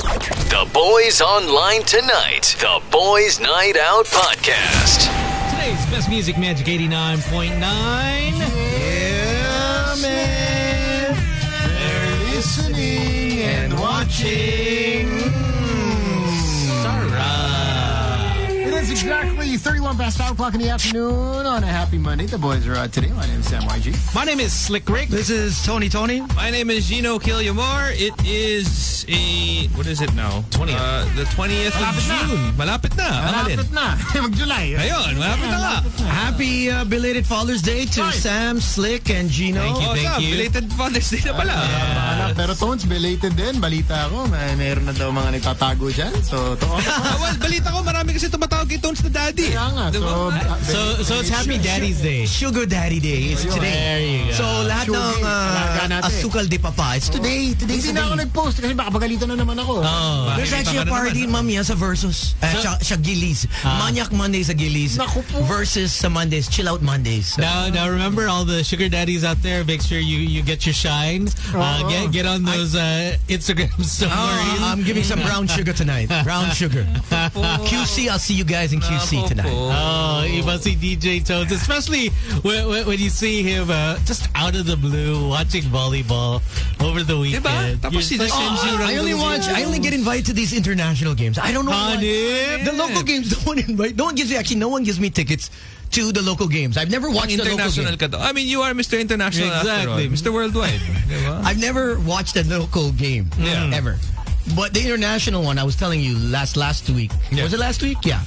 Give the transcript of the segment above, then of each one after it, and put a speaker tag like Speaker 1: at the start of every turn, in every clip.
Speaker 1: The Boys Online Tonight, the Boys Night Out Podcast.
Speaker 2: Today's Best Music Magic 89.9. Yeah, man. They're listening and watching.
Speaker 3: Uh,
Speaker 2: Sarah.
Speaker 4: It is exactly 31 past 5 o'clock in the afternoon on a happy Monday. The boys are out today. My name is Sam YG.
Speaker 2: My name is Slick Rick.
Speaker 5: This is Tony Tony.
Speaker 3: My name is Gino Killiamore. It is a... What is it now?
Speaker 2: 20th.
Speaker 3: Uh, the 20th of
Speaker 4: Malapit na.
Speaker 3: June. Malapit na. Ang alin?
Speaker 4: Malapit na. Mag-July.
Speaker 3: Ayun, malapit na nga.
Speaker 5: Happy uh, belated Father's Day to
Speaker 4: Right.
Speaker 5: Sam, Slick, and Gino.
Speaker 2: Thank you,
Speaker 3: Oh,
Speaker 2: thank
Speaker 3: Sam,
Speaker 2: you.
Speaker 3: Belated Father's Day na pala.
Speaker 4: Wala, Ah, Pero Tones, belated din. Balita ako. May, meron na daw mga nagtatago dyan. So, to
Speaker 3: Ah, well, balita ko, marami kasi tumatawag kay Tones na daddy.
Speaker 4: Kaya nga. So, ah,
Speaker 2: So, so it's Happy Daddy's Day.
Speaker 5: Sugar Daddy Day is today.
Speaker 2: There you
Speaker 5: So lahat
Speaker 4: Sugar,
Speaker 5: ng
Speaker 4: alaga
Speaker 5: uh,
Speaker 4: natin.
Speaker 5: asukal de papa, it's today. Today's
Speaker 4: hindi
Speaker 5: the
Speaker 4: na ako
Speaker 5: day.
Speaker 4: nag-post kasi baka pagalitan na naman ako.
Speaker 2: Oh.
Speaker 5: There's actually a
Speaker 3: Baka naman,
Speaker 5: party,
Speaker 3: no?
Speaker 5: ma'am, yan sa Versus. Eh, siya, siya Gillies. Maniac Monday sa Gillies.
Speaker 4: Naku po.
Speaker 5: Versus sa Mondays. Chill Out Mondays.
Speaker 2: Now, now remember all the sugar daddies out there. Make sure you, you get your shine. Uh,
Speaker 4: Oo.
Speaker 2: get get on those uh, Instagram stories.
Speaker 5: Oh, I'm giving some brown sugar tonight. Brown sugar. QC, I'll see you guys in QC tonight.
Speaker 2: Oh, you must see DJ Tones, especially when, when, when you see him uh, just out of the blue watching volleyball over the weekend.
Speaker 3: Diba? Tapos
Speaker 2: You're
Speaker 3: si
Speaker 2: just like, "Oh,
Speaker 3: Send you
Speaker 5: I only watch. I only get invited to these international games. I don't know why.
Speaker 2: Hanip.
Speaker 5: The local games don't invite. No one gives me. Actually, no one gives me tickets to the local games. I've never watched the local
Speaker 3: International
Speaker 5: game.
Speaker 3: ka daw. I mean, you are Mr. International
Speaker 2: Exactly.
Speaker 3: after all. Mr. Worldwide. Diba?
Speaker 5: I've never watched a local game
Speaker 3: Yeah.
Speaker 5: ever. But the international one, I was telling you last last week.
Speaker 3: Yeah.
Speaker 5: Was it last week? Yeah.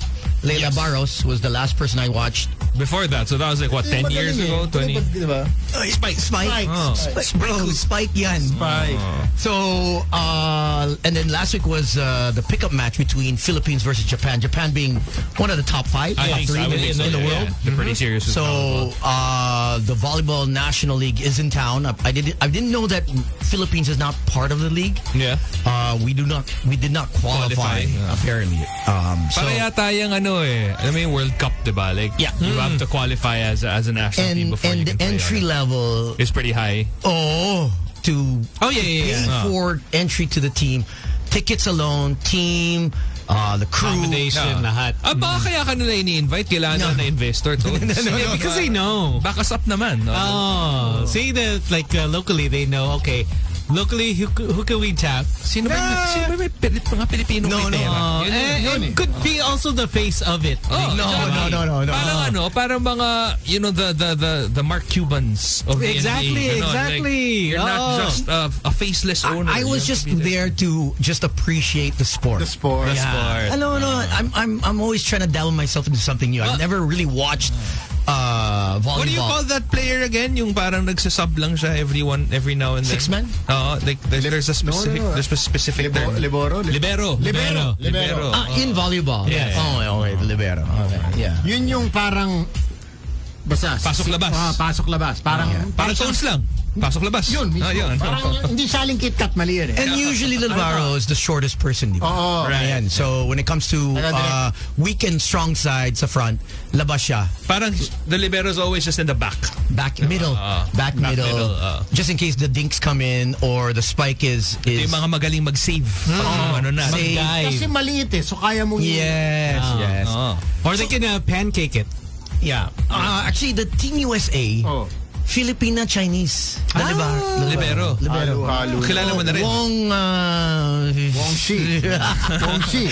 Speaker 5: Leila Barros was the last person I watched.
Speaker 3: Before that, so that was like, what, 10
Speaker 4: eh?
Speaker 5: eh.
Speaker 3: years
Speaker 5: Ano
Speaker 3: ago? 20?
Speaker 4: Diba?
Speaker 5: Spike, Spike, Spike,
Speaker 3: Oh.
Speaker 5: bro, Spike yan.
Speaker 4: Bye.
Speaker 5: So, uh, and then last week was uh, the pickup match between Philippines versus Japan. Japan being one of the top five,
Speaker 3: I
Speaker 5: top
Speaker 3: think so.
Speaker 5: three
Speaker 3: I would
Speaker 5: in,
Speaker 3: think so,
Speaker 5: in the
Speaker 3: yeah.
Speaker 5: world.
Speaker 3: They're pretty serious. with volleyball.
Speaker 5: So uh, the volleyball national league is in town. I, I didn't I didn't know that Philippines is not part of the league.
Speaker 3: Yeah.
Speaker 5: Uh, we do not we did not qualify,
Speaker 3: Qualify, yeah.
Speaker 5: apparently. Um, so
Speaker 3: Para yata yung ano eh. Alam mo yung World Cup, diba? Like,
Speaker 5: Yeah.
Speaker 3: you have to qualify as, a- as a national team
Speaker 5: and
Speaker 3: before
Speaker 5: and
Speaker 3: you
Speaker 5: the
Speaker 3: can play
Speaker 5: entry
Speaker 3: on it.
Speaker 5: level
Speaker 3: It's pretty high.
Speaker 5: oh to
Speaker 3: Oh, yeah, yeah,
Speaker 5: pay
Speaker 3: yeah.
Speaker 5: for entry to the team, tickets alone, team, uh, the crew.
Speaker 2: accommodation lahat.
Speaker 3: Ah, baka kaya ka nila ini-invite? Kailangan
Speaker 5: Mm. No.
Speaker 3: na investor to.
Speaker 2: Yeah, because they know.
Speaker 3: Back us up naman. no?
Speaker 2: Oh, see that like uh, locally they know. Okay, locally who c- who can we tap?
Speaker 3: Sino ba,
Speaker 2: Nah.
Speaker 3: sino ba may Pili- mga Pilipino
Speaker 5: No, no.
Speaker 3: may pera?
Speaker 2: Oh,
Speaker 3: Yun, yun,
Speaker 2: and,
Speaker 3: yun.
Speaker 2: and could be also the face of it.
Speaker 3: Oh,
Speaker 2: Like,
Speaker 3: no,
Speaker 2: Japan.
Speaker 5: no, no, no, no.
Speaker 3: Parang ano, parang mga, you know, the the the, the Mark Cubans of the
Speaker 2: Exactly,
Speaker 3: NBA, ganon.
Speaker 2: exactly.
Speaker 3: Like, you're not
Speaker 2: Oo.
Speaker 3: just uh, a faceless owner.
Speaker 5: I was
Speaker 3: You have
Speaker 5: just
Speaker 3: to be
Speaker 5: there to just appreciate the sport.
Speaker 4: The sport.
Speaker 3: Sport.
Speaker 5: I don't know. I'm I'm I'm always trying to dabble myself into something new. I've never really watched uh volleyball.
Speaker 3: What do you call that player again? Yung parang nagsasub lang siya every, one, every now and then.
Speaker 5: Six man?
Speaker 3: Oo, like there's, there's a specific,
Speaker 4: no, no.
Speaker 3: there's a specific
Speaker 4: Libo,
Speaker 3: term.
Speaker 4: Liboro? Li-
Speaker 3: Libero.
Speaker 2: Libero.
Speaker 3: Libero.
Speaker 5: Ah, in volleyball.
Speaker 3: Yeah, yeah.
Speaker 5: Oh, okay, the libero. Okay. Yeah.
Speaker 4: Yun yung parang... Basta.
Speaker 3: Pasok-labas.
Speaker 4: Ah, pasok-labas. Parang...
Speaker 3: Parang tones lang. Pasok labas.
Speaker 4: Yun, mismo.
Speaker 3: Ah, yun.
Speaker 4: Parang hindi saling KitKat, mali yun eh.
Speaker 5: And usually Lilvaro is the shortest person. di
Speaker 4: Oo.
Speaker 5: ba?
Speaker 3: Oh, Right.
Speaker 5: Ayan. So when it comes to uh, weak and strong side sa front, labas siya.
Speaker 3: Parang the libero is always just in the back.
Speaker 5: Back middle.
Speaker 3: Ah, ah.
Speaker 5: back,
Speaker 3: Back
Speaker 5: middle.
Speaker 3: middle, ah.
Speaker 5: just in case the dinks come in or the spike is... is
Speaker 3: Yung mga magaling mag-save. Oh, ano na.
Speaker 5: Save.
Speaker 2: Guys.
Speaker 4: Kasi maliit eh. So, kaya mong...
Speaker 5: Yes, yes.
Speaker 3: Oo.
Speaker 2: Or they can uh, pancake it.
Speaker 5: Yeah. Uh, actually, the Team USA,
Speaker 4: Oh.
Speaker 5: Filipina Chinese. Ah,
Speaker 3: libero.
Speaker 4: Halo-halo.
Speaker 3: Kilala mo na rin.
Speaker 5: Wong, uh,
Speaker 4: Wong Shi. Wong Shi.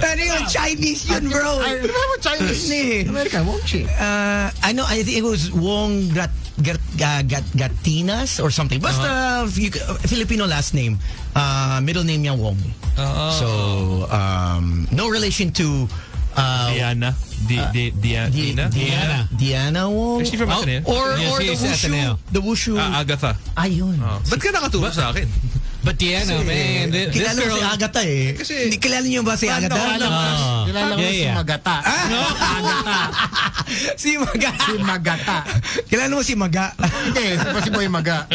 Speaker 5: Pero yung Chinese yun, bro.
Speaker 4: I
Speaker 5: eh.
Speaker 4: remember Chinese
Speaker 5: Ni.
Speaker 4: America, Wong Shi.
Speaker 5: Uh, I know, I think it was Wong Grat, Grat, Ga- Gat- Gatinas or something. Basta, you ca- Filipino last name. Uh, middle name niya Wong.
Speaker 3: Oo.
Speaker 5: So, um, no relation to uh,
Speaker 3: Diana. Di,
Speaker 2: Ah.
Speaker 3: di, Dia-
Speaker 5: Di-
Speaker 3: Dina?
Speaker 5: Diana. Diana Wong.
Speaker 3: Is she from
Speaker 5: Oh,
Speaker 3: Ateneo?
Speaker 5: Or,
Speaker 2: Yeah,
Speaker 5: or
Speaker 2: she
Speaker 5: the
Speaker 2: is Ateneo.
Speaker 5: Wushu. The Wushu.
Speaker 3: Ah, Agatha.
Speaker 5: Ayun.
Speaker 3: Oh. Ba't ka nakaturo sa akin?
Speaker 2: But Diana, man, thi- this,
Speaker 5: Kilala mo
Speaker 2: girl.
Speaker 5: si Agatha eh.
Speaker 3: Kasi-
Speaker 5: Hindi kilala niyo ba si Agatha?
Speaker 4: Kilala ko na-
Speaker 2: Ah.
Speaker 4: kilala ko
Speaker 2: Yeah,
Speaker 4: na si
Speaker 2: yeah. Ah!
Speaker 4: Magata.
Speaker 5: si Maga.
Speaker 4: Si Magata.
Speaker 5: kilala mo si Maga.
Speaker 4: Hindi, si pa si Boy Maga.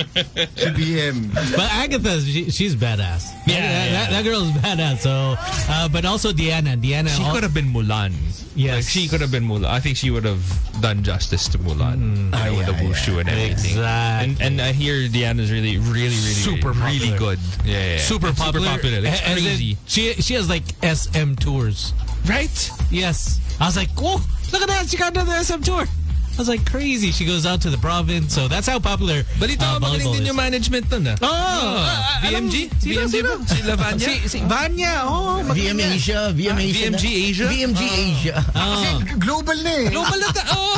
Speaker 4: Si BM.
Speaker 2: But Agatha, she, she's badass.
Speaker 3: Yeah,
Speaker 2: that,
Speaker 3: yeah.
Speaker 2: That, that girl's badass. So, uh, but also Diana, Diana.
Speaker 3: She
Speaker 2: al-
Speaker 3: could have been Mulan.
Speaker 2: Yes.
Speaker 3: Like she could have been Mulan. I think she would have done justice to
Speaker 2: Hmm.
Speaker 3: Mulan you know,
Speaker 5: Ah,
Speaker 3: with
Speaker 5: yeah,
Speaker 3: the wushu and everything.
Speaker 2: Exactly.
Speaker 3: And and I hear Deanna's really, really, really,
Speaker 2: Super
Speaker 3: really
Speaker 2: popular.
Speaker 3: good. Yeah, yeah, yeah.
Speaker 2: super
Speaker 3: And
Speaker 2: popular.
Speaker 3: super popular. Like,
Speaker 2: A- and then
Speaker 3: crazy,
Speaker 2: she she has like SM tours.
Speaker 3: right?
Speaker 2: Yes. I was like, whoa, look at that. She got another SM tour. I was like, crazy. She goes out to the province. So that's how popular
Speaker 3: But ito,
Speaker 2: uh,
Speaker 3: magaling
Speaker 2: volleyball
Speaker 3: din
Speaker 2: is.
Speaker 3: yung management nun ah.
Speaker 2: Oh,
Speaker 3: Ah,
Speaker 2: alam-
Speaker 3: BMG?
Speaker 2: Sino,
Speaker 3: BMG
Speaker 2: sino?
Speaker 3: ba? Si Lavanya?
Speaker 2: Si, si Vanya, oh.
Speaker 5: VM Asia, VM Asia.
Speaker 3: VMG Asia?
Speaker 5: VMG Asia.
Speaker 4: Kasi global na eh.
Speaker 3: Global na ta. Oh,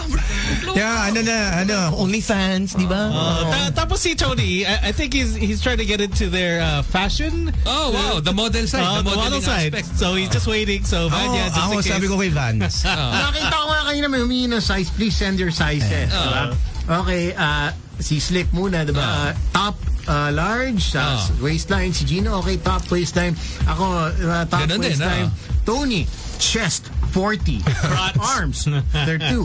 Speaker 5: Yeah, ano na, ano, OnlyFans, di ba? Oh.
Speaker 2: Ta- tapos si Tony, I, I think he's he's trying to get into their uh, fashion.
Speaker 3: oh, wow. The model side.
Speaker 2: Uh,
Speaker 3: Oh, the
Speaker 2: the model
Speaker 3: modeling
Speaker 2: side.
Speaker 3: aspect.
Speaker 2: So he's just waiting. So
Speaker 5: Ako,
Speaker 2: Vanya, just
Speaker 5: Oh, ako
Speaker 2: in case.
Speaker 5: sabi ko kay Vans.
Speaker 4: Nakita ko nga kanina may humingi ng size. Please send your
Speaker 3: Eh.
Speaker 4: sizes. diba? Okay, ah, si Slick muna, diba? Ah, top ah, large, ah,
Speaker 3: Ah.
Speaker 4: waistline. Si Gino, okay, top waistline. Ako, ah, top
Speaker 3: Ganun din,
Speaker 4: waistline.
Speaker 3: ah.
Speaker 4: Tony, chest, 40. Arms, 32.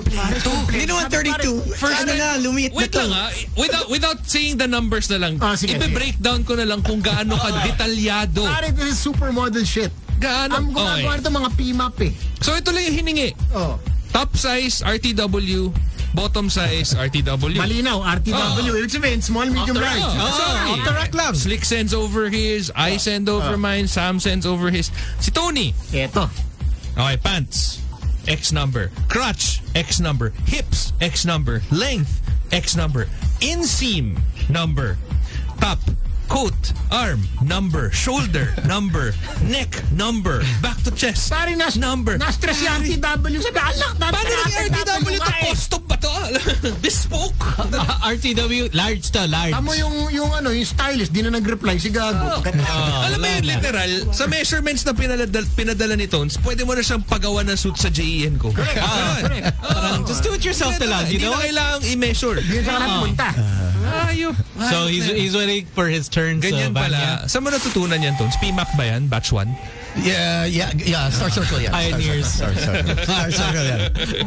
Speaker 5: Hindi naman 32. First na nga, lumiit na
Speaker 3: Wait
Speaker 5: to.
Speaker 3: lang ah. Without, without saying the numbers na lang,
Speaker 4: Ah, sige,
Speaker 3: ibe-breakdown ko na lang kung gaano ka detalyado.
Speaker 4: Pare, this is supermodel shit.
Speaker 3: Gaano?
Speaker 4: Ang
Speaker 3: Okay.
Speaker 4: gumagawa nito mga PMAP eh.
Speaker 3: So ito lang yung hiningi.
Speaker 4: Oh.
Speaker 3: Top size, RTW. Bottom size, RTW.
Speaker 4: Malinaw, RTW. Ibig sabihin, small, medium, large.
Speaker 3: Oh, sorry.
Speaker 2: off the rack lang.
Speaker 3: Slick sends over his, I send over mine, Sam sends over his. Si Tony.
Speaker 4: Eto.
Speaker 3: Okay, pants. X number. Crotch. X number. Hips. X number. Length. X number. Inseam. Number. Top. Coat. Arm. Number. Shoulder. Number. Neck. Number. Back to chest.
Speaker 4: Pare, nas,
Speaker 3: number.
Speaker 4: Na-stress yung RTW. Sabi, alak,
Speaker 3: Paano naging RTW to?
Speaker 4: eh.
Speaker 3: Post-op ba to? Bespoke.
Speaker 2: Ah, RTW, large to large.
Speaker 4: Tamo yung, yung ano, yung stylist, di na nag-reply si Gago.
Speaker 2: Ah,
Speaker 3: Alam mo
Speaker 2: wala
Speaker 3: yun,
Speaker 2: na.
Speaker 3: literal, sa measurements na pinadala, pinadala ni Tones, pwede mo na siyang pagawa ng suit sa JEN ko. Ah, Correct.
Speaker 2: Parang, just do it yourself na lang, you
Speaker 3: Hindi
Speaker 2: know?
Speaker 3: na kailangang i-measure. Ah.
Speaker 4: Di na siya na pumunta.
Speaker 3: Ayop.
Speaker 2: So he's he's waiting for his turn.
Speaker 3: Ah, Ganyan
Speaker 2: so Vanya,
Speaker 3: pala. Saan mo natutunan yan, Tones? PMAC ba yan? Batch 1?
Speaker 5: Yeah, yeah, yeah. Star Circle yan.
Speaker 2: Pioneers.
Speaker 5: Star Circle. Star Circle yan.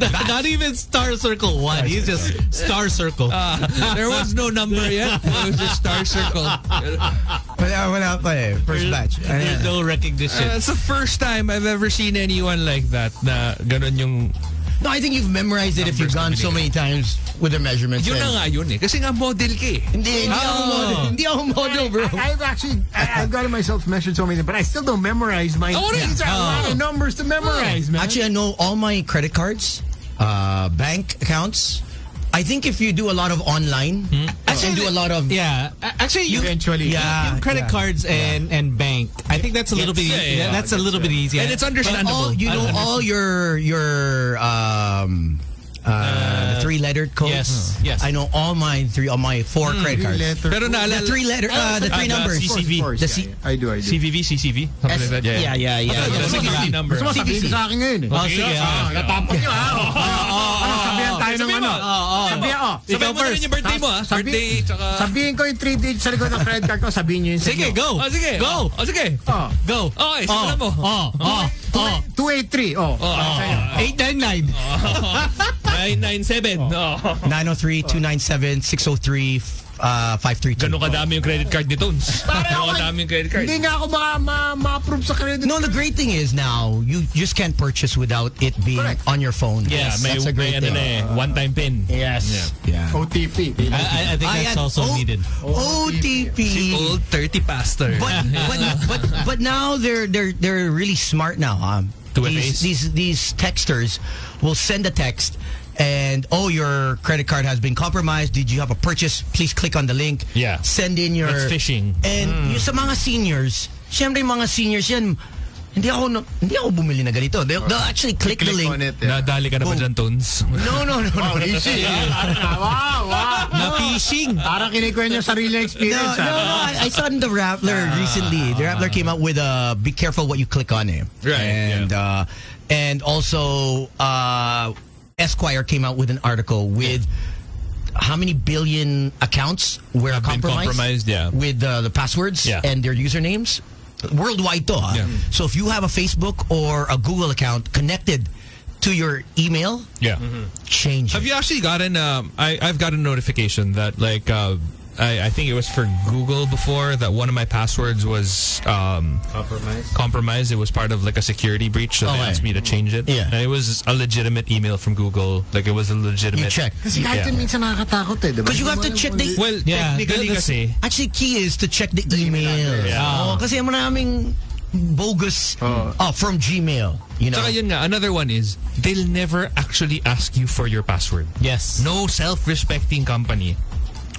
Speaker 2: Not, not even Star Circle One. He's just Star Circle.
Speaker 3: Ah. There was no number yet. It was just star circle.
Speaker 5: Wala, wala pa eh. First batch. Ano yan?
Speaker 2: There's no recognition.
Speaker 3: Uh, it's the first time I've ever seen anyone like that na ganun yung...
Speaker 5: No, I think you've memorized it if you've gone
Speaker 3: Numbers na
Speaker 5: so many times with the measurements.
Speaker 3: Yun
Speaker 5: eh.
Speaker 3: na nga yun eh. Kasi nga model ka eh.
Speaker 5: Hindi, hindi ako model. Hindi ako model, bro.
Speaker 4: I, I've actually, I, I've gotten myself measured so many times, but I still don't memorize my,
Speaker 3: Ako rin.
Speaker 4: these are Oh, a lot of numbers to memorize, man.
Speaker 5: Actually, I know all my credit cards, uh, bank accounts. I think if you do a lot of online, I can do a lot of
Speaker 2: Yeah, A- actually, you,
Speaker 4: Eventually.
Speaker 2: yeah,
Speaker 5: Yeah,
Speaker 2: credit
Speaker 5: yeah,
Speaker 2: cards and and bank. I think that's a little bit. e-,
Speaker 3: Yeah, yeah, yeah.
Speaker 2: that's a little bit easier.
Speaker 3: And it's
Speaker 5: But
Speaker 3: understandable.
Speaker 5: all, you know all your your um uh, three letter codes.
Speaker 2: yes, yes.
Speaker 5: Hmm. I know all my three all my four credit cards.
Speaker 4: Letter.
Speaker 3: Pero
Speaker 5: The
Speaker 3: naalala...
Speaker 5: three letter uh, the three
Speaker 3: Ah, the
Speaker 5: numbers.
Speaker 3: CCV.
Speaker 4: Of course,
Speaker 5: The
Speaker 4: yeah,
Speaker 5: C-
Speaker 4: yeah. I do, I do.
Speaker 3: CVV, CVV? Something like that. Yeah,
Speaker 5: yeah,
Speaker 3: yeah.
Speaker 5: yeah, yeah.
Speaker 3: That's a CVV number.
Speaker 4: Mas masabihin ko sa akin ngayon eh.
Speaker 2: Oh, sige, ah.
Speaker 4: Natapos nyo ha. Oh, oh, Ano, sabihan tayo ng
Speaker 3: Sabihin
Speaker 4: ano.
Speaker 3: mo.
Speaker 4: Sabihan, oh.
Speaker 3: Sabihin mo na rin yung birthday mo ah.
Speaker 4: Sabi-
Speaker 3: Birthday, tsaka...
Speaker 4: Sabihin ko yung 3 digits sa likod ng credit card ko, sabihin nyo yung sa
Speaker 2: Sige,
Speaker 4: inyo.
Speaker 2: go.
Speaker 3: Oh, sige.
Speaker 2: Go.
Speaker 3: Oh, sige.
Speaker 4: Oh,
Speaker 2: Go.
Speaker 3: Okay, simulan mo.
Speaker 2: Oh, oh, oh.
Speaker 4: 283, oh. Sa'yo.
Speaker 2: Eight nine nine.
Speaker 3: 997. Oh.
Speaker 5: 903 297 603 uh, 532.
Speaker 3: Ganun kadami yung credit card ni Tones. Ganun kadami yung credit card.
Speaker 4: Hindi nga ako baka ma- ma-approve sa credit
Speaker 5: No, the great thing is now you just can't purchase without it being
Speaker 4: Correct.
Speaker 5: on your phone.
Speaker 3: Yeah,
Speaker 5: Yes,
Speaker 3: may,
Speaker 5: that's a
Speaker 3: may
Speaker 5: great
Speaker 3: ano na
Speaker 5: thing.
Speaker 3: eh, one-time pin.
Speaker 5: Yes. Yeah.
Speaker 4: OTP.
Speaker 2: I, I- I think
Speaker 5: I
Speaker 2: that's
Speaker 5: had
Speaker 2: also
Speaker 5: O-
Speaker 2: needed.
Speaker 5: OTP.
Speaker 3: Old 30 pastor.
Speaker 5: But but but but now they're they're they're really smart now. Huh?
Speaker 3: To
Speaker 5: these,
Speaker 3: erase?
Speaker 5: these these texters will send a text and oh your credit card has been compromised. Did you have a purchase? Please click on the link.
Speaker 3: Yeah.
Speaker 5: Send in your
Speaker 3: That's phishing. Hmm.
Speaker 5: And yung sa mga seniors, syempre yung mga seniors yan hindi ako na- hindi ako bumili na ganito. They'll, they'll actually click, the
Speaker 4: Click
Speaker 5: link.
Speaker 4: on it. yeah.
Speaker 3: Nadali ka na ba
Speaker 5: Boom.
Speaker 3: dyan, Tones?
Speaker 5: No, no, no, no.
Speaker 4: Wow, easy. Wow, wow.
Speaker 2: Na-phishing.
Speaker 4: Parang kinikwento niya sarili niya
Speaker 5: No,
Speaker 4: experience.
Speaker 5: no, no.
Speaker 4: ah.
Speaker 5: I, I saw it in the Rappler
Speaker 3: Ah.
Speaker 5: recently. The Rappler came out with a "Be careful what you click on" it,
Speaker 3: Right,
Speaker 5: And
Speaker 3: yeah.
Speaker 5: uh, and also uh, Esquire came out with an article with how many billion accounts were
Speaker 3: Have been
Speaker 5: compromised,
Speaker 3: compromised, yeah.
Speaker 5: with uh, the passwords
Speaker 3: Yeah.
Speaker 5: and their usernames worldwide. To, huh?
Speaker 3: Yeah.
Speaker 5: So if you have a Facebook or a Google account connected to your email,
Speaker 3: Yeah.
Speaker 5: change. it.
Speaker 3: Have you actually gotten, um, I, I've gotten a notification that like, uh, I, I think it was for Google before that one of my passwords was um,
Speaker 4: Compromise.
Speaker 3: compromised. It was part of like a security breach, so they
Speaker 5: Okay.
Speaker 3: asked me to change it.
Speaker 5: Oh, Yeah.
Speaker 3: and it was a legitimate email from Google. Like it was a legitimate.
Speaker 5: You check.
Speaker 4: Kasi kahit
Speaker 3: Yeah.
Speaker 4: yun minsan nakakatakot eh, diba?
Speaker 5: Because you have to check the... e-,
Speaker 3: Well,
Speaker 2: Yeah,
Speaker 3: technically,
Speaker 2: the- the-
Speaker 3: kasi Ah.
Speaker 5: Actually, key is to check the email.
Speaker 3: Yeah.
Speaker 5: Oo, kasi maraming bogus oh, from Gmail. You know?
Speaker 3: Tsaka yun nga, another one is, they'll never actually ask you for your password.
Speaker 2: Yes.
Speaker 3: No self-respecting company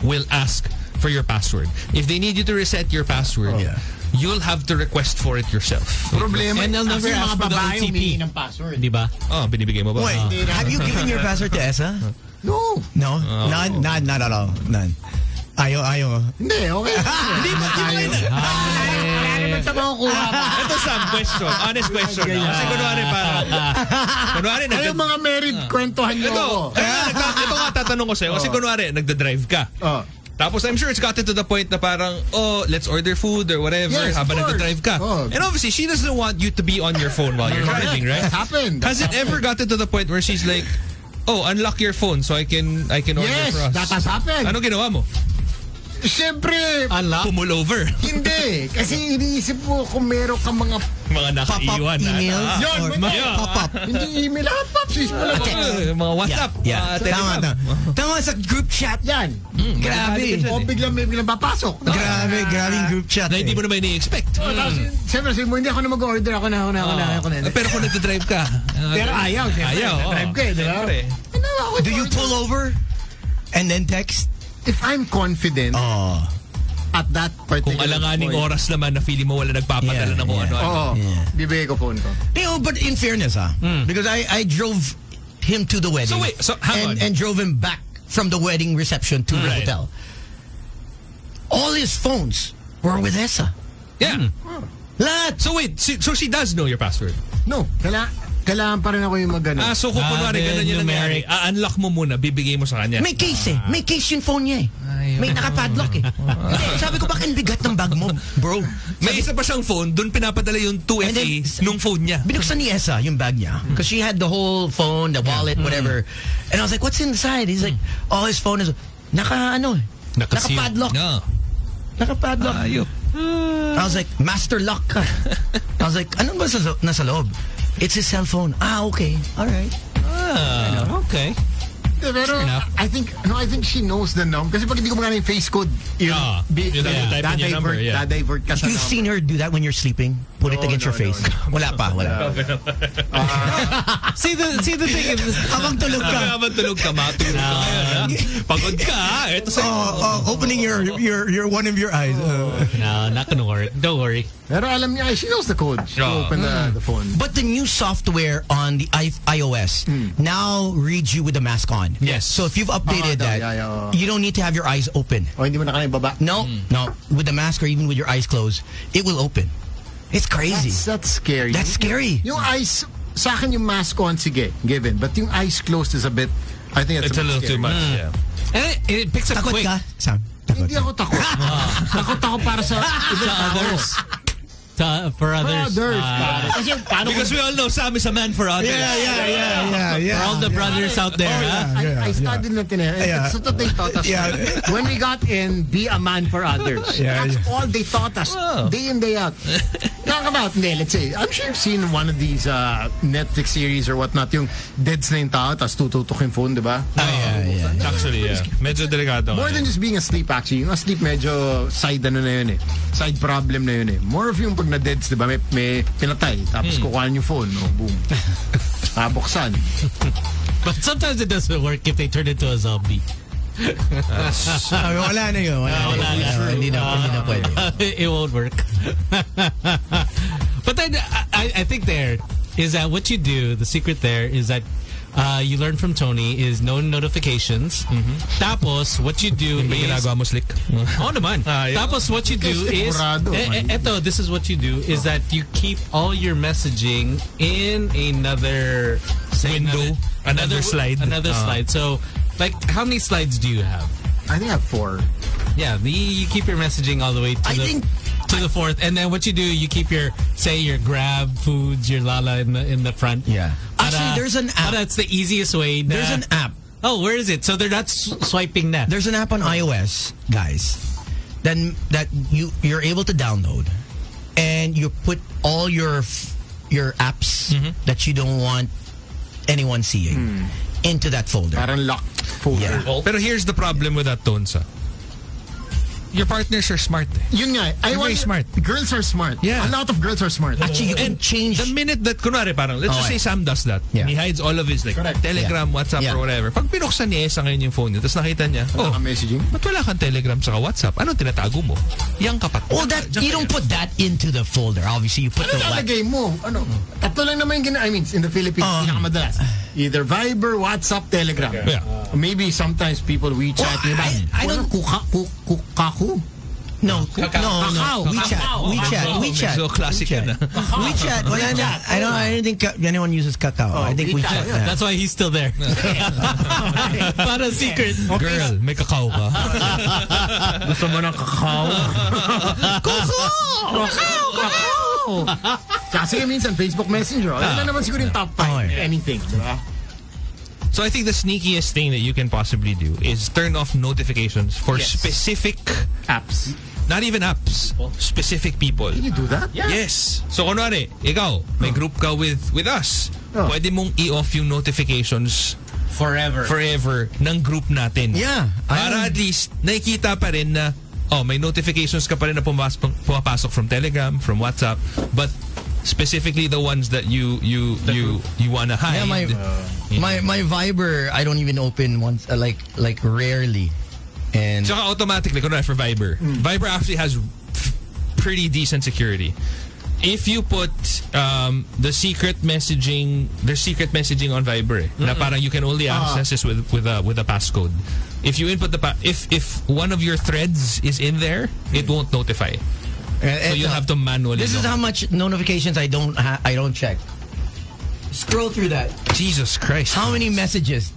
Speaker 3: will ask for your password. If they need you to reset your password,
Speaker 5: Oh, Yeah.
Speaker 3: you'll have to request for it yourself.
Speaker 4: Problema.
Speaker 2: And they'll never
Speaker 4: Actually,
Speaker 2: ask
Speaker 4: mga
Speaker 2: for the
Speaker 4: babae
Speaker 2: OTP.
Speaker 4: humingi ng password.
Speaker 2: Di ba?
Speaker 3: Oh, binibigay mo ba?
Speaker 5: Wait,
Speaker 3: Ah.
Speaker 5: have you given your password to Essa?
Speaker 4: No.
Speaker 5: No?
Speaker 3: Oh.
Speaker 5: None? None, not at all. None. Ayaw, ayaw.
Speaker 4: Hindi, okay. Hindi ba? Wala naman sa makukuha pa.
Speaker 3: Ah. Ito Sam, question. Honest question. ah. Kasi kunwari para... kunwari,
Speaker 4: Ano
Speaker 3: nagda-
Speaker 4: yung mga married kwentuhan niyo
Speaker 3: Ito,
Speaker 4: ako?
Speaker 3: kaya nga, nagta- ito nga tatanong ko sa'yo. Kasi kunwari, nagda-drive ka.
Speaker 4: Oh.
Speaker 3: Tapos I'm sure it's gotten to the point na parang, oh, let's order food or whatever
Speaker 4: Yes, of
Speaker 3: habang
Speaker 4: course.
Speaker 3: nagdadrive ka.
Speaker 4: Oh.
Speaker 3: And obviously, she doesn't want you to be on your phone while you're driving, right?
Speaker 4: That happened.
Speaker 3: Has it ever gotten to the point where she's like, oh, unlock your phone so I can I can order
Speaker 4: Yes,
Speaker 3: for us?
Speaker 4: that has happened. Ah.
Speaker 3: Ano ginawa mo?
Speaker 4: Siyempre,
Speaker 2: Unlock.
Speaker 3: Pumull over.
Speaker 4: hindi. Kasi iniisip mo kung meron kang mga
Speaker 3: Mga
Speaker 5: Pop-up
Speaker 3: nakaiwan. na.
Speaker 5: emails?
Speaker 3: Ah,
Speaker 5: or
Speaker 3: yun,
Speaker 5: mga
Speaker 3: yeah.
Speaker 5: Pop-up.
Speaker 4: hindi email. Ah, papsis mo lang.
Speaker 3: Ah, Mga WhatsApp.
Speaker 5: Yeah.
Speaker 3: mga
Speaker 5: tama,
Speaker 3: Telegram.
Speaker 5: tama. Tama sa group chat.
Speaker 4: Yan.
Speaker 5: Hmm. Grabe.
Speaker 4: O biglang may biglang papasok.
Speaker 5: Grabe, grabe yung group chat. eh.
Speaker 3: Na hindi mo naman ini-expect.
Speaker 4: Oh, tapos, Siyempre, sabi mo, hindi ako na mag-order. Ako na, ako na, ako na. Ako na.
Speaker 3: Ah, Pero kung nagdadrive ka. ah,
Speaker 4: Pero ayaw. siyempre,
Speaker 3: Ayaw. oh.
Speaker 4: Drive ka eh, di ba?
Speaker 3: Siyempre.
Speaker 4: Ano ako?
Speaker 5: Do you pull over and then text?
Speaker 4: If I'm confident
Speaker 3: Ah.
Speaker 5: Oh.
Speaker 4: at that particular
Speaker 3: Kung alanganing
Speaker 4: point,
Speaker 3: oras naman na feeling mo wala nagpapadala
Speaker 5: Yeah,
Speaker 3: ng kung
Speaker 5: yeah.
Speaker 3: ano-ano.
Speaker 4: Oo.
Speaker 5: Yeah.
Speaker 4: Bibigay ko phone ko.
Speaker 5: No, Eh, but in fairness, ah, because I, I drove him to the wedding.
Speaker 3: Hmm. So wait, so hang
Speaker 5: and,
Speaker 3: on.
Speaker 5: and drove him back from the wedding reception to the
Speaker 3: Right.
Speaker 5: hotel. All his phones were with Essa.
Speaker 3: Yeah.
Speaker 5: Lahat.
Speaker 3: So wait, si- so she does know your password.
Speaker 4: No. Kaila, kailangan pa rin ako yung mag-ano.
Speaker 3: Ah, so kung
Speaker 2: Ah,
Speaker 3: kunwari
Speaker 2: then
Speaker 3: ganun yung nangyari,
Speaker 2: numeric.
Speaker 3: a-unlock mo muna, bibigay mo sa kanya.
Speaker 5: May case eh. May case yung phone niya eh. May nakapadlock eh. Hindi, sabi ko, bakit ang bigat ng bag mo, bro?
Speaker 3: May isa pa siyang phone, doon pinapadala yung
Speaker 5: And
Speaker 3: 2FA
Speaker 5: then-
Speaker 3: nung phone niya.
Speaker 5: Binuksan ni Essa yung bag niya.
Speaker 3: Hmm.
Speaker 5: Because she had the whole phone, the wallet, whatever. And I was like, what's inside? He's like, oh, his phone is... Naka ano eh. Nakapadlock.
Speaker 3: Hmm. No.
Speaker 5: Nakapadlock.
Speaker 3: Ayop.
Speaker 5: I was like, master lock ka. I was like, anong ba sa, lo- nasa loob? It's his cell phone. Ah, okay. All right.
Speaker 3: Ah, okay.
Speaker 4: Pero
Speaker 3: enough.
Speaker 4: I think no, I think she knows the number. Kasi pag hindi ko magana yung face code, yun,
Speaker 3: Ah, yun lang yung type in your number,
Speaker 4: dadivert,
Speaker 3: yeah.
Speaker 4: dadivert ka sa
Speaker 5: You've
Speaker 4: number.
Speaker 5: seen her do that when you're sleeping? Put it
Speaker 4: No,
Speaker 5: against
Speaker 4: no,
Speaker 5: your face. Wala pa, wala.
Speaker 2: See the see the thing is
Speaker 5: Habang tulog
Speaker 3: Kaya
Speaker 5: ka.
Speaker 3: ba tulog ka, matulog
Speaker 2: Ah.
Speaker 3: ka ngayon, ha? Pagod ka, ha? Ito sa...
Speaker 5: Oh, oh, opening your, your, your one of your eyes. Oh.
Speaker 2: No, not gonna work. Don't worry.
Speaker 4: Pero alam niya, she knows the code. She
Speaker 3: Ah.
Speaker 4: opened the, the phone.
Speaker 5: But the new software on the I- iOS
Speaker 4: Hmm.
Speaker 5: now reads you with the mask on.
Speaker 3: Yes.
Speaker 5: So if you've
Speaker 4: Ah,
Speaker 5: updated that,
Speaker 4: yeah, yeah, Hmm. oh.
Speaker 5: you don't need to have your eyes open.
Speaker 4: O hindi mo na kaya baba.
Speaker 5: No, no. With the mask or even with your eyes closed, it will open. It's crazy.
Speaker 4: That's, that's scary.
Speaker 5: That's scary.
Speaker 4: Yung eyes, sa akin yung mask on, sige, given. But yung eyes closed is a bit, I think it's,
Speaker 3: It's a little too
Speaker 4: bit
Speaker 3: much,
Speaker 4: scary.
Speaker 3: yeah.
Speaker 2: And it, it picks up
Speaker 5: Takot
Speaker 2: quick.
Speaker 5: ka, Sam? Takot
Speaker 4: Hindi ako takot.
Speaker 3: Ah.
Speaker 4: takot ako para sa ibang tao.
Speaker 2: Others. Ta- for others.
Speaker 4: Brothers.
Speaker 2: uh,
Speaker 4: Kasi paano
Speaker 3: Ah. Because we all know Sam is a man for others.
Speaker 5: yeah, yeah, yeah, yeah.
Speaker 2: for all the brothers out there, huh?
Speaker 4: I,
Speaker 5: Yeah,
Speaker 4: I studied yeah. natin eh.
Speaker 5: Yeah.
Speaker 4: That's what they taught us.
Speaker 5: Yeah.
Speaker 4: When we got in, be a man for others.
Speaker 5: Yeah,
Speaker 4: That's all they taught us.
Speaker 3: Oh.
Speaker 4: Day in, day out. Talk about, hindi, let's say, I'm sure you've seen one of these uh, Netflix series or whatnot, yung deads na yung tao, tapos tututok yung phone, di ba?
Speaker 5: Oh, yeah, yeah.
Speaker 3: Actually, yeah. Medyo delikado.
Speaker 4: Mm. More than just being asleep actually. Yung asleep medyo side ano na yun eh. Side problem na yun eh. More of yung pag na-deads, di ba? May, may pinatay. Tapos
Speaker 5: Hmm.
Speaker 4: kukuhaan yung phone. Oh, boom. Nabuksan.
Speaker 2: But sometimes it doesn't work if they turn into a zombie.
Speaker 5: Sabi, wala na yun. Wala,
Speaker 2: wala
Speaker 5: na.
Speaker 2: na.
Speaker 5: Hindi na, hindi na pwede.
Speaker 2: it won't work. but then I, I think there is that what you do. The secret there is that. Uh, you learn from Tony is no notifications. Tapos, what you do
Speaker 3: May
Speaker 2: is...
Speaker 3: ginagawa mo, Slick.
Speaker 2: Oh, naman.
Speaker 3: Ah, yeah.
Speaker 2: Tapos what you do
Speaker 4: Kasi
Speaker 2: is,
Speaker 4: sigurado,
Speaker 2: eh, eh,
Speaker 4: man.
Speaker 2: eto, this is what you do is that you keep all your messaging in another say,
Speaker 3: Window, another slide.
Speaker 2: another
Speaker 3: Ah.
Speaker 2: slide. So, like, how many slides do you have?
Speaker 4: I think I have four.
Speaker 2: Yeah, the, you keep your messaging all the way to
Speaker 5: I
Speaker 2: the
Speaker 5: think-
Speaker 2: to the fourth, and then what you do, you keep your say your grab foods, your lala in the in the front.
Speaker 5: Yeah.
Speaker 2: Para-
Speaker 5: Actually, there's an app.
Speaker 2: para it's the easiest way. na-
Speaker 5: There's an app
Speaker 2: Oh, where is it? So they're not s- swiping na.
Speaker 5: There's an app on iOS, guys. Then that you you're able to download, and you put all your f- your apps that you don't want anyone seeing into that folder.
Speaker 4: Parang locked folder.
Speaker 5: Yeah.
Speaker 3: Pero here's the problem with that, Tonsa. Your partners are smart. eh.
Speaker 4: Yun nga. eh. I
Speaker 3: They're very
Speaker 4: want-
Speaker 3: smart.
Speaker 4: Girls are smart.
Speaker 3: Yeah.
Speaker 4: A lot of girls are smart.
Speaker 5: Actually, you can change.
Speaker 3: The minute that, kunwari parang, let's just say
Speaker 5: Okay.
Speaker 3: Sam does that.
Speaker 5: Yeah.
Speaker 3: He hides all of his like
Speaker 4: Correct.
Speaker 3: Telegram,
Speaker 5: Yeah.
Speaker 3: WhatsApp,
Speaker 5: Yeah.
Speaker 3: or whatever. Pag pinuksan ni Esa ngayon yung phone niya, tapos nakita niya, oh,
Speaker 4: Ang messaging.
Speaker 3: ba't wala kang Telegram saka WhatsApp? Anong tinatago mo? Yang kapat.
Speaker 5: Well, that you don't put that into the folder. Obviously, you put the what?
Speaker 4: Nalagay mo. Ano? Tatlo lang naman yung gina- I mean, in the Philippines,
Speaker 5: Um,
Speaker 4: pinakamadalas. Either Viber, WhatsApp, Telegram.
Speaker 3: Yeah.
Speaker 4: Maybe sometimes people WeChat.
Speaker 5: Well,
Speaker 4: diba?
Speaker 5: I- I
Speaker 4: Or
Speaker 5: don't-
Speaker 4: Kuka, ku, kukaku.
Speaker 5: No, no,
Speaker 4: Kakao.
Speaker 5: no. WeChat, WeChat,
Speaker 3: Kakao.
Speaker 5: WeChat.
Speaker 3: Medyo classic
Speaker 5: WeChat.
Speaker 3: yan, ah.
Speaker 5: WeChat. Wala na. I don't. I don't think ca- anyone uses Kakao. I think
Speaker 4: WeChat.
Speaker 5: WeChat.
Speaker 4: Yeah,
Speaker 5: na.
Speaker 2: That's why he's still there. Para secret.
Speaker 3: Girl, may kakao ka.
Speaker 4: Gusto mo ng kakao? Kuku! Kakao! Kakao! Kasi minsan, Facebook Messenger. Ano na naman siguro yung top 5.
Speaker 5: Okay.
Speaker 4: Anything. Diba?
Speaker 3: So I think the sneakiest thing that you can possibly do is turn off notifications for
Speaker 4: Yes.
Speaker 3: specific,
Speaker 4: Apps.
Speaker 3: not even apps, specific people.
Speaker 4: Can you do that?
Speaker 3: Yes. So kunwari, ikaw, may
Speaker 5: Oh.
Speaker 3: group ka with with us.
Speaker 4: Oh.
Speaker 3: Pwede mong i-off yung notifications
Speaker 2: Forever.
Speaker 3: forever ng group natin.
Speaker 5: Yeah.
Speaker 3: Para at least nakikita pa rin na oh, may notifications ka pa rin na pumas- pumapasok from Telegram, from WhatsApp, but specifically the ones that you you you you wanna hide.
Speaker 5: Yeah, my my my Viber, I don't even open once. Uh, like like rarely, and
Speaker 3: Tsaka automatically, kunwari for Viber. Viber actually has f- pretty decent security. If you put um, the secret messaging, there's secret messaging on Viber, eh, na parang you can only access this with with a with a passcode. If you input the pa- if if one of your threads is in there, it won't notify. So you have to manually.
Speaker 5: uh, This is
Speaker 3: lock.
Speaker 5: how much notifications I don't ha- I don't check. Scroll through that.
Speaker 3: Jesus Christ.
Speaker 5: How many messages?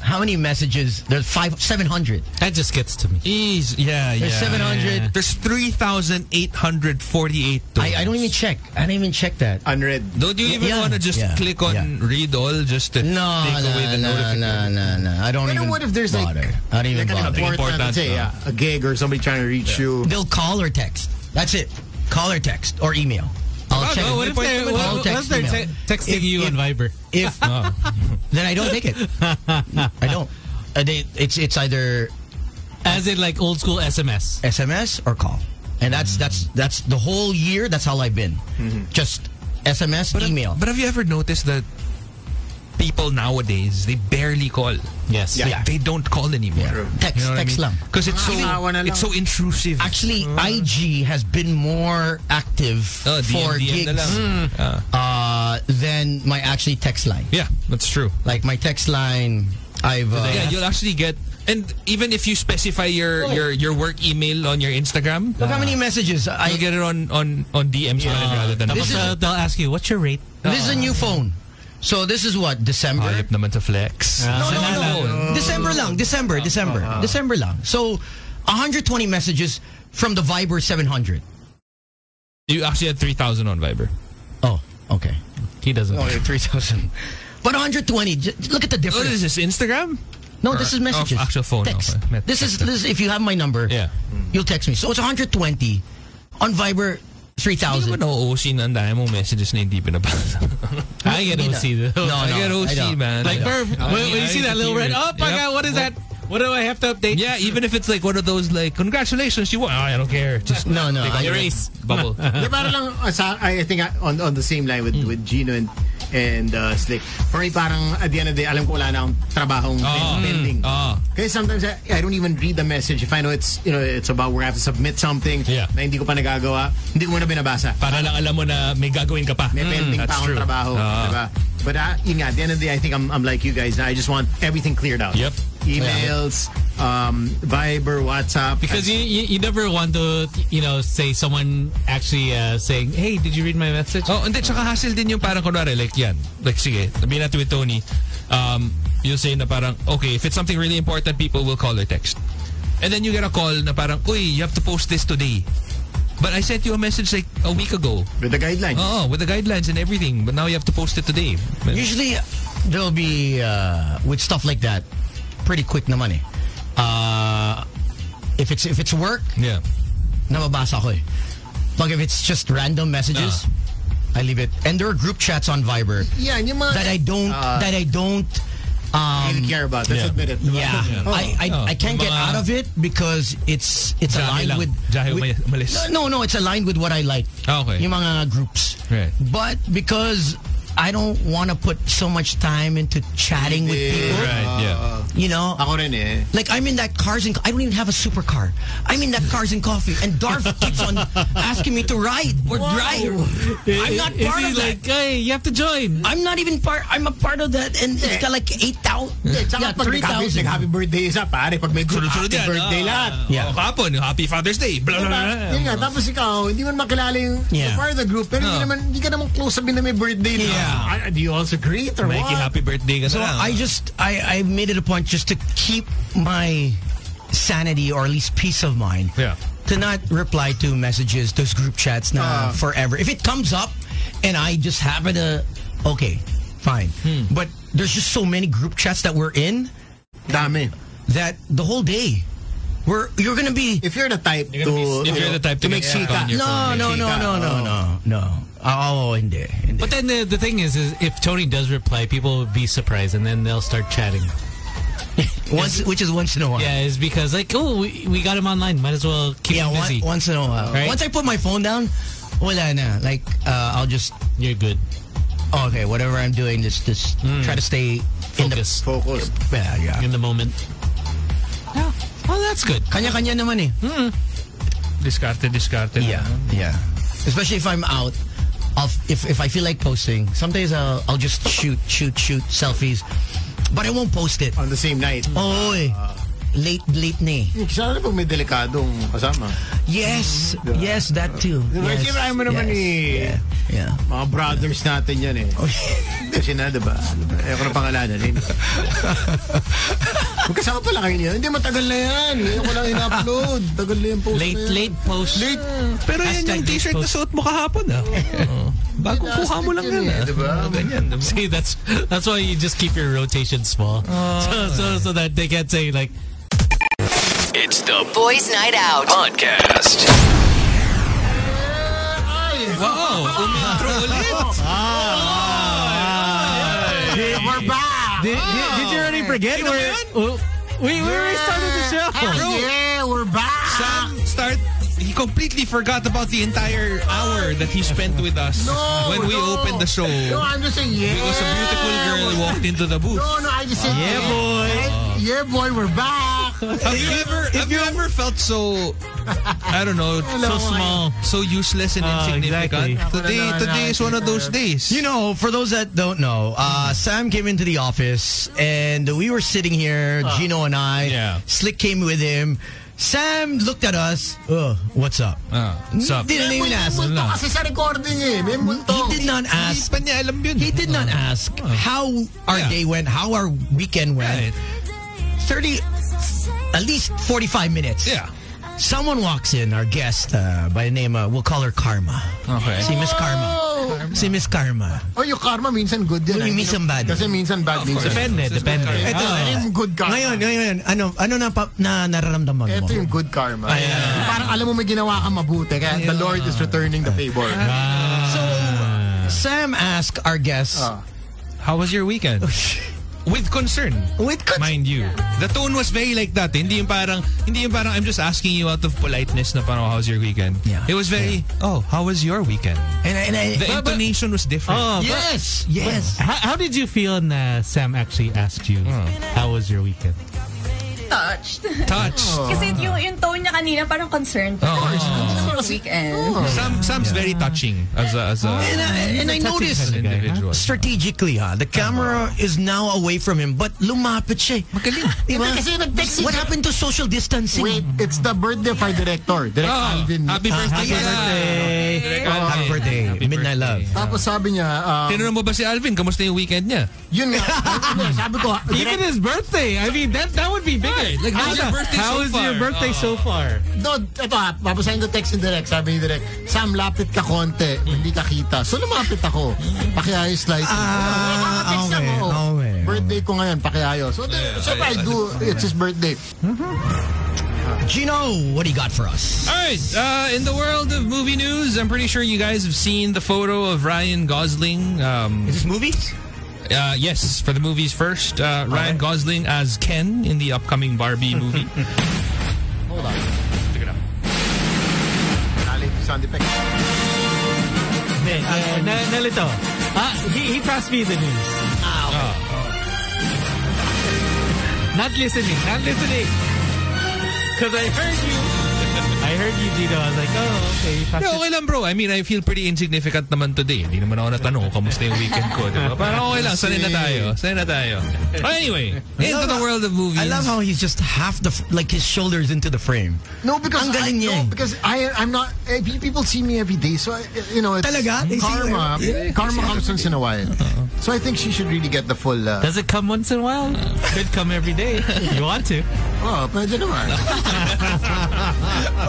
Speaker 5: How many messages? There's five, seven hundred.
Speaker 2: That just gets to me.
Speaker 3: Jeez, yeah, yeah.
Speaker 5: There's 700.
Speaker 3: yeah. There's three thousand eight hundred forty-eight.
Speaker 5: I, I don't even check. I don't even check that.
Speaker 4: Unread.
Speaker 3: Don't you even
Speaker 5: Yeah.
Speaker 3: want to just
Speaker 5: Yeah.
Speaker 3: click on
Speaker 5: Yeah.
Speaker 3: read all just to
Speaker 5: No,
Speaker 3: take away
Speaker 5: no,
Speaker 3: the
Speaker 5: no,
Speaker 3: notification?
Speaker 5: no, no, no. I don't
Speaker 4: But
Speaker 5: even.
Speaker 4: what if there's
Speaker 5: bother.
Speaker 4: like,
Speaker 5: I don't even
Speaker 4: like an
Speaker 5: bother.
Speaker 4: important,
Speaker 3: Important,
Speaker 4: say,
Speaker 3: no.
Speaker 4: yeah, a gig or somebody trying to reach you.
Speaker 5: They'll call or text. That's it. Call or text or email. I'll
Speaker 3: Oh,
Speaker 5: check.
Speaker 3: no, what if they're-
Speaker 5: I'll
Speaker 3: what- what
Speaker 5: text
Speaker 2: Unless they're
Speaker 5: email.
Speaker 2: te- texting
Speaker 5: If-
Speaker 2: you
Speaker 5: if-
Speaker 2: on Viber.
Speaker 5: If
Speaker 3: Oh.
Speaker 5: then I don't take it. I don't. Uh, they, it's it's either
Speaker 2: As in like old school SMS.
Speaker 5: SMS or call, and that's that's that's the whole year. That's how I've been.
Speaker 3: Mm-hmm.
Speaker 5: Just SMS, email.
Speaker 3: But have you ever noticed that people nowadays they barely call?
Speaker 2: Yes.
Speaker 4: Yeah.
Speaker 3: They don't call anymore.
Speaker 5: Yeah. Text, text lang.
Speaker 3: Because it's so
Speaker 4: Asawa na lang.
Speaker 3: it's so intrusive.
Speaker 5: Actually, IG has been more active
Speaker 3: Uh-huh. Oh, DM,
Speaker 5: for
Speaker 3: DM na
Speaker 5: gigs
Speaker 3: lang. Ah,
Speaker 5: uh, than my actually text line.
Speaker 3: yeah, that's true.
Speaker 5: Like my text line, I've uh,
Speaker 3: yeah, you'll actually get and even if you specify your
Speaker 5: Oh.
Speaker 3: your your work email on your Instagram,
Speaker 5: look how many messages I
Speaker 3: you'll get it on on on DMs rather than
Speaker 2: Tapos
Speaker 5: This is-
Speaker 2: uh, they'll ask you, what's your rate?
Speaker 5: This is a
Speaker 3: Uh-huh.
Speaker 5: new phone. So this is what December.
Speaker 3: Ayop naman to flex.
Speaker 2: Ah.
Speaker 5: No, no,
Speaker 2: Sana
Speaker 5: no. December lang. December,
Speaker 3: Ah,
Speaker 5: December. December lang. So 120 messages from the Viber 700.
Speaker 3: You actually had 3,000 on Viber.
Speaker 5: Oh, okay.
Speaker 2: He doesn't.
Speaker 5: Okay, 3,000. But 120. j- Look at the
Speaker 3: Oh,
Speaker 5: difference.
Speaker 3: is this Instagram?
Speaker 5: no, this is
Speaker 3: or-
Speaker 5: messages.
Speaker 3: oh, actual phone,
Speaker 5: Text.
Speaker 3: okay. Met-
Speaker 5: This is
Speaker 3: text.
Speaker 5: this, if you have my number.
Speaker 3: Yeah.
Speaker 5: You'll text me. So it's 120 on Viber
Speaker 3: Hindi
Speaker 5: 3,000.
Speaker 3: naman nauusin ang dami mong messages na hindi pinabasa.
Speaker 2: I get OC though.
Speaker 5: No,
Speaker 3: I
Speaker 5: no.
Speaker 3: get
Speaker 5: I
Speaker 3: OC,
Speaker 5: don't.
Speaker 3: man.
Speaker 2: Like,
Speaker 3: Yeah.
Speaker 2: Verb, when, when you
Speaker 3: I
Speaker 2: see
Speaker 3: need
Speaker 2: that
Speaker 3: to
Speaker 2: little red,
Speaker 3: hear it.
Speaker 2: oh my
Speaker 3: Yep.
Speaker 2: god, what is that? What do I have to update?
Speaker 3: Yeah, even if it's like one of those like, congratulations, you won. Oh, I don't care. Just
Speaker 5: No, no. I-
Speaker 3: erase. Bubble.
Speaker 4: Di para lang, uh, sa, I think uh, on, on the same line with,
Speaker 3: Hmm.
Speaker 4: with Gino and, and uh, Slick. For me, parang at the end of the day, alam ko wala na akong trabahong
Speaker 3: Oo.
Speaker 4: pending.
Speaker 3: Oo.
Speaker 4: Kasi sometimes I, I don't even read the message. If I know it's, you know, it's about where I have to submit something
Speaker 3: Yeah.
Speaker 4: na hindi ko pa nagagawa, hindi ko muna binabasa.
Speaker 3: Para lang alam mo na may gagawin ka pa.
Speaker 4: May pending pa
Speaker 3: Hmm, that's
Speaker 4: akong
Speaker 3: true. Ah.
Speaker 4: trabaho.
Speaker 3: Oo.
Speaker 4: diba? But uh, yun nga, at the end of the day, I think I'm, I'm like you guys. na I just want everything cleared out.
Speaker 3: Yep.
Speaker 4: Emails, um, Viber, WhatsApp.
Speaker 2: Because you, you you never want to you know say someone actually uh, saying, hey, did you read my message?
Speaker 3: Oh, and then tsaka hassle din yung parang kunwari, like yan. Like sige, sabihin natin with Tony, um, you'll say na parang, okay, if it's something really important, people will call or text. And then you get a call na parang, uy, you have to post this today. But I sent you a message like a week ago.
Speaker 4: with the guidelines.
Speaker 3: Oh. Oo, with the guidelines and everything. But now you have to post it today.
Speaker 5: Usually, there'll be uh, with stuff like that, pretty quick naman eh. Uh, if it's if it's work,
Speaker 3: Yeah.
Speaker 5: nababasa ko eh. Pag if it's just random messages, I leave it. And there are group chats on Viber
Speaker 4: Yan, yung mga...
Speaker 5: that I don't
Speaker 3: Uh,
Speaker 4: Ah.
Speaker 5: that I don't um,
Speaker 4: didn't care about. Let's
Speaker 3: Yeah.
Speaker 4: admit it. diba?
Speaker 5: yeah,
Speaker 3: Oh.
Speaker 5: I I,
Speaker 3: Oh.
Speaker 5: I can't get
Speaker 3: Yung mga-
Speaker 5: out of it because it's it's
Speaker 3: Dahil
Speaker 5: aligned
Speaker 3: lang.
Speaker 5: with,
Speaker 3: Dahil
Speaker 5: with-
Speaker 3: may- umalis.
Speaker 5: no no it's aligned with what I like.
Speaker 3: Ah, okay.
Speaker 5: Yung mga groups.
Speaker 3: Right.
Speaker 5: But because I don't want to put so much time into chatting with
Speaker 4: Hindi.
Speaker 5: people,
Speaker 3: Right, yeah.
Speaker 5: you know.
Speaker 4: Ako rin eh.
Speaker 5: Like I'm in that cars and I don't even have a supercar. I'm in that cars and coffee, and Darf keeps on asking me to ride or drive. I'm not
Speaker 2: Is
Speaker 5: part
Speaker 2: he
Speaker 5: of
Speaker 2: like,
Speaker 5: that.
Speaker 2: hey, you have to join.
Speaker 5: I'm not even part. I'm a part of that, and it's got like eight thousand. Yeah,
Speaker 4: Tsaka pag
Speaker 5: three
Speaker 4: nag-happy,
Speaker 5: thousand.
Speaker 4: nag-happy birthday isa, pare. Pag may group, happy
Speaker 3: Sunod-sunod yan.
Speaker 4: birthday
Speaker 3: Ah.
Speaker 4: lahat.
Speaker 5: Yeah.
Speaker 3: Oh, kapon, happy Father's Day. Blah, blah,
Speaker 4: Diba?
Speaker 3: blah, blah.
Speaker 4: Yun nga, tapos ikaw, hindi mo naman makilala yung
Speaker 5: Yeah.
Speaker 4: you're part of the group, pero hindi
Speaker 3: Oh.
Speaker 4: naman, hindi ka naman close sabihin na may birthday na. Ah, do you also greet or
Speaker 3: Mikey,
Speaker 4: what?
Speaker 3: happy birthday ka na
Speaker 5: Diba? So
Speaker 3: lang.
Speaker 5: I just I, I made it a point just to keep my sanity or at least peace of mind.
Speaker 3: Yeah.
Speaker 5: To not reply to messages, those group chats now
Speaker 2: Uh.
Speaker 4: Ah.
Speaker 5: forever. If it comes up and I just happen to okay, fine.
Speaker 2: Hmm.
Speaker 5: But there's just so many group chats that we're in
Speaker 4: Dami.
Speaker 5: that the whole day we're you're gonna be
Speaker 4: If you're the type to,
Speaker 3: gonna be- if you're the type to
Speaker 4: make chika.
Speaker 3: get stuck on your
Speaker 5: No,
Speaker 3: phone.
Speaker 5: no, no, no, no,
Speaker 2: Oh.
Speaker 5: no, no. Oh, hindi. hindi.
Speaker 2: But then the, the thing is, is if Tony does reply, people will be surprised, and then they'll start chatting.
Speaker 5: once, which is once in a while.
Speaker 2: Yeah, it's because like, oh, we, we got him online. Might as well keep
Speaker 5: Yeah,
Speaker 2: him
Speaker 5: one,
Speaker 2: busy.
Speaker 5: once in a while.
Speaker 2: Right?
Speaker 5: Once I put my phone down, wala na. Like, uh, I'll just,
Speaker 2: You're good.
Speaker 5: oh, okay, whatever I'm doing, just, just try to stay in the...
Speaker 2: Focus
Speaker 4: Hmm. Focus.
Speaker 5: Yeah, yeah.
Speaker 2: in the moment. Yeah. Well, that's good.
Speaker 5: Kanya-kanya naman eh.
Speaker 3: Discarte, discarte.
Speaker 5: Yeah, yeah. Especially if I'm out, I'll, if, if I feel like posting, sometimes I'll, I'll just shoot, shoot, shoot selfies. But I won't post it.
Speaker 4: On the same night. Ah.
Speaker 5: Oh, eh. Late, late na eh.
Speaker 4: Sana pag may delikadong kasama.
Speaker 5: Yes, yes, that too.
Speaker 4: Diba?
Speaker 5: Yes,
Speaker 4: Siyempre, ayaw mo naman eh.
Speaker 5: yes, yeah, yeah.
Speaker 4: Mga brothers natin yan eh. Kasi na, diba? Ayoko na pangalanan eh. Magkasama pala kayo niya. Hindi, matagal na yan. Ayoko lang in-upload. Tagal na yung post
Speaker 2: Late,
Speaker 4: na yan.
Speaker 2: late post.
Speaker 4: Late.
Speaker 3: Pero yan
Speaker 2: Hashtag
Speaker 3: yung t-shirt na
Speaker 2: post.
Speaker 3: suot mo kahapon ah. Oo. Bagong kuha mo lang
Speaker 4: Yun
Speaker 3: yan
Speaker 4: eh,
Speaker 3: ah.
Speaker 4: diba?
Speaker 3: Ganyan. diba?
Speaker 2: See, that's that's why you just keep your rotation small,
Speaker 3: Oh.
Speaker 2: so, so so that they can't say like,
Speaker 1: It's the
Speaker 6: Boys Night Out.
Speaker 1: podcast.
Speaker 3: Oh, Wow, umitro ulit.
Speaker 4: We're back!
Speaker 2: did, did you already forget?
Speaker 3: Oh.
Speaker 2: oh,
Speaker 3: Sino ba yun?
Speaker 2: we we already started the show.
Speaker 4: Yeah, we're back!
Speaker 3: Sam start he completely forgot about the entire hour that he spent with us
Speaker 4: No,
Speaker 3: when we
Speaker 4: no.
Speaker 3: opened the show.
Speaker 4: No, I'm just saying, yeah.
Speaker 3: Because a beautiful girl walked into the booth.
Speaker 4: No, no, I just said,
Speaker 2: Yeah, boy.
Speaker 4: Yeah, boy, we're back.
Speaker 3: Have you ever have you ever felt so I don't know
Speaker 2: So small.
Speaker 3: so useless and
Speaker 2: Ah,
Speaker 3: insignificant?
Speaker 2: exactly.
Speaker 3: Today today is one of those days.
Speaker 5: You know, for those that don't know, uh, Sam came into the office and we were sitting here, Gino and I.
Speaker 3: Yeah.
Speaker 5: Slick came with him. Sam looked at us. Ugh, Uh, what's up?
Speaker 3: Ah, sup?
Speaker 5: Didn't even ask.
Speaker 4: May multo kasi sa recording eh. May multo.
Speaker 5: He did not
Speaker 3: Hindi
Speaker 5: ask.
Speaker 3: pa niya alam yun.
Speaker 5: He did not ask how our
Speaker 3: Oh. Yeah.
Speaker 5: day went, how our weekend went.
Speaker 3: Right.
Speaker 5: 30, at least 45 minutes.
Speaker 3: Yeah.
Speaker 5: Someone walks in, our guest uh, by the name, uh, we'll call her Karma.
Speaker 3: Okay.
Speaker 5: Si Miss Karma.
Speaker 4: Oh,
Speaker 5: Si Miss Karma.
Speaker 4: oh, yung karma minsan good yun.
Speaker 5: Yung
Speaker 4: ah.
Speaker 5: minsan bad.
Speaker 4: Kasi minsan bad, minsan
Speaker 3: course.
Speaker 2: Depende, depende.
Speaker 3: Ito,
Speaker 4: Ito,
Speaker 2: Ah.
Speaker 4: yung good karma.
Speaker 5: Ngayon, ngayon, ano, ano na, pa, na nararamdaman mo?
Speaker 4: Ito yung good karma. Parang alam mo may ginawa kang mabuti. Kaya the Lord is returning the favor.
Speaker 5: Ah. Sam asked our guests,
Speaker 4: Ah.
Speaker 3: How was your weekend? With concern.
Speaker 5: with con-
Speaker 3: Mind you. The tone was very like that. eh. Hindi yung parang, hindi yung parang, I'm just asking you out of politeness na parang, oh, how's your weekend?
Speaker 5: Yeah.
Speaker 3: It was very, oh, how was your weekend?
Speaker 5: and, I- and I,
Speaker 3: The intonation was different.
Speaker 2: Oh, but
Speaker 5: yes, yes.
Speaker 2: how, how did you feel when uh, Sam actually asked you,
Speaker 3: Hmm.
Speaker 2: "How was your weekend?"
Speaker 7: touched.
Speaker 3: Touch.
Speaker 7: Kasi yung, yung tone niya kanina parang concerned.
Speaker 3: Oh.
Speaker 7: For the weekend.
Speaker 3: Sam, Sam's very touching as a, as
Speaker 5: and uh,
Speaker 3: a
Speaker 5: I, and I
Speaker 3: as
Speaker 5: noticed
Speaker 3: an individual.
Speaker 5: strategically, ha, the camera is now away from him, but lumapit siya. eh.
Speaker 3: Magaling.
Speaker 5: Diba?
Speaker 4: Kasi nag-text
Speaker 5: What happened to social distancing?
Speaker 4: Wait, it's the birthday of our director. Direct
Speaker 3: Oh,
Speaker 4: Alvin.
Speaker 3: happy
Speaker 5: Ah,
Speaker 3: birthday.
Speaker 5: happy
Speaker 3: Sam.
Speaker 5: birthday.
Speaker 3: Direct
Speaker 5: Oh, happy
Speaker 3: Alvin.
Speaker 5: birthday.
Speaker 3: Happy
Speaker 5: Midnight
Speaker 3: birthday.
Speaker 5: love.
Speaker 4: Tapos sabi niya, ah,
Speaker 3: Tinanong mo ba si Alvin, kamusta yung weekend niya?
Speaker 4: yun nga. sabi ko,
Speaker 2: Even his birthday. I mean, that that would be big
Speaker 3: right. Like, how's your birthday
Speaker 2: How
Speaker 3: so
Speaker 2: is
Speaker 3: far?
Speaker 2: your birthday
Speaker 3: Oh.
Speaker 2: so ffar?
Speaker 4: No, ito ha, babasahin ko text ni Direk. Sabi ni Direk, Sam, lapit ka konti. Hindi ka kita. So lumapit ako. Pakiayos slightly. Ah,
Speaker 5: okay, okay.
Speaker 4: Birthday ko ngayon, pakiayos. So, yeah, syempre, I
Speaker 3: I- I
Speaker 4: do. It's his birthday.
Speaker 5: Gino, what do you got for us?
Speaker 3: All right. Uh, in the world of movie news, I'm pretty sure you guys have seen the photo of Ryan Gosling. Um,
Speaker 5: Is this movies?
Speaker 3: uh, yes, for the movies first. Uh, Ryan Gosling as Ken in the upcoming Barbie movie.
Speaker 4: Hold on. Nalay ko sound effect.
Speaker 2: Hindi, uh, na, nalito. Ah, he, he passed me the news.
Speaker 5: Ah,
Speaker 2: Ah. Not listening, not listening. Because I heard you. I heard you, Gino. I was like, oh, okay, he passed
Speaker 3: No,
Speaker 2: it.
Speaker 3: okay lang bro. I mean, I feel pretty insignificant naman today. Hindi naman ako natanong kung kamusta yung weekend ko. Diba? Parang okay lang. Sanay na tayo. Sanay na tayo. But anyway, into the world of movies.
Speaker 5: I love how he's just half the, f- like his shoulders into the frame.
Speaker 4: No, because
Speaker 5: Ang
Speaker 4: I,
Speaker 5: galing niya
Speaker 4: no,
Speaker 5: eh.
Speaker 4: because I, I'm not. eh, people see me every day, so I, you know it's
Speaker 5: Talaga? They see you
Speaker 4: karma. karma comes once in a while. So I think she should really get the full. Uh,
Speaker 2: Does it come once in a while? Could come every day. if You want to.
Speaker 4: oh, pwede naman.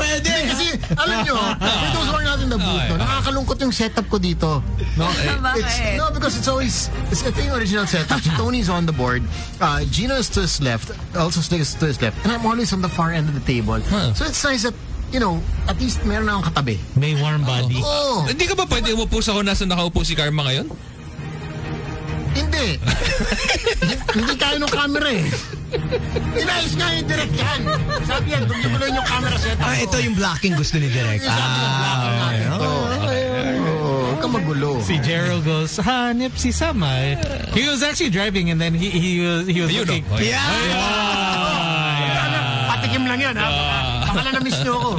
Speaker 5: Pwede.
Speaker 4: Kasi alam nyo, for those who are not in the booth, no, nakakalungkot yung setup ko dito. No, it's,
Speaker 7: Bakit?
Speaker 4: no because it's always it's a thing original setup. So Tony's on the board, uh, Gino is to his left, also Slick is to his left, and I'm always on the far end of the table. So it's nice that you know at least meron na akong katabi.
Speaker 2: May warm body.
Speaker 4: Oh,
Speaker 3: Hindi ka ba pwede umupo sa kung nasa nakaupo si Karma ngayon?
Speaker 4: hindi. hindi kaya ng camera eh. Inayos nga yung direct yan. Sabi yan, tumibuloy yung camera setup.
Speaker 5: Ah, ito yung blocking gusto ni Direk. Ah, okay.
Speaker 4: Oh, Huwag ka magulo.
Speaker 2: See, Gerald goes, ha, Nipsey Sama. He was actually driving and then he, he was, he was
Speaker 3: You know.
Speaker 2: looking.
Speaker 3: Okay.
Speaker 4: Patikim lang yan, ha?
Speaker 5: Ah.
Speaker 4: Baka na miss nyo ako.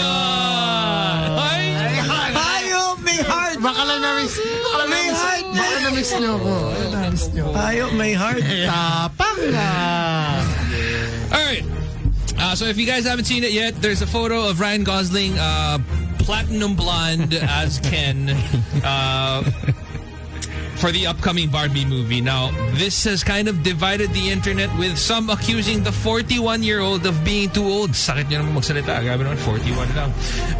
Speaker 3: Yeah. Ay!
Speaker 5: Hayop, may heart!
Speaker 4: Baka lang na-miss. Baka lang na-miss.
Speaker 5: heart na.
Speaker 4: Baka na-miss nyo ako. Ayun, na-miss nyo.
Speaker 5: Hayop, may heart.
Speaker 2: Tapang na.
Speaker 3: All right. Uh, so if you guys haven't seen it yet, there's a photo of Ryan Gosling, uh, platinum blonde as Ken, uh, for the upcoming Barbie movie. Now, this has kind of divided the internet with some accusing the 41-year-old of being too old. Sakit niya naman magsalita. Grabe naman, 41 lang.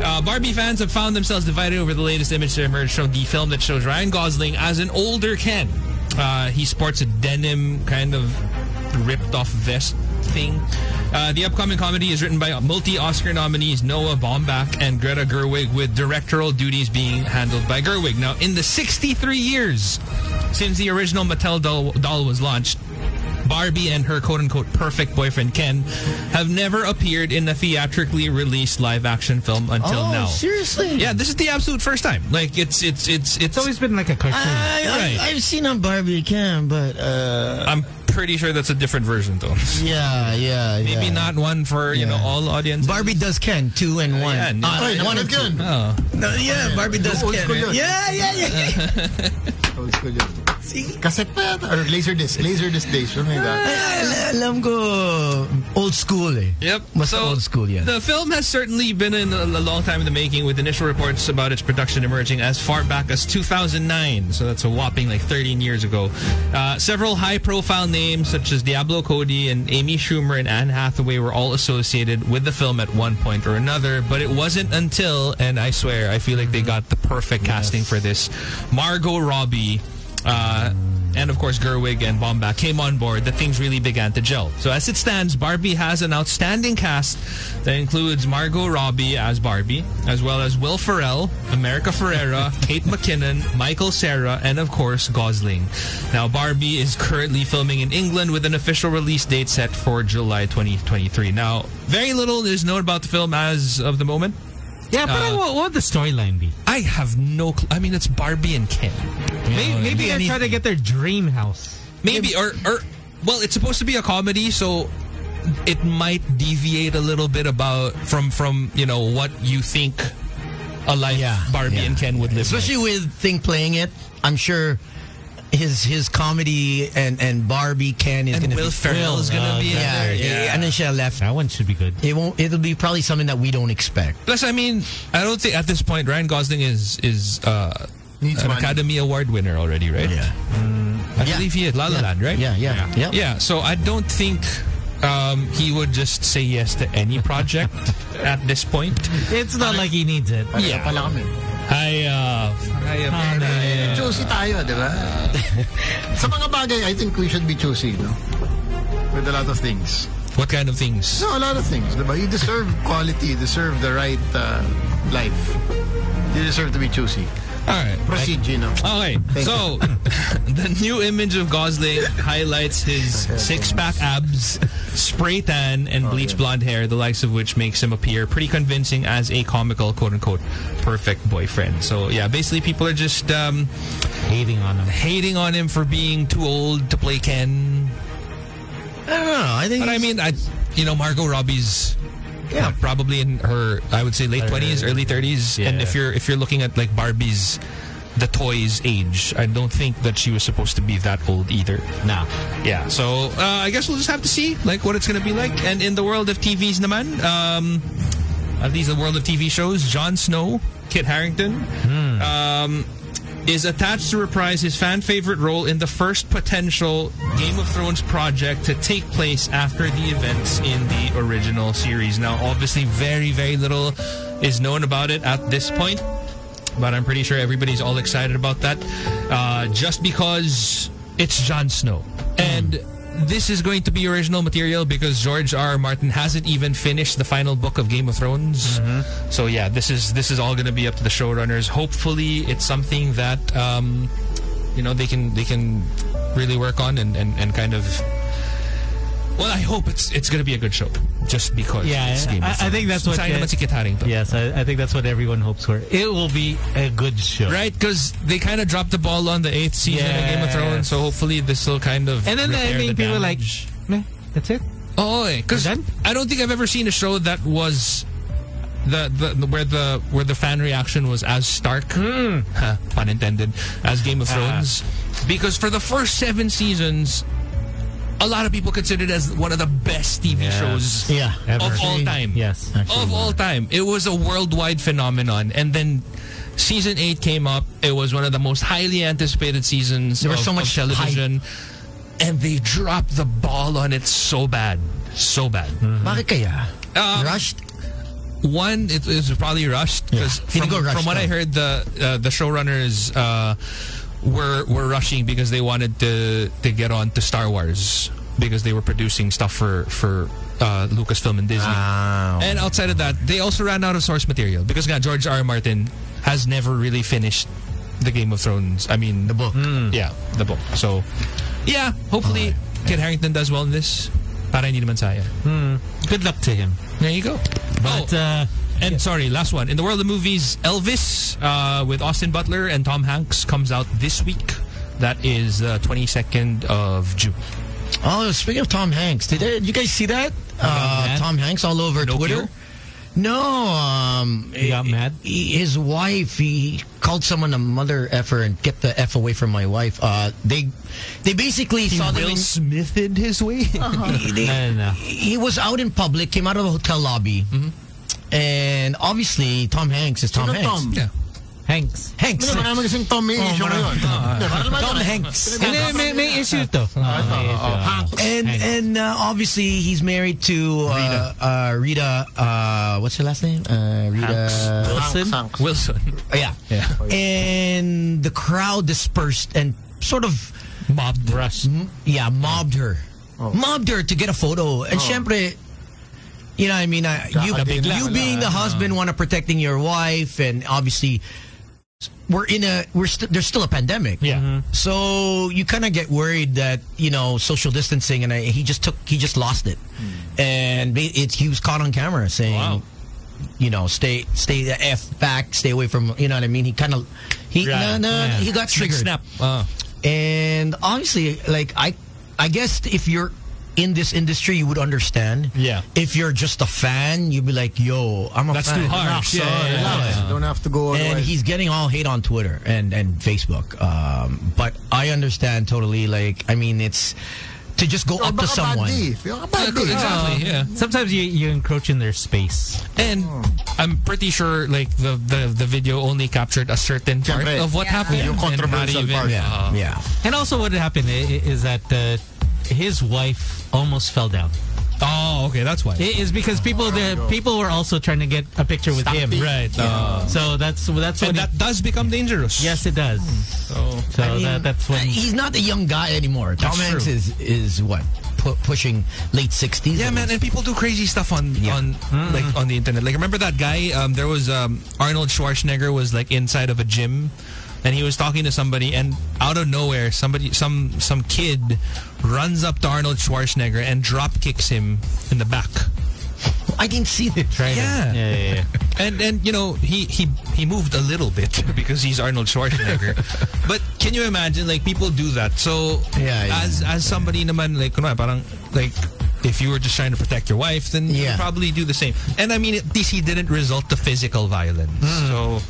Speaker 3: Uh, Barbie fans have found themselves divided over the latest image that emerged from the film that shows Ryan Gosling as an older Ken. Uh, he sports a denim kind of ripped-off vest thing. Uh, the upcoming comedy is written by multi-Oscar nominees Noah Baumbach and Greta Gerwig, with directorial duties being handled by Gerwig. Now, in the 63 years since the original Mattel doll, doll was launched, Barbie and her quote-unquote perfect boyfriend Ken have never appeared in a theatrically released live-action film until
Speaker 2: Oh,
Speaker 3: now.
Speaker 5: seriously?
Speaker 3: Yeah, this is the absolute first time. Like it's it's it's it's.
Speaker 2: It's always been like a
Speaker 5: Ah,
Speaker 2: cartoon.
Speaker 5: I,
Speaker 3: Right.
Speaker 5: I, I've seen on Barbie Cam, but uh,
Speaker 3: I'm pretty sure that's a different version though.
Speaker 5: yeah, yeah,
Speaker 3: Maybe
Speaker 5: yeah.
Speaker 3: not one for you know
Speaker 5: Yeah.
Speaker 3: all audiences.
Speaker 5: Barbie does Ken two and one.
Speaker 3: yeah, no.
Speaker 5: Ah,
Speaker 4: Ay,
Speaker 5: one
Speaker 4: nakalad
Speaker 5: and
Speaker 4: yun.
Speaker 5: two. No, yeah, Barbie does
Speaker 4: Old
Speaker 5: Ken.
Speaker 4: school yun.
Speaker 5: Yeah, yeah, yeah.
Speaker 4: Old school yun. Cassette pa yata. Or laser disc. Laser disc days. Something like that.
Speaker 5: Al- alam ko old school eh.
Speaker 3: Yep.
Speaker 5: Mas old school yan.
Speaker 3: The film has certainly been in a, a long time in the making, with initial reports about its production emerging as far back as 2009. So that's a whopping like 13 years ago. Uh, several high-profile names such as Diablo Cody and Amy Schumer and Anne Hathaway were all associated with the film at one point or another. But it wasn't until, and I swear, I feel like they got the perfect casting for this, Margot Robbie. Uh, and of course Gerwig and Bomba came on board that things really began to gel. So as it stands, Barbie has an outstanding cast that includes Margot Robbie as Barbie, as well as Will Ferrell, America Ferrera, Kate McKinnon, Michael Sarah, and of course Gosling. Now Barbie is currently filming in England with an official release date set for July 2023. Now, very little is known about the film as of the moment.
Speaker 2: Yeah, but I- what, what would the Uh, storyline be?
Speaker 3: I have no clue. I mean, it's Barbie and Ken.
Speaker 2: Maybe,
Speaker 3: yeah.
Speaker 2: Oh, maybe they're trying to get their dream house.
Speaker 3: Maybe or or well, it's supposed to be a comedy, so it might deviate a little bit about from from you know what you think a life
Speaker 5: Yeah,
Speaker 3: Barbie
Speaker 5: yeah.
Speaker 3: and Ken would live.
Speaker 5: Especially with Thing playing it, I'm sure his his comedy and and Barbie Ken is
Speaker 3: like. and
Speaker 5: gonna
Speaker 3: Will
Speaker 5: be
Speaker 3: Ferrell is
Speaker 2: uh,
Speaker 3: gonna be in
Speaker 5: yeah,
Speaker 3: there.
Speaker 5: yeah, and then she left.
Speaker 2: That one should be good.
Speaker 5: It won't. It'll be probably something that we don't expect.
Speaker 3: Plus, I mean, I don't think at this point Ryan Gosling is is uh, an
Speaker 4: Needs money.
Speaker 3: Academy Award winner already, right? Mm, I
Speaker 5: Yeah.
Speaker 3: believe he is La La Land, right?
Speaker 5: Yeah, yeah, yeah.
Speaker 3: Yeah, so I don't think um, he would just say yes to any project at this point.
Speaker 2: It's not like he needs it.
Speaker 3: Ah.
Speaker 4: Yeah. pala kami.
Speaker 3: I, uh,
Speaker 4: Choosy tayo, di ba? Sa mga bagay, I think we should be choosy, no? With a lot of things.
Speaker 3: what kind of things?
Speaker 4: No, a lot of things, di ba? You deserve quality. You deserve the right uh, life. You deserve to be choosy.
Speaker 3: All right.
Speaker 4: Proceed, Gino.
Speaker 3: Okay, so the new image of Gosling highlights his six-pack abs, spray tan, and bleach blonde hair, the likes of which makes him appear pretty convincing as a comical, quote-unquote, perfect boyfriend. So yeah, basically people are just um,
Speaker 2: Hating on him.
Speaker 3: hating on him for being too old to play Ken.
Speaker 5: I don't know. I think
Speaker 3: But I mean, I you know, Margot Robbie's yeah, Uh, probably in her I would say late twenties, early thirties. And if you're if you're looking at like Barbie's the toy's age, I don't think that she was supposed to be that old either.
Speaker 2: Nah.
Speaker 3: Yeah. So uh, I guess we'll just have to see like what it's gonna be like. And in the world of TVs, naman, um, at least the world of TV shows, Jon Snow, Kit Harrington, um, is attached to reprise his fan favorite role in the first potential Game of Thrones project to take place after the events in the original series. Now, obviously, very very little is known about it at this point. But I'm pretty sure everybody's all excited about that. Uh, just because it's Jon Snow. And this is going to be original material because George R. R. Martin hasn't even finished the final book of Game of Thrones.
Speaker 2: Mm-hmm.
Speaker 3: So yeah, this is this is all gonna be up to the showrunners. Hopefully it's something that um, you know they can they can really work on and, and, and kind of well, I hope it's it's gonna be a good show. Just because
Speaker 2: Yeah,
Speaker 3: it's Game
Speaker 2: I-
Speaker 3: of
Speaker 2: I think
Speaker 3: Thrones.
Speaker 2: that's what
Speaker 3: Sayang
Speaker 2: it-
Speaker 3: naman si Kit Harington.
Speaker 2: Yes, I, I think that's what everyone hopes for. It will be a good show.
Speaker 3: Right, because they kind of dropped the ball on the eighth season of Game of
Speaker 2: Yes.
Speaker 3: Thrones, so hopefully this will kind of
Speaker 2: And then the
Speaker 3: repair
Speaker 2: ending, people are like,
Speaker 3: damage.
Speaker 2: "Meh, that's it?
Speaker 3: oh, because
Speaker 2: We're done?
Speaker 3: I don't think I've ever seen a show that was the, the, the- where the where the fan reaction was as stark,
Speaker 2: Hmm.
Speaker 3: huh, pun intended, as Game of
Speaker 2: Ah.
Speaker 3: Thrones, because for the first seven seasons, a lot of people considered it as one of the best TV shows
Speaker 5: Yeah,
Speaker 3: of
Speaker 5: ever.
Speaker 3: all time.
Speaker 2: Yes.
Speaker 3: of all time. It was a worldwide phenomenon. And then season 8 came up. It was one of the most highly anticipated seasons
Speaker 5: There
Speaker 3: of,
Speaker 5: was so
Speaker 3: of
Speaker 5: much
Speaker 3: television. And they dropped the ball on it so bad. So bad.
Speaker 5: bakit kaya?
Speaker 3: Um,
Speaker 5: Hmm. Rushed?
Speaker 3: One, it, it was probably rushed. 'cause
Speaker 5: Hindi
Speaker 3: From,
Speaker 5: ko rushed
Speaker 3: from what I
Speaker 5: to.
Speaker 3: heard, the uh, the showrunners uh, were were rushing because they wanted to to get on to Star Wars because they were producing stuff for for uh, Lucasfilm and Disney.
Speaker 5: Ah.
Speaker 4: Ah.
Speaker 3: And outside of that, they also ran out of source material because nga, George R. R. Martin has never really finished the Game of Thrones. I mean, the book. Yeah, the book. So, yeah, hopefully Kit Harrington does well in this. Para hindi naman sayang.
Speaker 2: Oh, Good luck to him.
Speaker 3: There you go.
Speaker 2: But,
Speaker 3: Oh.
Speaker 2: uh,
Speaker 3: And sorry, last one. In the world of movies, Elvis uh, with Austin Butler and Tom Hanks comes out this week. That is the 22nd of June.
Speaker 5: Oh, speaking of Tom Hanks, did, did you guys see that? Uh,
Speaker 2: mad?
Speaker 5: Tom Hanks all over Twitter. No, um,
Speaker 2: He got
Speaker 5: eh,
Speaker 2: mad?
Speaker 5: he- his wife. He called someone a mother effer and get the f away from my wife. Uh, they, they basically saw them. in-
Speaker 3: Smithed his way?
Speaker 5: they-
Speaker 2: no, no, no.
Speaker 5: he was out in public, came out of the hotel lobby, and obviously Tom Hanks is Tom
Speaker 4: Sino
Speaker 5: Hanks.
Speaker 4: Tom?
Speaker 3: Yeah.
Speaker 2: Hanks.
Speaker 5: Hanks.
Speaker 4: Hindi, marami kasing Tom may
Speaker 3: Oh,
Speaker 4: issue ngayon.
Speaker 3: Ah.
Speaker 5: Tom Hanks.
Speaker 2: Hindi, may, may issue to.
Speaker 4: Oh,
Speaker 5: And
Speaker 2: Hanks.
Speaker 5: and uh, obviously he's married to uh, Rita. Uh, Rita. Uh, what's her last name? Uh, Rita. Oh,
Speaker 2: Wilson?
Speaker 4: Hanks.
Speaker 3: Wilson.
Speaker 5: Yeah.
Speaker 3: Yeah.
Speaker 5: And the crowd dispersed and sort of
Speaker 3: Mobbed.
Speaker 2: Rush.
Speaker 5: m- yeah, mobbed her.
Speaker 3: Oh.
Speaker 5: Mobbed her to get a photo. And syempre, you know what I mean? I, you,
Speaker 3: ah, bigla,
Speaker 5: you
Speaker 3: wala.
Speaker 5: being the husband, want to protecting your wife, and obviously we're in a we're st- there's still a pandemic.
Speaker 3: Yeah. Mhm.
Speaker 5: So you kind of get worried that, you know, social distancing and I, he just took he just lost it. And ba- it, he was caught on camera saying,
Speaker 3: Hmm. Wow.
Speaker 5: you know, stay stay the f back, stay away from, you know what I mean? He kind of he
Speaker 2: Right.
Speaker 5: no, no,
Speaker 2: Yeah.
Speaker 5: he got triggered.
Speaker 3: Snap. Uh,
Speaker 5: And obviously, like I, I guess if you're in this industry, you would understand.
Speaker 3: Yeah.
Speaker 5: If you're just a fan, you'd be like, "Yo, I'm a
Speaker 3: That's
Speaker 5: fan."
Speaker 3: too harsh.
Speaker 5: Relax,
Speaker 3: Yeah, yeah,
Speaker 5: son,
Speaker 3: yeah.
Speaker 5: relax.
Speaker 4: Don't have to go
Speaker 5: And
Speaker 4: otherwise.
Speaker 5: he's getting all hate on Twitter and and Facebook. Um, but I understand totally. Like, I mean, it's to just go
Speaker 4: Oh,
Speaker 5: up to
Speaker 4: baka bad
Speaker 5: someone.
Speaker 4: day. Baka bad day.
Speaker 3: exactly, yeah.
Speaker 2: Sometimes you, you encroach in their space.
Speaker 3: And I'm pretty sure like the, the, the video only captured a certain part
Speaker 4: Siyempre.
Speaker 3: of what happened.
Speaker 4: Yung
Speaker 3: and not
Speaker 4: controversial
Speaker 3: even-
Speaker 4: part.
Speaker 5: Yeah,
Speaker 3: Uh,
Speaker 5: yeah.
Speaker 2: And also what happened i- i- is that uh, his wife almost fell down.
Speaker 3: Oh, okay, that's why.
Speaker 2: It is because people there people were also trying to get a picture with him.
Speaker 3: Right. Uh,
Speaker 2: So that's that's what
Speaker 3: and
Speaker 2: he-
Speaker 3: that does become dangerous.
Speaker 2: yes it does.
Speaker 3: So,
Speaker 2: Hmm. So
Speaker 5: I mean,
Speaker 2: that, that's what
Speaker 5: He's not a young guy anymore. Tom
Speaker 3: That's
Speaker 5: Hanks
Speaker 3: true.
Speaker 5: is is what pu- pushing late sixties.
Speaker 3: Yeah, man, and people do crazy stuff on
Speaker 5: Yeah.
Speaker 3: on like on the internet. Like, remember that guy? Um, there was um, Arnold Schwarzenegger was like inside of a gym, and he was talking to somebody, and out of nowhere, somebody, some some kid, runs up to Arnold Schwarzenegger and drop kicks him in the back.
Speaker 5: I didn't see this.
Speaker 3: Yeah.
Speaker 2: yeah, yeah, yeah.
Speaker 3: And and you know he he he moved a little bit because he's Arnold Schwarzenegger, but can you imagine like people do that? So
Speaker 5: Yeah, yeah.
Speaker 3: as as somebody naman like kunwari, parang like if you were just trying to protect your wife, then you
Speaker 5: Yeah.
Speaker 3: would probably do the same. And I mean at least he didn't result to physical violence. So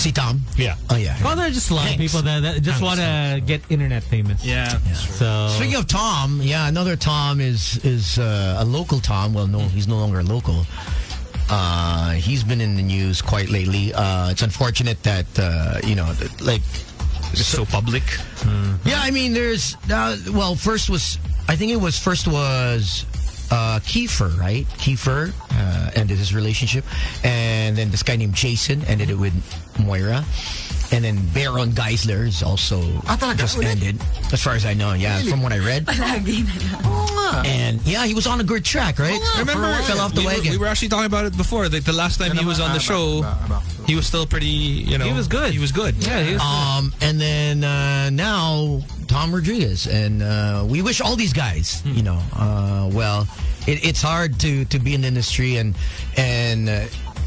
Speaker 5: See Tom.
Speaker 3: yeah,
Speaker 5: Mm. Oh yeah.
Speaker 2: Well, there are just a lot of
Speaker 5: Hanks.
Speaker 2: people that, that just want to get internet famous.
Speaker 3: yeah,
Speaker 2: So
Speaker 5: Speaking of Tom, yeah, another Tom is is uh, a local Tom. Well, no, he's no longer local. Uh, he's been in the news quite lately. Uh, it's unfortunate that uh, you know, that, like,
Speaker 3: It's so public.
Speaker 5: yeah, I mean, there's uh, well, first was I think it was first was uh, Kiefer, right? Kiefer uh, ended his relationship, and then this guy named Jason ended it with Moira, and then Baron Geisler is also
Speaker 4: Ah, talaga?
Speaker 5: just ended, as far as I know. Yeah, from what I read.
Speaker 7: Palagi na lang.
Speaker 5: And yeah, he was on a good track, right? Remember,
Speaker 3: Remember,
Speaker 5: fell off the
Speaker 3: we,
Speaker 5: wagon.
Speaker 3: Were, we were actually talking about it before. Like the last time he was on the show, he was still pretty. You know,
Speaker 2: He was good.
Speaker 3: He was good.
Speaker 2: yeah, he was-
Speaker 5: um, and then uh, now Tom Rodriguez, and uh, we wish all these guys,
Speaker 3: Hmm.
Speaker 5: you know, uh, well, it, it's hard to to be in the industry and and. Uh,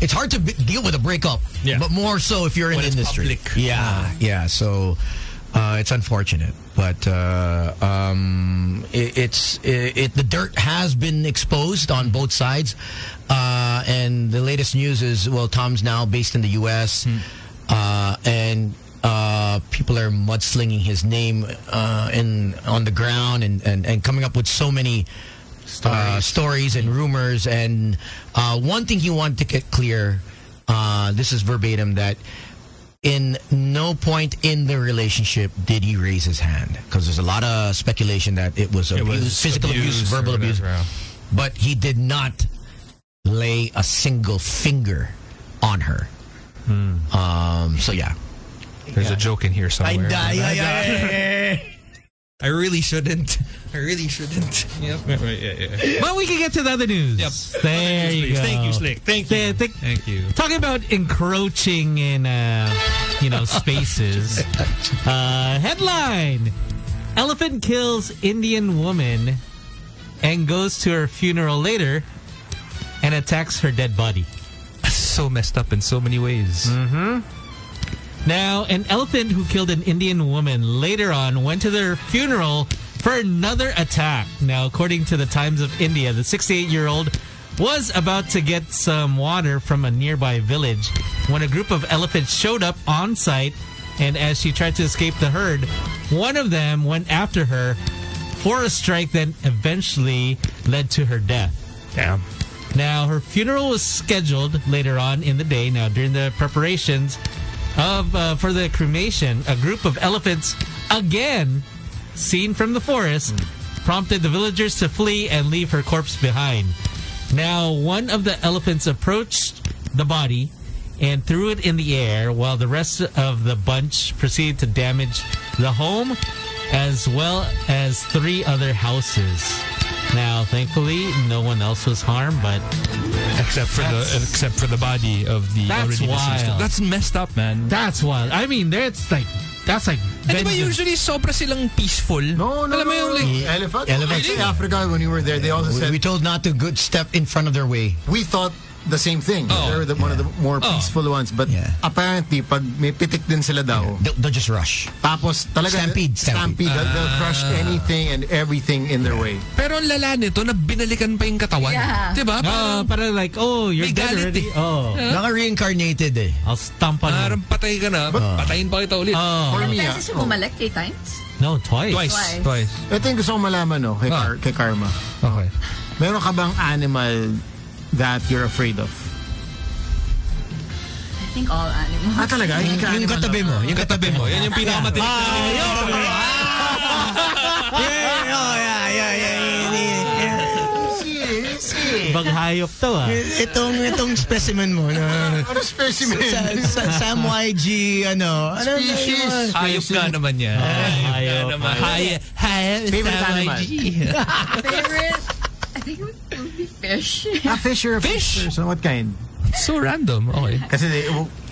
Speaker 5: it's hard to b- deal with a breakup,
Speaker 3: Yeah.
Speaker 5: but more so if you're in the
Speaker 3: When it's
Speaker 5: industry.
Speaker 3: public.
Speaker 5: Yeah, yeah. So uh, it's unfortunate, but uh, um, it, it's it, it the dirt has been exposed on both sides, uh, and the latest news is well, Tom's now based in the U.S.
Speaker 3: Hmm.
Speaker 5: Uh, and. Uh, people are mudslinging his name uh, in on the ground and, and, and coming up with so many uh, stories and rumors. And uh, one thing you want to get clear, uh, this is verbatim, that in no point in the relationship did he raise his hand because there's a lot of speculation that it was abuse,
Speaker 3: was
Speaker 5: physical abuse,
Speaker 3: abuse or
Speaker 5: verbal abuse,
Speaker 3: whatever, yeah.
Speaker 5: but he did not lay a single finger on her. Um, so yeah,
Speaker 3: There's a joke in here somewhere. I really shouldn't. I really shouldn't. Yep.
Speaker 2: but we can get to the other news.
Speaker 3: Yep.
Speaker 2: There you go.
Speaker 3: Thank you, Slick. Thank you.
Speaker 2: Th- th-
Speaker 3: Thank you.
Speaker 2: Talking about encroaching in, uh, you know, spaces. uh, headline: Elephant kills Indian woman and goes to her funeral later and attacks her dead body.
Speaker 3: So messed up in so many ways.
Speaker 2: Now, an elephant who killed an Indian woman later on went to their funeral for another attack. Now, according to the Times of India, the 68 year old was about to get some water from a nearby village when a group of elephants showed up on site. And as she tried to escape the herd, one of them went after her for a strike that eventually led to her death.
Speaker 3: Damn.
Speaker 2: Now, her funeral was scheduled later on in the day. Now, during the preparations of uh, for the cremation, a group of elephants again seen from the forest prompted the villagers to flee and leave her corpse behind. Now, one of the elephants approached the body and threw it in the air while the rest of the bunch proceeded to damage the home as well as three other houses. Now, thankfully, no one else was harmed, but
Speaker 3: Except for the
Speaker 2: That's-
Speaker 3: except for the body of the
Speaker 2: That's
Speaker 3: already deceased.
Speaker 2: wild.
Speaker 3: That's messed up, man.
Speaker 2: that's wild. I mean, that's like that's like
Speaker 3: And diba
Speaker 2: vengeance.
Speaker 3: usually sobra silang peaceful?
Speaker 4: No, no,
Speaker 3: Alam mo
Speaker 4: no.
Speaker 3: yung like,
Speaker 4: no. Elephant?
Speaker 5: Elephant.
Speaker 4: Actually, Africa, when you were there, they also
Speaker 5: we,
Speaker 4: said,
Speaker 5: we
Speaker 4: we,
Speaker 5: told not to good step in front of their way.
Speaker 4: thought the same thing.
Speaker 3: Oh.
Speaker 4: They were the, one of the more
Speaker 3: Oh.
Speaker 4: peaceful ones. But
Speaker 5: Yeah.
Speaker 4: apparently, pag may pitik din sila daw,
Speaker 5: They'll, they'll just rush.
Speaker 4: tapos talaga,
Speaker 5: Stampede, stampede.
Speaker 4: stampede. They'll, they'll crush
Speaker 3: Ah.
Speaker 4: anything and everything in their way.
Speaker 3: pero ang lala nito na binalikan pa yung katawan.
Speaker 7: Yeah.
Speaker 3: Diba?
Speaker 2: Uh,
Speaker 3: Parang,
Speaker 2: but like, oh, you're
Speaker 3: May
Speaker 2: dead already.
Speaker 3: galit eh.
Speaker 2: Oh,
Speaker 5: Naka-reincarnated eh.
Speaker 2: I'll stomp on
Speaker 3: parang
Speaker 2: him.
Speaker 3: patay ka na. Patayin pa kita ulit.
Speaker 2: Oh,
Speaker 4: For me,
Speaker 7: Ilang
Speaker 4: ah,
Speaker 7: beses siya bumalik? Three times?
Speaker 2: no, twice.
Speaker 3: twice.
Speaker 7: Twice.
Speaker 3: Twice.
Speaker 4: Ito yung gusto kong malaman, no, kay,
Speaker 3: Ah.
Speaker 4: Kar- kay Karma.
Speaker 3: Okay.
Speaker 4: Meron ka bang animal that you're afraid of?
Speaker 7: I think all animals.
Speaker 4: Ah, talaga? Yung,
Speaker 5: Yung katabi mo. Yung katabi mo.
Speaker 3: Yan yung pinakamatinik na
Speaker 5: Eh, yeah, yeah, yeah, yeah, yeah, yeah.
Speaker 2: Banghayop to ah.
Speaker 5: eh, Itong, itong specimen mo na...
Speaker 4: Ano specimen?
Speaker 5: Sa, sa, Sam YG, ano? ano
Speaker 4: Species.
Speaker 3: Hayop ka naman yan.
Speaker 2: hayop.
Speaker 3: Hayop. Hayop.
Speaker 4: Favorite
Speaker 3: Hayop.
Speaker 4: animal?
Speaker 7: Favorite? I think it would, it would be fish.
Speaker 4: Ah, fish or
Speaker 3: Fish?
Speaker 4: So what kind?
Speaker 3: So random. Okay.
Speaker 4: Kasi they,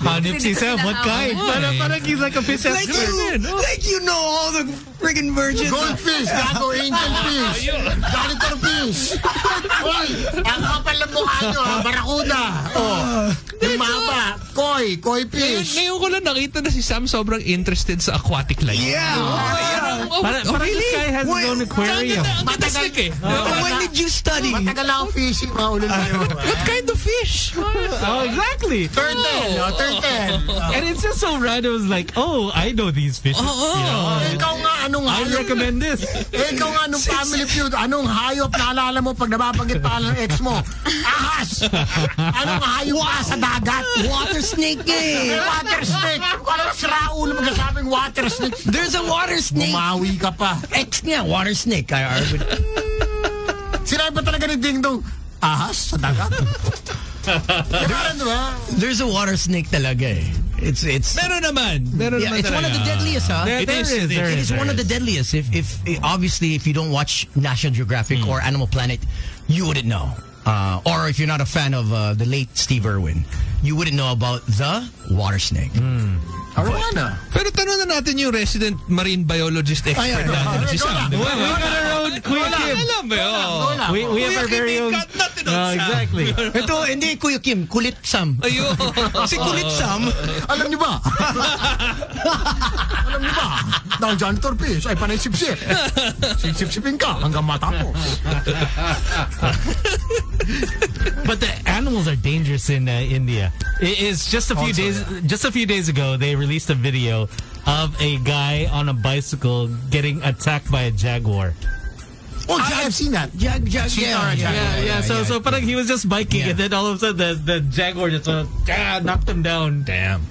Speaker 2: Hanip si Sam, what kind?
Speaker 3: Okay.
Speaker 2: Parang, parang he's like a fish that's
Speaker 5: Like you,
Speaker 3: Ganun, oh.
Speaker 5: like you know all the friggin' virgins.
Speaker 4: goldfish, gago angel fish, janitor fish. Hoy, ang kapal ng mukha nyo, ah, barracuda. Oh, yung mahaba, koi, koi
Speaker 3: Ngayon,
Speaker 4: fish.
Speaker 3: ngayon ko lang nakita na si Sam sobrang interested sa aquatic life.
Speaker 5: Yeah.
Speaker 3: Oh,
Speaker 2: Parang,
Speaker 3: oh,
Speaker 2: parang
Speaker 3: really?
Speaker 2: this guy has his
Speaker 5: Wait,
Speaker 2: own aquarium.
Speaker 3: Ang ganda slick eh.
Speaker 5: But when did you study?
Speaker 4: Oh, Matagal ako fishing, maulol kayo.
Speaker 3: What kind of fish?
Speaker 2: Oh, exactly.
Speaker 4: Turtle, oh, turtle.
Speaker 2: And it's just so random. It's like, oh, I know these fishes. You know,
Speaker 4: Eh, Ikaw nga, anong
Speaker 2: I
Speaker 4: hayop?
Speaker 2: recommend this.
Speaker 4: Eh, ikaw nga, anong family feud? Anong hayop naalala mo pag nababanggit pangalan ng ex mo? Ah, Ahas! Anong hayop ka sa dagat?
Speaker 5: Water snake
Speaker 4: Eh,
Speaker 5: eh.
Speaker 4: water snake! Kung ano, sira ulo magsasabing water snake.
Speaker 5: There's a water snake.
Speaker 4: Bumawi ka pa.
Speaker 5: X nga, water snake. I, I would,
Speaker 4: Sinabi ba talaga ni Ding Dong, ahas sa dagat? Diba, ano ba?
Speaker 5: there's a water snake talaga eh. It's, it's,
Speaker 3: Meron naman. Meron
Speaker 5: yeah,
Speaker 3: naman
Speaker 5: it's one of the
Speaker 3: talaga.
Speaker 5: deadliest, huh?
Speaker 2: There- there
Speaker 3: is,
Speaker 2: is,
Speaker 3: it
Speaker 2: there
Speaker 5: It
Speaker 2: is,
Speaker 5: is
Speaker 2: there
Speaker 5: one of
Speaker 2: is.
Speaker 5: the deadliest. If, if eh, obviously, if you don't watch National Geographic or Animal Planet, you wouldn't know. Uh, or if you're not a fan of uh, the late Steve Irwin, you wouldn't know about the water snake.
Speaker 4: Arowana.
Speaker 3: Pero tanong na natin yung resident marine biologist expert
Speaker 5: Ayan.
Speaker 3: natin, si Sam. di
Speaker 2: We, we
Speaker 3: ba?
Speaker 2: got our own
Speaker 3: Wala,
Speaker 2: aquarium.
Speaker 3: alam mo yun.
Speaker 2: We, we have
Speaker 3: Kuya
Speaker 2: our very
Speaker 3: Kim,
Speaker 2: own.
Speaker 3: cut natin ang
Speaker 2: Oh,
Speaker 3: Sam.
Speaker 2: exactly.
Speaker 5: Ito, hindi, Kuya Kim, kulit Ah. Sam.
Speaker 3: Ayun.
Speaker 5: Si kulit Sam,
Speaker 4: Alam niyo ba? Alam niyo ba? Dahil John Torpes ay panay sipsip. Sipsip-sipin ka hanggang matapos.
Speaker 2: But the animals are dangerous in uh, India. It is just a few
Speaker 4: Also,
Speaker 2: days just a few days ago they released a video of a guy on a bicycle getting attacked by a jaguar.
Speaker 4: Oh, I have seen that.
Speaker 5: jag, jag,
Speaker 4: Oh,
Speaker 5: yeah, yeah,
Speaker 2: Yeah, yeah. so so parang he was just biking and then all of a sudden the, the jaguar just uh, ah, knocked him down.
Speaker 3: Damn.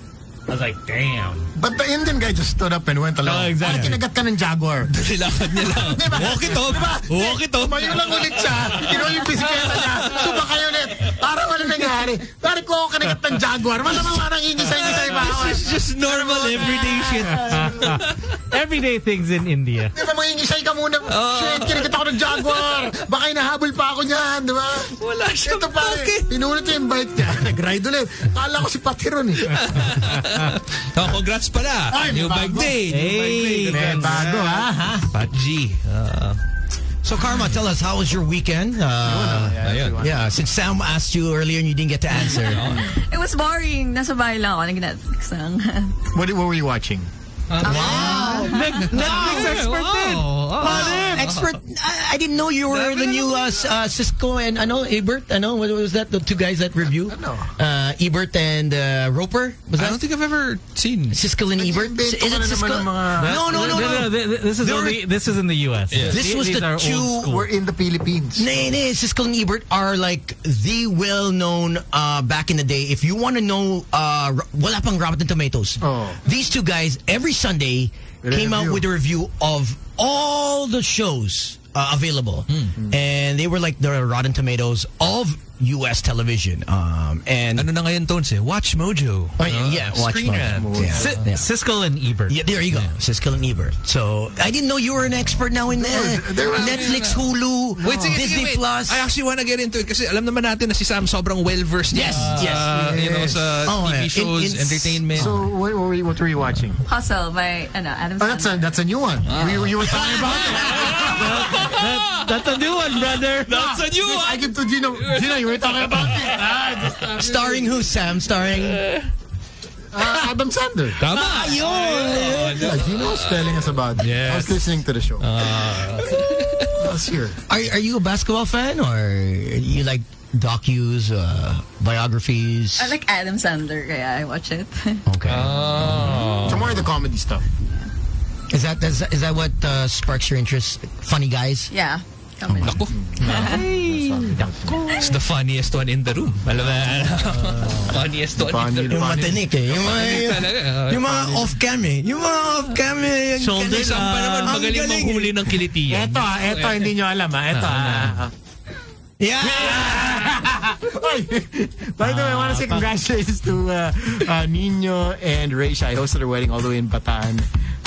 Speaker 2: I was like, damn.
Speaker 4: But the Indian guy just stood up and went along.
Speaker 2: Oh, exactly.
Speaker 4: Parang kinagat ka ng jaguar.
Speaker 3: Silakad niya lang.
Speaker 4: Diba?
Speaker 3: Walk it off.
Speaker 4: Diba?
Speaker 3: Walk it off.
Speaker 4: Tumayo lang ulit siya. Kinuha yung bisikleta niya. Suba kayo ulit. Parang wala nangyari. Parang ko kinagat ng jaguar. Malamang parang ingisay-ingisay ba?
Speaker 3: This is just normal everyday shit.
Speaker 2: Everyday things in India.
Speaker 4: Di ba mga ingisay ka muna?
Speaker 2: Oh.
Speaker 4: Shit, kinagat ako ng Jaguar. Baka hinahabol pa ako niyan, di ba?
Speaker 3: Wala siyang
Speaker 4: Ito pa,
Speaker 3: pocket.
Speaker 4: pinunot niya yung bike niya. Nag-ride ulit. Kala ko si Patiron eh.
Speaker 3: Oh, congrats pala.
Speaker 4: Ay,
Speaker 3: New bike
Speaker 4: bago.
Speaker 3: day. New bike day.
Speaker 2: Hey,
Speaker 4: May bago ha. ha?
Speaker 3: Pat G. Uh,
Speaker 5: So, Karma, tell us, how was your weekend? Uh,
Speaker 3: ayun.
Speaker 5: yeah, since Sam asked you earlier and you didn't get to answer.
Speaker 7: It was boring. Nasa bahay lang ako. Nag-Netflix lang.
Speaker 4: What, what were you watching?
Speaker 3: Netflix expert din.
Speaker 5: Expert, I, I didn't know you were the new uh, S- uh, Cisco and I know Ebert. I know what was that? The two guys that review.
Speaker 4: Ano?
Speaker 5: Uh, Ebert and uh, Roper. Was
Speaker 3: I
Speaker 5: that
Speaker 3: don't think I've ever seen.
Speaker 5: Siskel and Ebert?
Speaker 4: Nag-invento
Speaker 5: Is
Speaker 4: ka
Speaker 5: it
Speaker 4: na naman
Speaker 5: Siskel?
Speaker 4: ng mga-
Speaker 5: No, no, no, no.
Speaker 2: th- th- This is
Speaker 5: There
Speaker 2: only this is in the U.S.
Speaker 5: This
Speaker 2: Th-
Speaker 5: was
Speaker 2: these
Speaker 5: the
Speaker 2: are old
Speaker 5: two
Speaker 2: school.
Speaker 4: We're in the Philippines.
Speaker 5: Nay, nay, Siskel and Ebert are like the well-known uh, back in the day. If you want to know, uh, r- wala pang Rotten Tomatoes.
Speaker 4: Oh.
Speaker 5: These two guys every Sunday
Speaker 4: With a
Speaker 5: came out
Speaker 4: review.
Speaker 5: with a review of all the shows uh, available,
Speaker 3: Hmm.
Speaker 5: and they were like the Rotten Tomatoes of U.S. television. Um, and
Speaker 3: Ano na ngayon, Tones? Eh? Watch Mojo.
Speaker 5: Oh, yeah, yeah, Watch Mojo.
Speaker 3: Screen Rant.
Speaker 5: Yeah.
Speaker 2: Si- Siskel and Ebert.
Speaker 5: Yeah, there you go. Siskel and Ebert. So I didn't know you were an expert now in uh,
Speaker 4: there was-
Speaker 5: Netflix, Hulu,
Speaker 3: Wait, sige,
Speaker 5: Disney
Speaker 3: sige, wait.
Speaker 5: Plus.
Speaker 3: I actually wanna get into it kasi alam naman natin na si Sam sobrang well-versed.
Speaker 5: Yes, yes.
Speaker 3: Uh, You know, sa
Speaker 5: Oh,
Speaker 3: TV
Speaker 5: yeah. In-
Speaker 3: shows,
Speaker 5: in-
Speaker 3: entertainment.
Speaker 4: So, what, what, were you- what were you watching? Ah.
Speaker 7: Hustle by ano, Adam
Speaker 4: Oh, that's a,
Speaker 7: Sandler.
Speaker 4: that's a new one. We were- you were talking about it.
Speaker 2: That- that's a new one, brother.
Speaker 3: That's a new
Speaker 4: I
Speaker 3: one!
Speaker 4: give to Gino. Gino, you were talking about it. Ah, just, uh,
Speaker 5: starring who, Sam? Starring.
Speaker 4: uh, Adam Sandler.
Speaker 3: Tama!
Speaker 4: Yeah, Gino was telling us about it. I was
Speaker 3: Yes.
Speaker 4: listening to the show. Ah. I was here.
Speaker 5: Are, are you a basketball fan or you like docus, uh, biographies?
Speaker 7: I like Adam Sandler, kaya I watch it.
Speaker 5: okay.
Speaker 4: So more of the comedy stuff.
Speaker 5: is that is, that- is that what uh, sparks your interest? Funny guys.
Speaker 7: yeah. Come on.
Speaker 3: Naku,
Speaker 4: Hmm.
Speaker 3: it's the funniest one in the room. Alam mo, funniest one
Speaker 4: Funny,
Speaker 3: in the room.
Speaker 4: funny.
Speaker 5: matinik eh. Yung mga,
Speaker 3: Talaga.
Speaker 5: yung mga off cam eh. Yung mga off cam eh. Yung
Speaker 3: Shoulder
Speaker 5: galing.
Speaker 2: uh,
Speaker 3: Sam pa naman,
Speaker 5: ang
Speaker 3: magaling
Speaker 5: galing.
Speaker 3: manghuli ng kilitian.
Speaker 4: Eto ah, eto, hindi nyo alam ah. Eto ah.
Speaker 5: Yeah!
Speaker 4: Oy! By the way, I want to say congratulations to uh, uh, Nino and Raisha. I hosted their wedding all the way in Bataan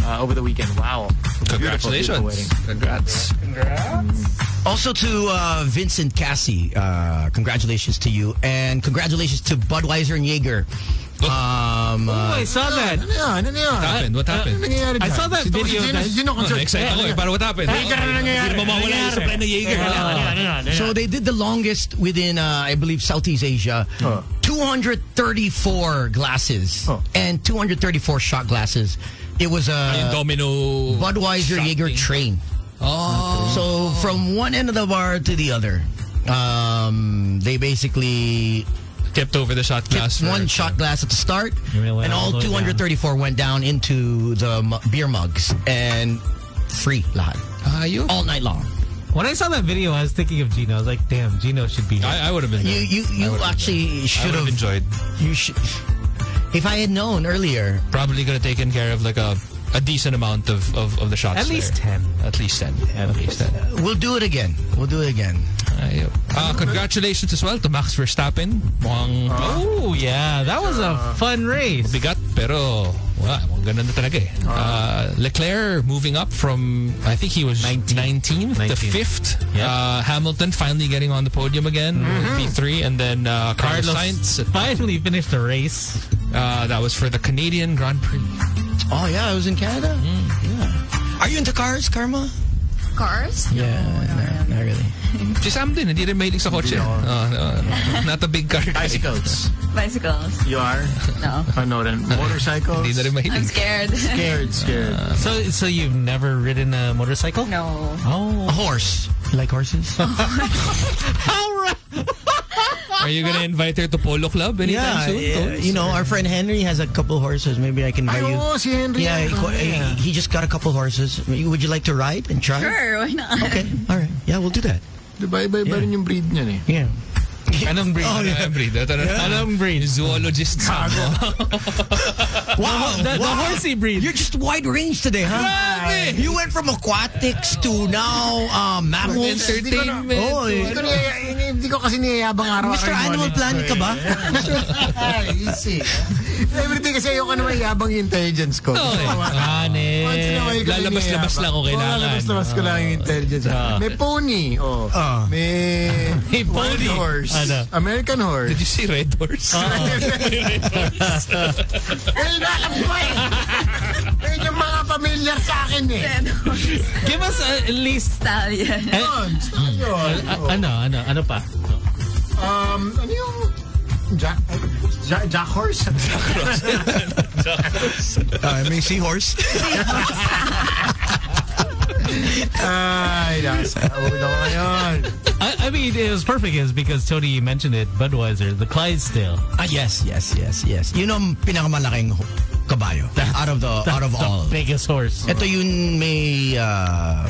Speaker 4: uh, over the weekend. Wow. Beautiful, beautiful wedding.
Speaker 3: Congratulations. Congrats.
Speaker 5: Also to uh, Vincent Cassie, uh, congratulations to you. And congratulations to Budweiser and Jaeger. Um,
Speaker 2: Oh,
Speaker 5: uh,
Speaker 2: I saw that.
Speaker 4: Ano yun? Ano yun?
Speaker 3: What happened? What happened?
Speaker 4: Ano nangyayari
Speaker 2: I
Speaker 4: dyan?
Speaker 2: saw that
Speaker 4: Si Tony
Speaker 2: video
Speaker 4: Gino,
Speaker 2: that-
Speaker 4: si Gino
Speaker 3: Oh,
Speaker 4: concert.
Speaker 3: excited ako eh. Para what happened?
Speaker 5: Ano
Speaker 4: Ay, ganun nangyayari.
Speaker 3: Hindi na mawawala yung supply na Jaeger.
Speaker 5: so they did the longest within, uh, I believe, Southeast Asia.
Speaker 4: Oh.
Speaker 5: 234 glasses
Speaker 4: Oh.
Speaker 5: and 234 shot glasses. It was
Speaker 3: Yung
Speaker 5: a
Speaker 3: domino.
Speaker 5: Budweiser
Speaker 3: shot
Speaker 5: Jaeger
Speaker 3: thing.
Speaker 5: train.
Speaker 3: Oh.
Speaker 5: So from one end of the bar to the other, um, they basically
Speaker 3: Tipped over the shot glass.
Speaker 5: tipped
Speaker 3: for-
Speaker 5: one shot glass at the start,
Speaker 2: You really went
Speaker 5: and
Speaker 2: all
Speaker 5: all
Speaker 2: the way
Speaker 5: 234 went down into the mu- beer mugs and free lahat
Speaker 3: Ayun.
Speaker 5: all night long.
Speaker 2: When I saw that video, I was thinking of Gino. I was like, damn, Gino should be here.
Speaker 3: I, I would have been
Speaker 5: You
Speaker 3: there.
Speaker 5: you
Speaker 3: I
Speaker 5: you
Speaker 3: would've
Speaker 5: actually
Speaker 3: I
Speaker 5: should
Speaker 3: would have
Speaker 5: have
Speaker 3: enjoyed.
Speaker 5: you should. If I had known earlier,
Speaker 3: Probably could have taken care of like a, a decent amount of, of, of the shots.
Speaker 2: At least
Speaker 3: there.
Speaker 2: 10.
Speaker 3: At least 10. At least 10.
Speaker 5: we'll do it again. We'll do it again.
Speaker 3: Ayun. Ah, congratulations as well to Max Verstappen. Mukhang
Speaker 2: oh, yeah. That was a fun race.
Speaker 3: bigat pero wala, mukhang ganun na talaga eh. Uh, Leclerc moving up from, I think he was 19th, to
Speaker 2: 19th.
Speaker 3: 5th.
Speaker 2: Yep.
Speaker 3: Uh, Hamilton finally getting on the podium again with P3. And then uh, Carlos,
Speaker 2: Carlos
Speaker 3: Sainz. at-
Speaker 2: finally finished the race.
Speaker 3: Uh, that was for the Canadian Grand Prix.
Speaker 5: Oh yeah, I was in Canada. Yeah. Are you into cars, Karma?
Speaker 7: Cars?
Speaker 5: Yeah, no, not really.
Speaker 3: Si Sam din, hindi rin mahilig sa kotse. Uh, uh, not a big car guy.
Speaker 4: Bicycles.
Speaker 7: Bicycles?
Speaker 4: You are?
Speaker 7: No.
Speaker 4: Ano rin? Motorcycles?
Speaker 3: Hindi na rin
Speaker 7: I'm
Speaker 3: mahilig.
Speaker 7: scared.
Speaker 4: Scared, scared.
Speaker 2: So, so you've never ridden a motorcycle?
Speaker 7: no.
Speaker 5: A
Speaker 2: Oh.
Speaker 5: horse. You like horses?
Speaker 3: Are you gonna invite her to Polo Club anytime
Speaker 5: yeah,
Speaker 3: soon?
Speaker 5: yeah, you know, our friend Henry has a couple horses. Maybe I can buy
Speaker 4: Ay,
Speaker 5: you.
Speaker 4: oo, si Henry.
Speaker 5: Ah. Yeah, eh, he,
Speaker 4: Oh, yeah.
Speaker 5: he just got a couple horses. Would you like to ride and try?
Speaker 7: Sure, why not?
Speaker 5: Okay, all right. Yeah, we'll do that.
Speaker 4: Diba iba-iba rin yung breed niyan eh.
Speaker 5: Yeah.
Speaker 3: Anong breed?
Speaker 5: Oh, yeah.
Speaker 3: Anong breed? Anong, anong breed? Zoologist Sam.
Speaker 5: Wow,
Speaker 2: The, the horsey breed.
Speaker 5: You're just wide range today, huh?
Speaker 3: Grabe!
Speaker 5: You went from aquatics to now uh, mammals.
Speaker 3: Entertainment.
Speaker 5: Oh,
Speaker 4: Ito,
Speaker 5: eh.
Speaker 4: niya- ini- Hindi ko kasi niyayabang araw.
Speaker 5: Mr.
Speaker 4: Ay,
Speaker 5: Animal
Speaker 4: Molly.
Speaker 5: Planet ka ba?
Speaker 4: Ay, easy. Everything kasi ayoko naman yabang yung intelligence ko.
Speaker 3: Oo, eh.
Speaker 4: Once in a while ko lang niyayabang.
Speaker 3: Lalabas-labas lang ako kailangan. Ah.
Speaker 4: Oo, Lalabas-labas ko lang yung intelligence. May pony. Oh.
Speaker 5: Ah.
Speaker 4: May
Speaker 2: May
Speaker 4: wild
Speaker 2: pony.
Speaker 4: horse.
Speaker 2: Ano?
Speaker 4: American horse.
Speaker 3: Did you see Red Horse?
Speaker 4: Well, alam ko eh. Yun yung mga familiar sa akin eh.
Speaker 7: Then,
Speaker 2: Give us uh, at least...
Speaker 7: Stallion.
Speaker 4: Yun, gusto ko yun. Oo.
Speaker 2: Ano, ano, ano pa?
Speaker 4: Um, ano yung... Jack, Jack, Jack Horse?
Speaker 5: Uh, may seahorse.
Speaker 4: Ay, nasa ulo ko ngayon.
Speaker 2: I, I mean, it was perfect is because Tony mentioned it, Budweiser, the Clydesdale.
Speaker 5: Ah, yes, yes, yes, yes. Yun ang pinakamalaking ho- kabayo out of the out of
Speaker 2: the
Speaker 5: all.
Speaker 2: biggest horse.
Speaker 5: Ito yun may uh,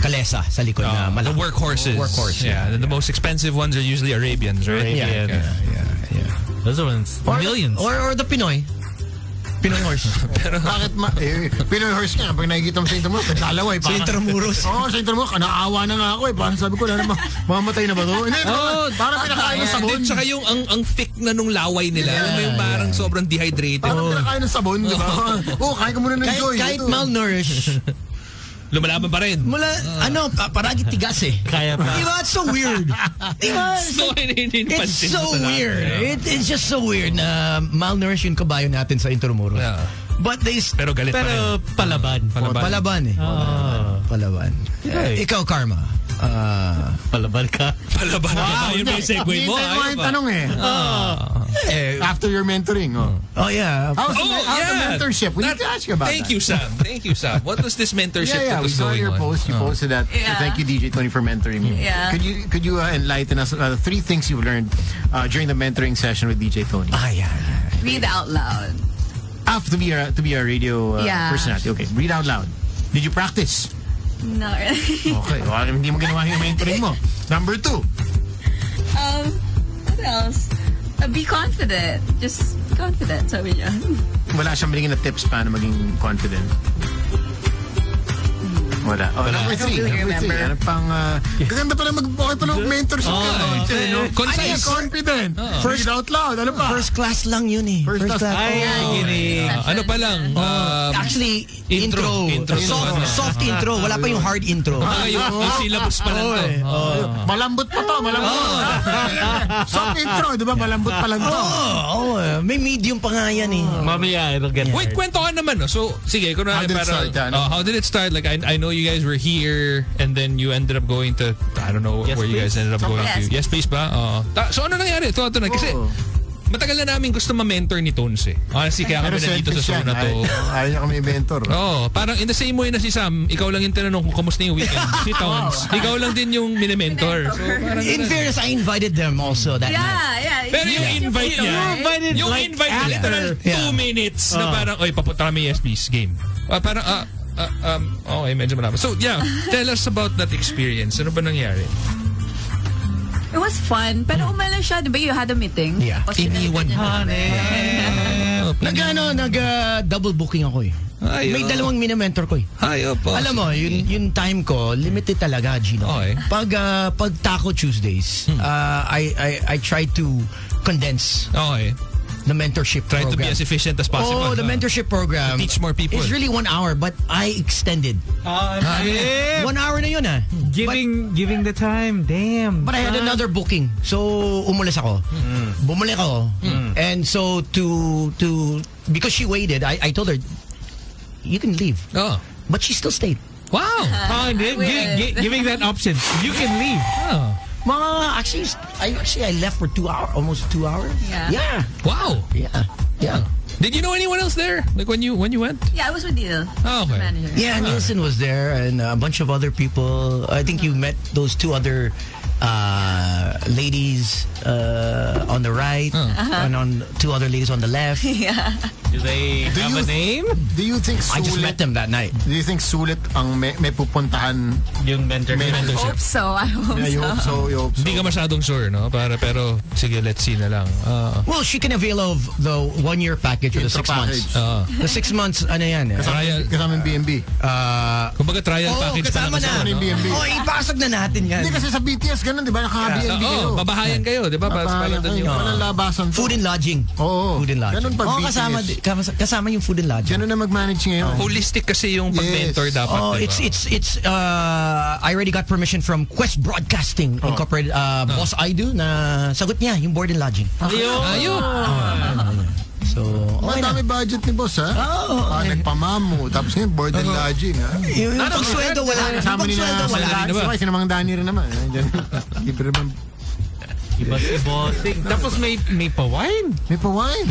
Speaker 5: kalesa sa likod na
Speaker 3: Uh, the
Speaker 5: malaki.
Speaker 3: workhorses.
Speaker 5: Workhorse,
Speaker 3: Yeah, the, the most expensive ones are usually Arabians, right?
Speaker 2: Arabian.
Speaker 3: Yeah. yeah.
Speaker 5: yeah, yeah.
Speaker 2: Those are ones. millions.
Speaker 5: Or, or the Pinoy. Pinoy horse.
Speaker 4: Bakit ma... Eh, Pinoy horse nga, pag nakikita mo sa Intramuros, nagdalawa eh.
Speaker 5: Sa
Speaker 4: parang-
Speaker 5: Intramuros.
Speaker 4: Oo, sa Intramuros. Naawa na nga ako eh. Parang sabi ko, lalo, ma- mamatay na ba to? Hindi,
Speaker 3: Oh,
Speaker 4: parang pinakain ng sabon.
Speaker 3: Sabon. Tsaka yung ang, ang thick na nung laway nila. Alam mo yung parang sobrang dehydrated.
Speaker 4: Parang pinakain ng sabon, di ba? Oo, oh, kain ka muna ng
Speaker 5: kahit,
Speaker 4: joy.
Speaker 5: kahit
Speaker 4: Ito.
Speaker 5: malnourished.
Speaker 3: Lumalaban pa rin.
Speaker 5: Mula, ano, pa, parang tigas eh.
Speaker 2: Kaya pa.
Speaker 5: Diba? It's so weird. Diba?
Speaker 3: So, hindi
Speaker 5: It's so weird. It, it's just so weird na malnourished yung kabayo natin sa Intramuros.
Speaker 3: Yeah.
Speaker 5: But they... s-
Speaker 3: Pero galit pa rin.
Speaker 2: Pero palaban.
Speaker 3: Palaban.
Speaker 5: Palaban eh.
Speaker 2: Ah,
Speaker 5: Palaban.
Speaker 2: Okay.
Speaker 5: Ikaw, Karma. Ah,
Speaker 2: palaban ka.
Speaker 3: Palaban. Wow, yun ba yung segue
Speaker 4: Hindi
Speaker 3: mo?
Speaker 4: tayo
Speaker 3: Ayaw
Speaker 4: yung
Speaker 3: ba?
Speaker 4: tanong eh.
Speaker 5: eh,
Speaker 4: After your mentoring, oh.
Speaker 5: oh yeah.
Speaker 4: How's,
Speaker 3: Oh,
Speaker 4: the, how's the
Speaker 3: yeah.
Speaker 4: mentorship? We
Speaker 3: That-
Speaker 4: need to ask you about
Speaker 3: Thank
Speaker 4: that.
Speaker 3: you, Sam. Thank you, Sam. What was this mentorship
Speaker 4: Yeah, yeah,
Speaker 3: that
Speaker 4: we
Speaker 3: was
Speaker 4: saw
Speaker 3: going
Speaker 4: your
Speaker 3: on? Oh.
Speaker 4: post. You posted that.
Speaker 7: Yeah.
Speaker 4: Thank you, DJ20, for mentoring me.
Speaker 7: Yeah.
Speaker 4: Could you could you uh, enlighten us uh, the three things you learned uh, during the mentoring session with DJ Tony?
Speaker 5: Ah, yeah, yeah.
Speaker 7: Read out loud.
Speaker 4: After to be a, to be a radio uh,
Speaker 7: Yeah.
Speaker 4: personality. Okay, read out loud. Did you practice?
Speaker 7: No, really.
Speaker 4: Okay, well, hindi mo ginawa yung mentoring mo. Number two.
Speaker 7: Um, what else? Uh, be confident. Just be confident, sabi niya.
Speaker 4: Wala siyang binigyan na tips paano maging confident. Wala. Oh, number three.
Speaker 7: really
Speaker 4: Number three. Ano
Speaker 7: remember.
Speaker 4: pang... ah, Ganda pala mag... Okay pala mag-mentorship
Speaker 3: Oh,
Speaker 4: ka.
Speaker 3: eh.
Speaker 4: Jay, no?
Speaker 3: Concise. Oh.
Speaker 4: Ano yung confident. First
Speaker 5: First-
Speaker 4: out loud. Ano pa?
Speaker 5: First class lang yun eh.
Speaker 4: First class.
Speaker 2: Ay, gini.
Speaker 3: Ah, ano pa lang? Um,
Speaker 5: Actually,
Speaker 3: Intro.
Speaker 5: intro. Ah,
Speaker 3: Intro.
Speaker 5: Soft,
Speaker 3: Ano?
Speaker 5: soft intro. Wala pa yung hard intro.
Speaker 3: baka yung, yung syllabus pa lang to. Oh.
Speaker 4: Malambot pa to. Malambot. Soft intro. Di ba? Malambot pa lang to.
Speaker 5: Oh, oh, may medium pa nga yan eh.
Speaker 2: Mamaya, it'll get
Speaker 3: Wait, kwento ka naman. No? So, sige,
Speaker 4: How
Speaker 3: kunwari,
Speaker 4: did it
Speaker 3: parang,
Speaker 4: start, ano?
Speaker 3: oh, how did it start? Like, I, I know you guys were here and then you ended up going to, I don't know
Speaker 2: Yes,
Speaker 3: where you guys
Speaker 2: please.
Speaker 3: ended up going
Speaker 7: Yes,
Speaker 3: to. Yes, please ba? Oo. Ta- so, ano nangyari? Ito, ito na. Kasi,
Speaker 4: Oo.
Speaker 3: matagal na namin gusto ma-mentor ni Tones eh. Honestly, kaya
Speaker 4: Pero
Speaker 3: kami nandito sa oh.
Speaker 4: selfish
Speaker 3: show
Speaker 4: yan.
Speaker 3: na to.
Speaker 4: Ayaw ayaw niya kami mentor.
Speaker 3: Oo, parang in the same way na si Sam, ikaw lang yung tinanong kung kamusta yung weekend. Si Tones, ikaw lang din yung minimentor. So, parang
Speaker 5: In
Speaker 3: ganun.
Speaker 5: fairness, I invited them also that night.
Speaker 7: Yeah, yeah.
Speaker 3: Pero yung invite niya,
Speaker 2: invited,
Speaker 3: yung
Speaker 2: like,
Speaker 3: invite niya,
Speaker 2: after.
Speaker 3: literal
Speaker 5: Yeah.
Speaker 3: two minutes na parang, oy, papunta kami yes please, game. Ah, parang, ah, ah, um, okay, medyo malapit. So, yeah, tell us about that experience. Ano ba nangyari?
Speaker 7: It was fun. Pero umala siya, di ba? You had a meeting.
Speaker 5: Yeah.
Speaker 7: Tapos pinalitan niya namin.
Speaker 5: Nag, ano, nag ah, double booking ako eh.
Speaker 3: Mm-hmm. Ay,
Speaker 5: May
Speaker 3: oh.
Speaker 5: dalawang minimentor ko eh.
Speaker 3: Hayop po.
Speaker 5: Alam mo, yun, yung time ko, limited talaga, Gino.
Speaker 3: Okay. Hmm.
Speaker 5: Pag, ah, pag Taco Tuesdays, ah, I, I, I try to condense
Speaker 3: Okay.
Speaker 5: the mentorship
Speaker 3: Try to be
Speaker 5: program.
Speaker 3: as efficient as possible.
Speaker 5: Oh, the
Speaker 3: Ah.
Speaker 5: mentorship program.
Speaker 3: To teach more people.
Speaker 5: It's really one hour, but I extended.
Speaker 2: Yeah,
Speaker 5: One hour na yun ah.
Speaker 2: Uh, giving giving the time. Damn.
Speaker 5: But I
Speaker 3: Ah.
Speaker 5: had another booking. So, umulis ako.
Speaker 3: Hmm.
Speaker 5: Bumalik ako. And so, to, to, because she waited, I, I told her, you can leave.
Speaker 3: Oh.
Speaker 5: But she still stayed.
Speaker 3: Wow. Ah,
Speaker 2: Oh, and then
Speaker 7: I
Speaker 2: gi- gi-
Speaker 7: will.
Speaker 2: giving that option. You can leave.
Speaker 3: Oh.
Speaker 5: Mga, actually, I, actually, I left for two hours, almost two hours.
Speaker 7: Yeah.
Speaker 5: Yeah.
Speaker 3: Wow.
Speaker 5: Yeah. Yeah.
Speaker 3: Did you know anyone else there? Like when you when you went?
Speaker 7: Yeah, I was with Dino.
Speaker 3: Oh, okay.
Speaker 7: The manager.
Speaker 5: Yeah, Nielsen was there and a bunch of other people. I think you met those two other uh, ladies uh, on the right and on two other ladies on the left.
Speaker 2: Do they
Speaker 4: Do
Speaker 2: have
Speaker 4: you-
Speaker 2: a name?
Speaker 4: Do you think
Speaker 5: I just
Speaker 4: sulit
Speaker 5: met them that night.
Speaker 4: Do you think sulit ang may, may pupuntahan?
Speaker 2: Yung mentor.
Speaker 4: Mentorship.
Speaker 7: Hope so. I hope
Speaker 4: Yeah, you
Speaker 7: so.
Speaker 4: hope so, you hope so.
Speaker 3: ah. Hindi ka masyadong sure, no? Para pero sige, let's see na lang. Ah.
Speaker 5: Well, she can avail of the one-year package or the
Speaker 4: Intro
Speaker 5: six
Speaker 4: package.
Speaker 5: months. Uh,
Speaker 3: ah.
Speaker 5: The six months, ano yan? eh?
Speaker 4: Kasama-
Speaker 3: Trial.
Speaker 4: Kasama yung BNB.
Speaker 3: Kumbaga trial
Speaker 5: Oo,
Speaker 3: package pa
Speaker 5: Oh, kasama na.
Speaker 3: lang.
Speaker 4: Kasama
Speaker 3: kasi,
Speaker 4: yung BNB.
Speaker 5: Oh, ipasok na natin yan.
Speaker 4: Hindi kasi sa BTS, ganun, di ba? Nakaka-BNB
Speaker 3: Oo,
Speaker 4: kayo.
Speaker 3: Ah, oh, babahayan kayo, di ba? Para sa
Speaker 4: Babahayan
Speaker 3: palandan
Speaker 4: kayo.
Speaker 3: yun.
Speaker 4: oh. Walang labasan to.
Speaker 5: Food and lodging.
Speaker 4: Oo.
Speaker 5: Food and lodging.
Speaker 4: Ganun pag
Speaker 5: Oo,
Speaker 4: BTS.
Speaker 5: kasama, kasama, kasama yung food and lodging.
Speaker 4: Ganun na mag-manage ngayon.
Speaker 3: Holistic kasi yung pag-mentor
Speaker 4: Yes.
Speaker 3: dapat.
Speaker 5: Oh,
Speaker 3: di ba?
Speaker 5: it's it's it's. Uh, I already got permission from Quest Broadcasting
Speaker 4: Oh.
Speaker 5: Incorporated,
Speaker 4: Ah.
Speaker 5: uh, boss I do na sagot niya yung board and lodging.
Speaker 3: Ayun.
Speaker 5: So,
Speaker 4: Ang
Speaker 5: okay na.
Speaker 4: dami budget ni boss, ha?
Speaker 5: Oo,
Speaker 4: Ah, nagpamamu. Tapos ngayon, board and lodging, ha?
Speaker 5: Yung, yung pagsweldo wala. Yung
Speaker 4: Kasama ni
Speaker 5: pagsweldo
Speaker 4: na
Speaker 5: wala.
Speaker 3: Wala rin
Speaker 4: Lance,
Speaker 3: ba?
Speaker 4: okay, sinamang Dani rin naman. ha? Diyan. Libre naman.
Speaker 2: Iba si bossing. Tapos may may pa-wine.
Speaker 4: May pa-wine.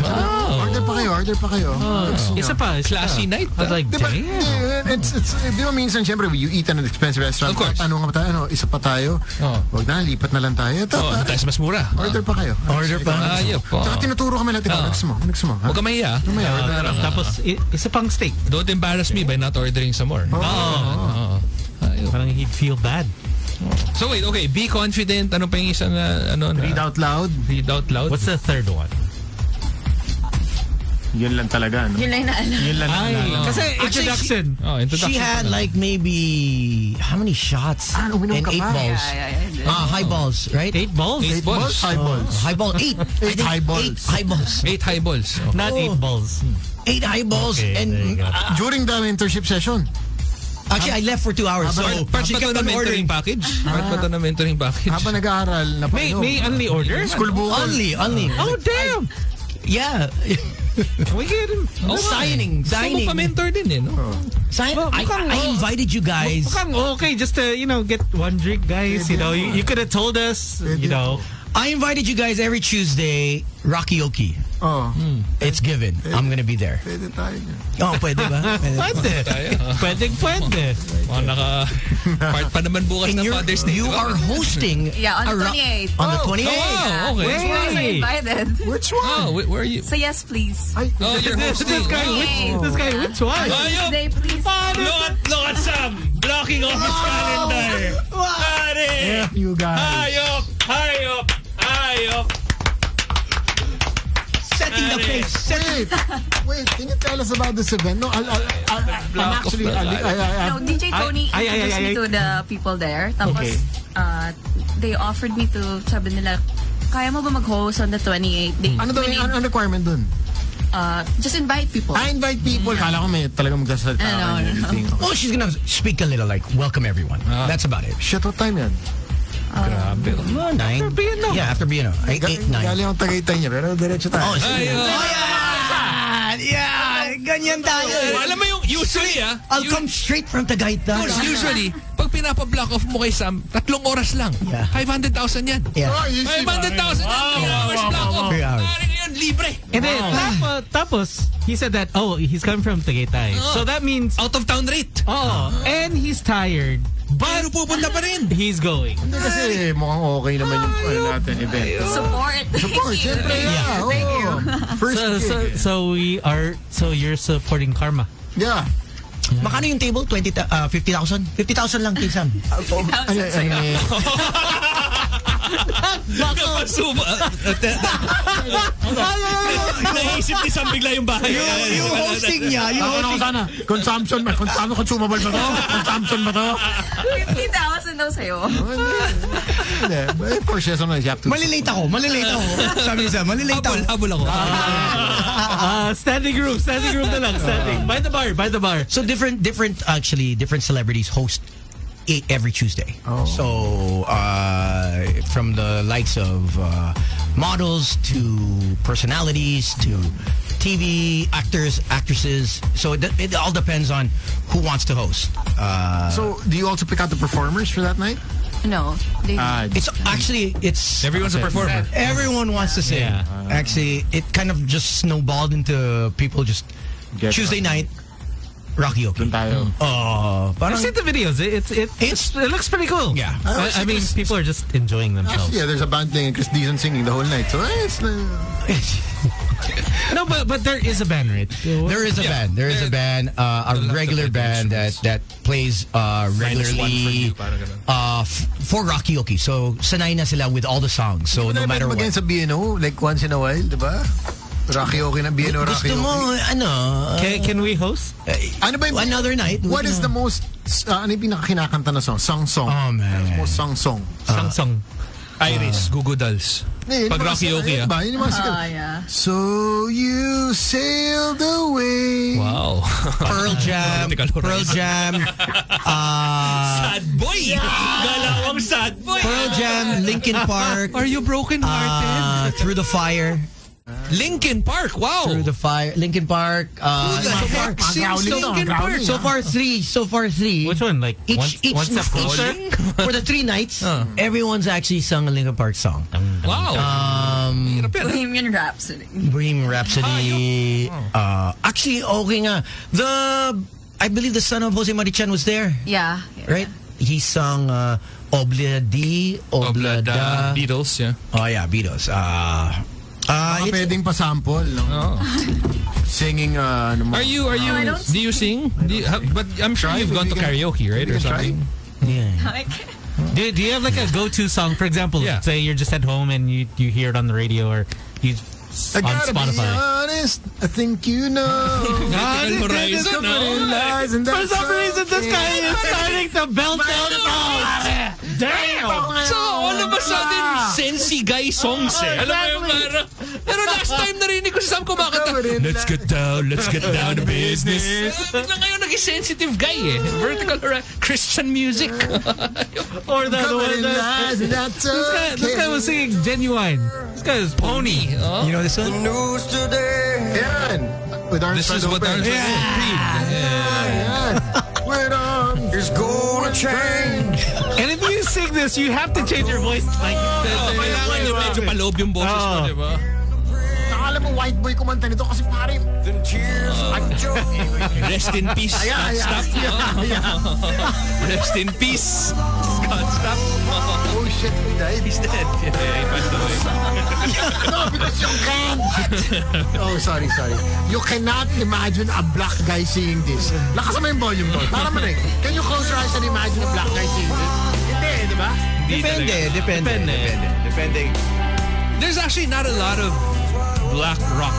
Speaker 4: Order pa kayo, order pa kayo.
Speaker 2: Isa pa. Diba? isa pa.
Speaker 3: Classy night,
Speaker 2: I was
Speaker 3: ah.
Speaker 2: like,
Speaker 4: Di ba,
Speaker 2: damn.
Speaker 4: di- it's, it's, eh, di ba minsan, syempre, you eat at an expensive restaurant.
Speaker 3: Of course.
Speaker 4: Tanong ka pa tayo, ano, isa pa tayo.
Speaker 3: Oo.
Speaker 4: Huwag na, lipat na lang tayo. Ito,
Speaker 3: Oh, Ah.
Speaker 4: pa-
Speaker 3: ano tayo sa mas mura. Oh.
Speaker 4: order pa kayo.
Speaker 5: Order pa.
Speaker 3: Ayun po.
Speaker 4: Tsaka tinuturo kami lahat. Ikaw,
Speaker 3: Oo.
Speaker 4: next mo, next mo. ha?
Speaker 3: Ah. Huwag ka mahiya.
Speaker 4: Mamaya, order na lang.
Speaker 2: Tapos i- isa pang steak.
Speaker 3: Don't embarrass me by not ordering some more. Ah,
Speaker 4: Oo.
Speaker 3: Oo. ah. Ayun.
Speaker 2: Parang he'd feel bad.
Speaker 3: So wait, okay. Be confident. Ano pa yung isang ah, ano? na-
Speaker 4: Read out loud.
Speaker 3: Read out loud.
Speaker 2: What's the third one?
Speaker 4: Yun lang talaga, no?
Speaker 7: Yun lang na alam.
Speaker 4: Yun lang
Speaker 2: Ay,
Speaker 4: talaga.
Speaker 2: kasi
Speaker 5: Actually,
Speaker 2: introduction.
Speaker 3: Oh,
Speaker 5: She
Speaker 3: introduction.
Speaker 5: had
Speaker 3: pa lang.
Speaker 5: like maybe how many shots
Speaker 4: Ah, uminom
Speaker 5: and
Speaker 4: ka
Speaker 5: eight
Speaker 4: pa.
Speaker 5: balls.
Speaker 7: Yeah, yeah, yeah.
Speaker 5: Ah, high balls, right? Oh,
Speaker 2: Eight balls?
Speaker 3: Eight
Speaker 4: Balls,
Speaker 3: balls.
Speaker 4: high balls.
Speaker 5: High ball eight. I
Speaker 4: Eight
Speaker 5: think
Speaker 4: high balls.
Speaker 5: Eight high balls.
Speaker 3: Eight high balls. Oh.
Speaker 2: Not eight
Speaker 5: Oh.
Speaker 2: balls.
Speaker 5: Eight high balls
Speaker 2: Okay, there you
Speaker 5: and uh,
Speaker 2: go.
Speaker 4: During the mentorship session.
Speaker 5: actually I left for two hours. So
Speaker 3: Part, part
Speaker 5: she
Speaker 3: ba to
Speaker 5: kept on
Speaker 3: na
Speaker 5: ordering.
Speaker 3: mentoring package? Part ba to na mentoring package?
Speaker 4: Habang nag-aaral, na
Speaker 2: May may only order?
Speaker 4: School bukol.
Speaker 5: Only, only.
Speaker 2: Oh, damn.
Speaker 5: Yeah.
Speaker 2: We get him.
Speaker 3: Oh,
Speaker 5: signing, signing.
Speaker 3: pa mentor din eh, no?
Speaker 5: Sign-
Speaker 2: Well,
Speaker 5: I,
Speaker 2: mukhang-
Speaker 5: I invited you guys.
Speaker 2: Mukhang okay just to, you know, get one drink, guys. You know, you, you could have told us, you know.
Speaker 5: I invited you guys every Tuesday, Rocky Oki. Hmm.
Speaker 4: Oh,
Speaker 5: It's given. I'm gonna be there.
Speaker 4: pwede tayo.
Speaker 5: Oh, pwede ba? Pwede.
Speaker 2: Pwede.
Speaker 3: ah.
Speaker 2: Pwede, pwede.
Speaker 3: Oh, naka... part pa naman bukas
Speaker 5: And
Speaker 3: ng
Speaker 5: you're,
Speaker 3: Father's Day.
Speaker 5: you
Speaker 3: di ba?
Speaker 5: are hosting
Speaker 7: Yeah, on
Speaker 5: a
Speaker 7: the
Speaker 5: Ro-
Speaker 7: 28th.
Speaker 5: on the
Speaker 7: Oh,
Speaker 5: 28th.
Speaker 3: wow. Oh, okay.
Speaker 7: So I was
Speaker 2: Hey.
Speaker 7: invited.
Speaker 4: Which one?
Speaker 3: Oh, wait, where are you?
Speaker 7: So yes, please.
Speaker 4: Ay,
Speaker 3: Oh, you're
Speaker 2: This, this
Speaker 3: hosting.
Speaker 2: guy, which, this guy, which one?
Speaker 3: Ayop!
Speaker 7: Today, please.
Speaker 3: Look at, look at Sam! Blocking off his calendar! Pare!
Speaker 4: you guys.
Speaker 3: Hayop! Hayop! Hayop!
Speaker 5: Set setting the face.
Speaker 4: Wait, wait, can you tell us about this event? No, I'll, I'll, I'll, I'm actually, I'll, I, I,
Speaker 7: No, DJ Tony
Speaker 2: ay, ay,
Speaker 7: introduced
Speaker 2: ay,
Speaker 7: me
Speaker 2: ay.
Speaker 7: to the people there. Tapos, uh, they offered me to, sabi nila, kaya mo ba mag-host on the 28th? They,
Speaker 4: ano daw,
Speaker 7: when
Speaker 4: ano, ano requirement dun?
Speaker 7: uh, just invite people.
Speaker 4: I invite people. Oh. Kala ko may talaga magsasalita
Speaker 7: Ano,
Speaker 4: ka and
Speaker 7: ano.
Speaker 4: everything.
Speaker 5: Oh, she's gonna speak a little, like welcome everyone.
Speaker 3: Ah.
Speaker 5: That's about it.
Speaker 4: Shit, what time yan?
Speaker 5: Oh, nine. After
Speaker 2: BNO.
Speaker 5: Yeah, after BNO. Eight, eight, nine.
Speaker 4: Galing ang Tagaytay niya, pero diretso tayo.
Speaker 5: Oh, sige.
Speaker 3: Ay, oh.
Speaker 5: Ayan! Yeah! Ganyan tayo. eh.
Speaker 3: Alam mo yung usually ah.
Speaker 5: I'll
Speaker 3: yung-
Speaker 5: come straight from Tagaytay.
Speaker 3: Because usually, pag pinapa-block off mo kay Sam, tatlong oras lang.
Speaker 5: Yeah.
Speaker 3: 500,000 yan.
Speaker 5: Yeah.
Speaker 4: easy,
Speaker 3: 500,000 yan. Three hours block off.
Speaker 5: Three hours.
Speaker 3: Pare ngayon, libre.
Speaker 2: And then, tapos, tapos, he said that, oh, he's coming from Tagaytay. So that means,
Speaker 3: Out of town rate.
Speaker 2: oh, and he's tired, but
Speaker 3: Pero pupunta pa rin.
Speaker 2: he's going.
Speaker 4: Hindi kasi mukhang okay naman yung ano natin event.
Speaker 7: Support.
Speaker 4: Support, syempre, yeah. oo. First
Speaker 2: So,
Speaker 4: gig.
Speaker 2: so, so we are, so you're supporting Karma.
Speaker 4: Yeah.
Speaker 5: Makano yung table? 20, ta- ah, 50,000? 50,000 lang, King Sam.
Speaker 4: Ano, ano, may-
Speaker 3: Napasuma. Naisip ni Sam bigla yung bahay.
Speaker 5: niya, yung
Speaker 4: Tatanong ko sana, consumption ba? Consumption, consumable ba to? Consumption ba to?
Speaker 7: 50,000 daw sa'yo.
Speaker 4: Hindi. But Of course, yes, ano, you have to.
Speaker 5: Malilate ako, malilate ako. Sabi ni Sam, malilate ako.
Speaker 3: Abol, abol ako.
Speaker 2: Uh, standing room, standing room na lang, standing. By the bar, by the bar.
Speaker 5: So different, different actually, different celebrities host i- every Tuesday. So uh, from the likes of uh, models to personalities to TV actors, actresses. So it, it all depends on who wants to host. Uh,
Speaker 4: So, do you also pick out the performers for that night?
Speaker 7: No. They,
Speaker 4: Ah,
Speaker 5: it's actually it's
Speaker 3: Everyone's a performer.
Speaker 5: everyone wants to sing.
Speaker 2: Yeah.
Speaker 5: Actually, it kind of just snowballed into people just
Speaker 4: Get
Speaker 5: Tuesday night. Rocky
Speaker 4: dun
Speaker 5: Oakley.
Speaker 4: tayo.
Speaker 5: Oh,
Speaker 2: I've
Speaker 5: parang
Speaker 2: seen the videos. It, it,
Speaker 5: It's-
Speaker 2: it's, it looks pretty cool.
Speaker 5: Yeah.
Speaker 2: I, I mean, people are just enjoying themselves.
Speaker 4: Yeah, there's a band thing and Chris Deason singing the whole night. So, eh, it's, uh,
Speaker 2: No, but but there is a band, right?
Speaker 5: There is a band. There is a band, uh, a regular band that that plays uh, regularly uh, f- for Rocky Oki. So sanay na sila with all the songs. So no matter what.
Speaker 4: Again, sa BNO, like once in a while, di ba? Rocky okay na, BNO Rocky okay.
Speaker 5: Gusto mo, ano,
Speaker 2: Can, can we host?
Speaker 4: Ano ba yung...
Speaker 5: another night.
Speaker 4: What is the most... Uh, ano yung pinakakinakanta na song? Song song.
Speaker 5: Oh, man.
Speaker 4: Most song song.
Speaker 2: Sang song.
Speaker 3: Iris, Gugudals.
Speaker 4: Eh, yun yung
Speaker 3: Pag
Speaker 4: mga
Speaker 3: Rocky
Speaker 4: sikat-
Speaker 3: okay,
Speaker 4: yun
Speaker 3: ah.
Speaker 4: ba? Yun yung mga sikat.
Speaker 7: Ah, yeah.
Speaker 4: So you sailed away.
Speaker 3: Wow.
Speaker 2: oh.
Speaker 5: Pearl Jam?
Speaker 3: Teka, Lord.
Speaker 5: Pearl Jam. uh,
Speaker 3: Sad boy. Galawang sad boy.
Speaker 5: Pearl Jam. Linkin Park.
Speaker 3: Are you broken-hearted?
Speaker 5: Uh, Through the Fire.
Speaker 3: Linkin Park, wow.
Speaker 5: Through the Fire. Linkin Park. Uh,
Speaker 3: Who the
Speaker 5: so far-
Speaker 3: heck sings Linkin Park?
Speaker 5: So far three. So far three.
Speaker 2: Which one? Like
Speaker 5: each
Speaker 2: once,
Speaker 5: each,
Speaker 2: once a
Speaker 5: each
Speaker 2: quarter?
Speaker 5: for the three nights, everyone's actually sung a Linkin Park song.
Speaker 3: Wow.
Speaker 5: Um,
Speaker 3: Hirap yan, ah.
Speaker 7: Bohemian Rhapsody.
Speaker 5: Bohemian Rhapsody. Uh, actually, okay nga. The I believe the son of Jose Marichan was there,
Speaker 7: Yeah.
Speaker 5: right? He sung uh, Obla Di, Obla Da.
Speaker 3: Beatles, yeah.
Speaker 5: Oh yeah, Beatles. Uh, uh,
Speaker 4: Baka
Speaker 5: it's-
Speaker 4: pwedeng pasample, no? Singing, uh, ano mo?
Speaker 3: Oh. Are you, are you,
Speaker 7: No, I don't
Speaker 3: do you sing? Do you, ha- but I'm sure
Speaker 4: Try,
Speaker 3: you've
Speaker 4: we
Speaker 3: gone to
Speaker 4: can-
Speaker 3: karaoke, right?
Speaker 4: we
Speaker 3: Or
Speaker 4: can try.
Speaker 3: something?
Speaker 5: yeah.
Speaker 7: Like,
Speaker 2: Do, do you have like a go-to song? For example,
Speaker 3: Yeah.
Speaker 2: say you're just at home and you you hear it on the radio or you on
Speaker 4: I gotta be
Speaker 2: Spotify.
Speaker 4: honest. I think you know.
Speaker 3: Vertical Horizon, no?
Speaker 4: For some reason, this guy is starting
Speaker 2: to belt out Damn!
Speaker 3: So, all of a sudden, Sensi Guy songs eh. Alam mo yung parang... Pero last time narinig ko si Sam kumakanta, Let's get down, let's get down to business. Biglang ngayon, naging sensitive guy eh. Vertical Horizon, Christian music.
Speaker 2: Or the other one. that-
Speaker 4: Lies, and that's
Speaker 2: This guy, this guy was singing genuine. This guy is pony.
Speaker 5: You know this one?
Speaker 4: Yan. With arms
Speaker 3: This is
Speaker 4: wide
Speaker 3: what
Speaker 4: open.
Speaker 3: Arms Wide Open.
Speaker 4: Yan. With arms. There's gonna change.
Speaker 2: And if you sing this, you have to change your voice. Like,
Speaker 3: Oh, Kailangan na medyo paloob yung boses mo, diba?
Speaker 2: Oh.
Speaker 3: di ba?
Speaker 4: Akala mo white boy kumanta nito kasi pare.
Speaker 3: Oh. Rest in peace,
Speaker 4: Ayan,
Speaker 3: Scott
Speaker 4: ayan.
Speaker 3: Stapp. Rest in peace, Scott Stapp.
Speaker 4: Oh shit, we died.
Speaker 3: He's dead. Yeah, he passed away.
Speaker 4: No, because you can't. Oh, sorry, sorry. You cannot imagine a black guy seeing this. Lakas mo yung volume mo. Para manig. Can you close your eyes and imagine a black guy seeing this? Hindi, eh, di ba?
Speaker 3: Hindi talaga.
Speaker 5: depende, depende, depende.
Speaker 3: There's actually not a lot of black rock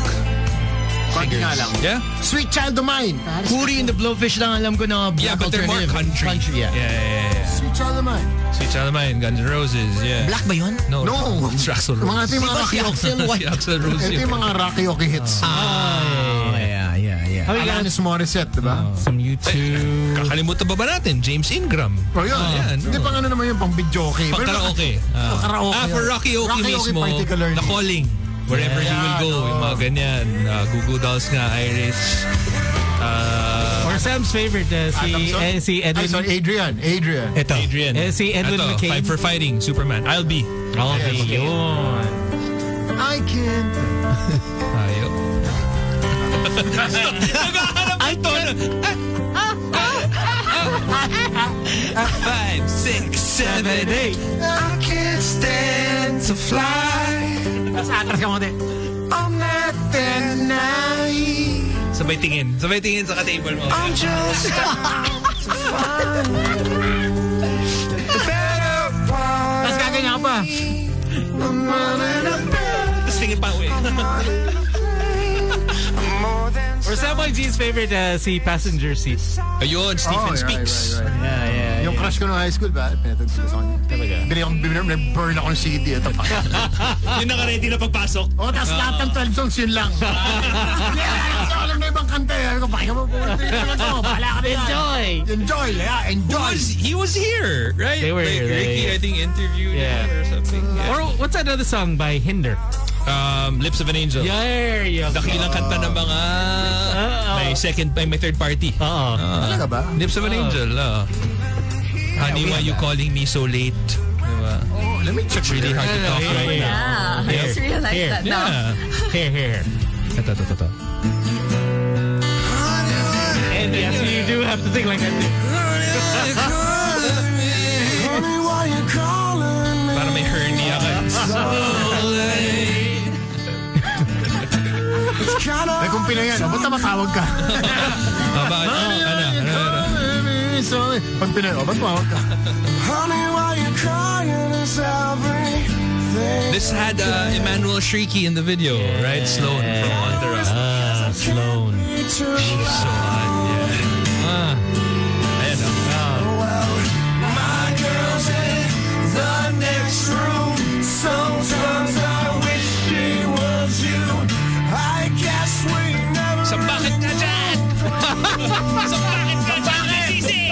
Speaker 4: Konti
Speaker 3: figures.
Speaker 4: nga lang.
Speaker 3: Yeah?
Speaker 4: Sweet Child of Mine.
Speaker 3: Ah,
Speaker 5: Kuri and the Blowfish lang alam ko na black
Speaker 3: Yeah, but they're more
Speaker 5: alternative.
Speaker 3: country.
Speaker 5: yeah.
Speaker 3: Yeah, yeah, yeah.
Speaker 4: Sweet Child of Mine.
Speaker 3: Sweet Child of Mine, Guns N' Roses, yeah.
Speaker 5: Black ba yun?
Speaker 3: No,
Speaker 4: No.
Speaker 3: It's Axl Rose.
Speaker 4: Oh. Mga ito yung mga
Speaker 5: Diba si
Speaker 4: Rocky
Speaker 5: Axel
Speaker 3: Si
Speaker 5: White?
Speaker 3: Axl Rose.
Speaker 4: Ito
Speaker 3: yun.
Speaker 4: yung mga Rocky Oki hits.
Speaker 3: Ah.
Speaker 5: Oh, yeah, yeah, yeah.
Speaker 2: Oh, we got
Speaker 4: Alanis Morissette, di ba?
Speaker 2: some YouTube.
Speaker 3: Kakalimutan ba ba natin? James Ingram.
Speaker 4: Oh, yun.
Speaker 3: Ah, yan.
Speaker 4: Hindi pang ano naman yun, pang video okay.
Speaker 3: Pag karaoke. Ah.
Speaker 4: Oh, karaoke
Speaker 3: Ah, for
Speaker 4: yun.
Speaker 3: Rocky Oki
Speaker 4: Rocky Oki
Speaker 3: mismo.
Speaker 4: particularly.
Speaker 3: The Calling. Wherever you will go.
Speaker 4: Yeah,
Speaker 3: Yung mga ganyan. Ah, Goo Goo Dolls nga, Iris. Ah,
Speaker 2: Or Sam's favorite, uh, si,
Speaker 4: Adamson?
Speaker 2: eh, si
Speaker 4: Ay,
Speaker 2: Edwin.
Speaker 4: sorry, Adrian. Adrian.
Speaker 5: Ito.
Speaker 3: Adrian.
Speaker 2: Eh, si Edwin
Speaker 3: Ato,
Speaker 2: McCain.
Speaker 3: Five for Fighting, Superman. I'll be.
Speaker 2: Okay,
Speaker 4: Okay.
Speaker 2: yun.
Speaker 4: I can't.
Speaker 3: Tayo. Naghahanap ito. Five, six, seven, eight.
Speaker 4: I can't stand to fly. I'm not that naive.
Speaker 3: Sabay tingin. Sabay tingin sa ka-table mo.
Speaker 4: I'm just out to find the better part. Tapos gaganyan pa. I'm running a better
Speaker 3: Tapos tingin pa uwi.
Speaker 4: more than
Speaker 2: Or Samboy G's favorite, uh, si Passenger Seat.
Speaker 3: Ayun, Stephen
Speaker 4: Oh, right,
Speaker 3: Speaks.
Speaker 4: right, right. Yung crush ko no high school ba? Pinatag ko sa kanya. Talaga? Bili akong bibili, nag-burn ako ng CD. Ito pa.
Speaker 3: Yung naka-ready na pagpasok.
Speaker 4: O, tapos Oh, lahat ng 12 songs yun lang. Hindi, kasi alam na ibang kanta. eh. Sabi ko, pakinggan mo po. Pala ka na yan.
Speaker 2: Enjoy!
Speaker 4: Enjoy! Yeah,
Speaker 3: Who
Speaker 4: enjoy!
Speaker 3: was, he was here, right?
Speaker 2: They were
Speaker 3: like,
Speaker 2: here, they-
Speaker 3: Ricky, I think, interviewed
Speaker 2: Yeah.
Speaker 3: him or something.
Speaker 2: Or
Speaker 3: Yeah.
Speaker 2: what's that other song by Hinder?
Speaker 3: um, Lips of an Angel.
Speaker 2: There you go.
Speaker 3: Dakilang kanta ng mga
Speaker 2: Oo.
Speaker 3: may second, may, may third party.
Speaker 2: Ah. Uh-oh.
Speaker 4: Talaga ba?
Speaker 3: Lips of an Angel. ah. Honey, why you calling me so late? Diba?
Speaker 4: Let me check.
Speaker 3: It's really hard to
Speaker 2: Yeah,
Speaker 3: talk
Speaker 2: yeah,
Speaker 3: right
Speaker 2: yeah.
Speaker 3: now. Ah.
Speaker 7: Yeah, I just realized
Speaker 2: Here.
Speaker 7: that now.
Speaker 3: Yeah.
Speaker 2: Here, here.
Speaker 3: Ito, ito, ito, ito.
Speaker 2: And yes, you do have to sing like that.
Speaker 3: Para may hernia ka.
Speaker 4: Ay, kung Pinoy yan, ba't matawag ka?
Speaker 3: Ah, bakit? Ah, ano, ano, ano?
Speaker 4: Sorry. Pag Pinoy, oh, ba't tumawag ka?
Speaker 3: This had uh, Emmanuel Shrieky in the video, right? Sloan from Entourage.
Speaker 2: Ah, Sloan.
Speaker 3: She's so hot, yeah. Ah. Ayan, oh. Sa bakit ka dyan? Sa bakit ka dyan, sisig?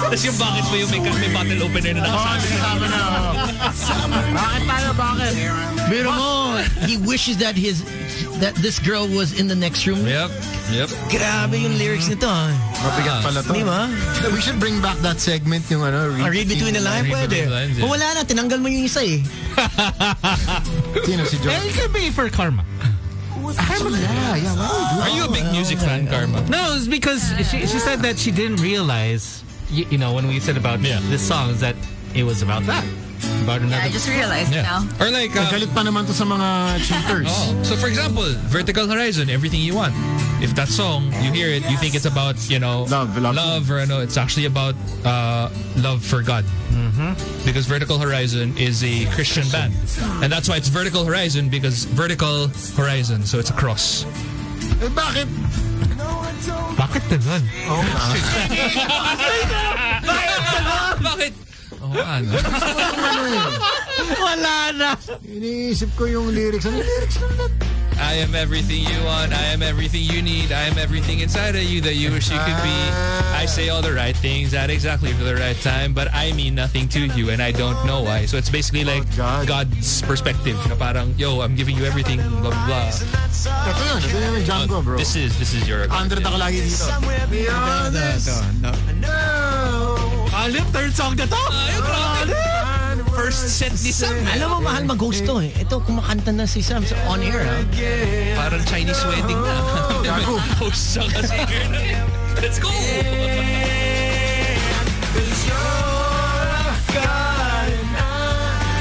Speaker 3: Tapos yung bakit mo yung may, may bottle opener na
Speaker 4: Oh,
Speaker 3: nakasabi.
Speaker 4: sinasabi na. oh. Bakit tayo, bakit?
Speaker 5: Pero mo, he wishes that his that this girl was in the next room.
Speaker 3: Yep, yep.
Speaker 5: Grabe yung lyrics nito. ah.
Speaker 4: Mabigat pala to.
Speaker 5: Di ba?
Speaker 4: We should bring back that segment yung ano,
Speaker 5: Ah, read between the lines,
Speaker 3: Read
Speaker 5: pwede.
Speaker 3: between the lines, yeah.
Speaker 5: Kung wala na, tinanggal mo yung isa eh.
Speaker 4: Sino si
Speaker 2: And
Speaker 4: Joy?
Speaker 2: it could be for karma.
Speaker 4: Actually, yeah, yeah. Why would you?
Speaker 3: Are you a big music fan, Karma?
Speaker 2: No, it's because she, she said that she didn't realize, you, you know, when we said about
Speaker 3: Yeah.
Speaker 2: this song, is that it was about that. About
Speaker 7: Yeah, I
Speaker 2: another.
Speaker 7: just realized now.
Speaker 3: Or like, uh,
Speaker 4: Galit pa naman to sa mga cheaters.
Speaker 3: Oh, so for example, Vertical Horizon, Everything You Want. If that song, you hear it, you think it's about, you know,
Speaker 4: Love, love.
Speaker 3: or no, it's actually about uh, love for God. Mm-hmm. Because Vertical Horizon is a Christian band. And that's why it's Vertical Horizon because Vertical Horizon, so it's a cross.
Speaker 4: Eh, bakit?
Speaker 2: Bakit ganun?
Speaker 4: Oh, ah.
Speaker 3: Bakit? Oh, ano?
Speaker 2: Wala na.
Speaker 4: Iniisip ko yung lyrics. Ano yung lyrics?
Speaker 3: I am everything you want. I am everything you need. I am everything inside of you that you wish you could be. I say all the right things at exactly the right time, but I mean nothing to you, and I don't know why. So it's basically like
Speaker 4: God.
Speaker 3: God's perspective. Na parang, yo, I'm giving you everything, blah, blah, blah.
Speaker 4: Ito yun. Ito yun yung Django, bro.
Speaker 3: This is, this is your...
Speaker 4: Android ako lagi dito. Beyond this. No.
Speaker 2: Alam, third song na to.
Speaker 3: First set ni Sam.
Speaker 5: Alam mo, mahal mag-host to eh. Ito, kumakanta na si Sam sa on air. ah.
Speaker 3: Parang Chinese wedding na.
Speaker 4: Gago.
Speaker 3: Host siya kasi. Let's go!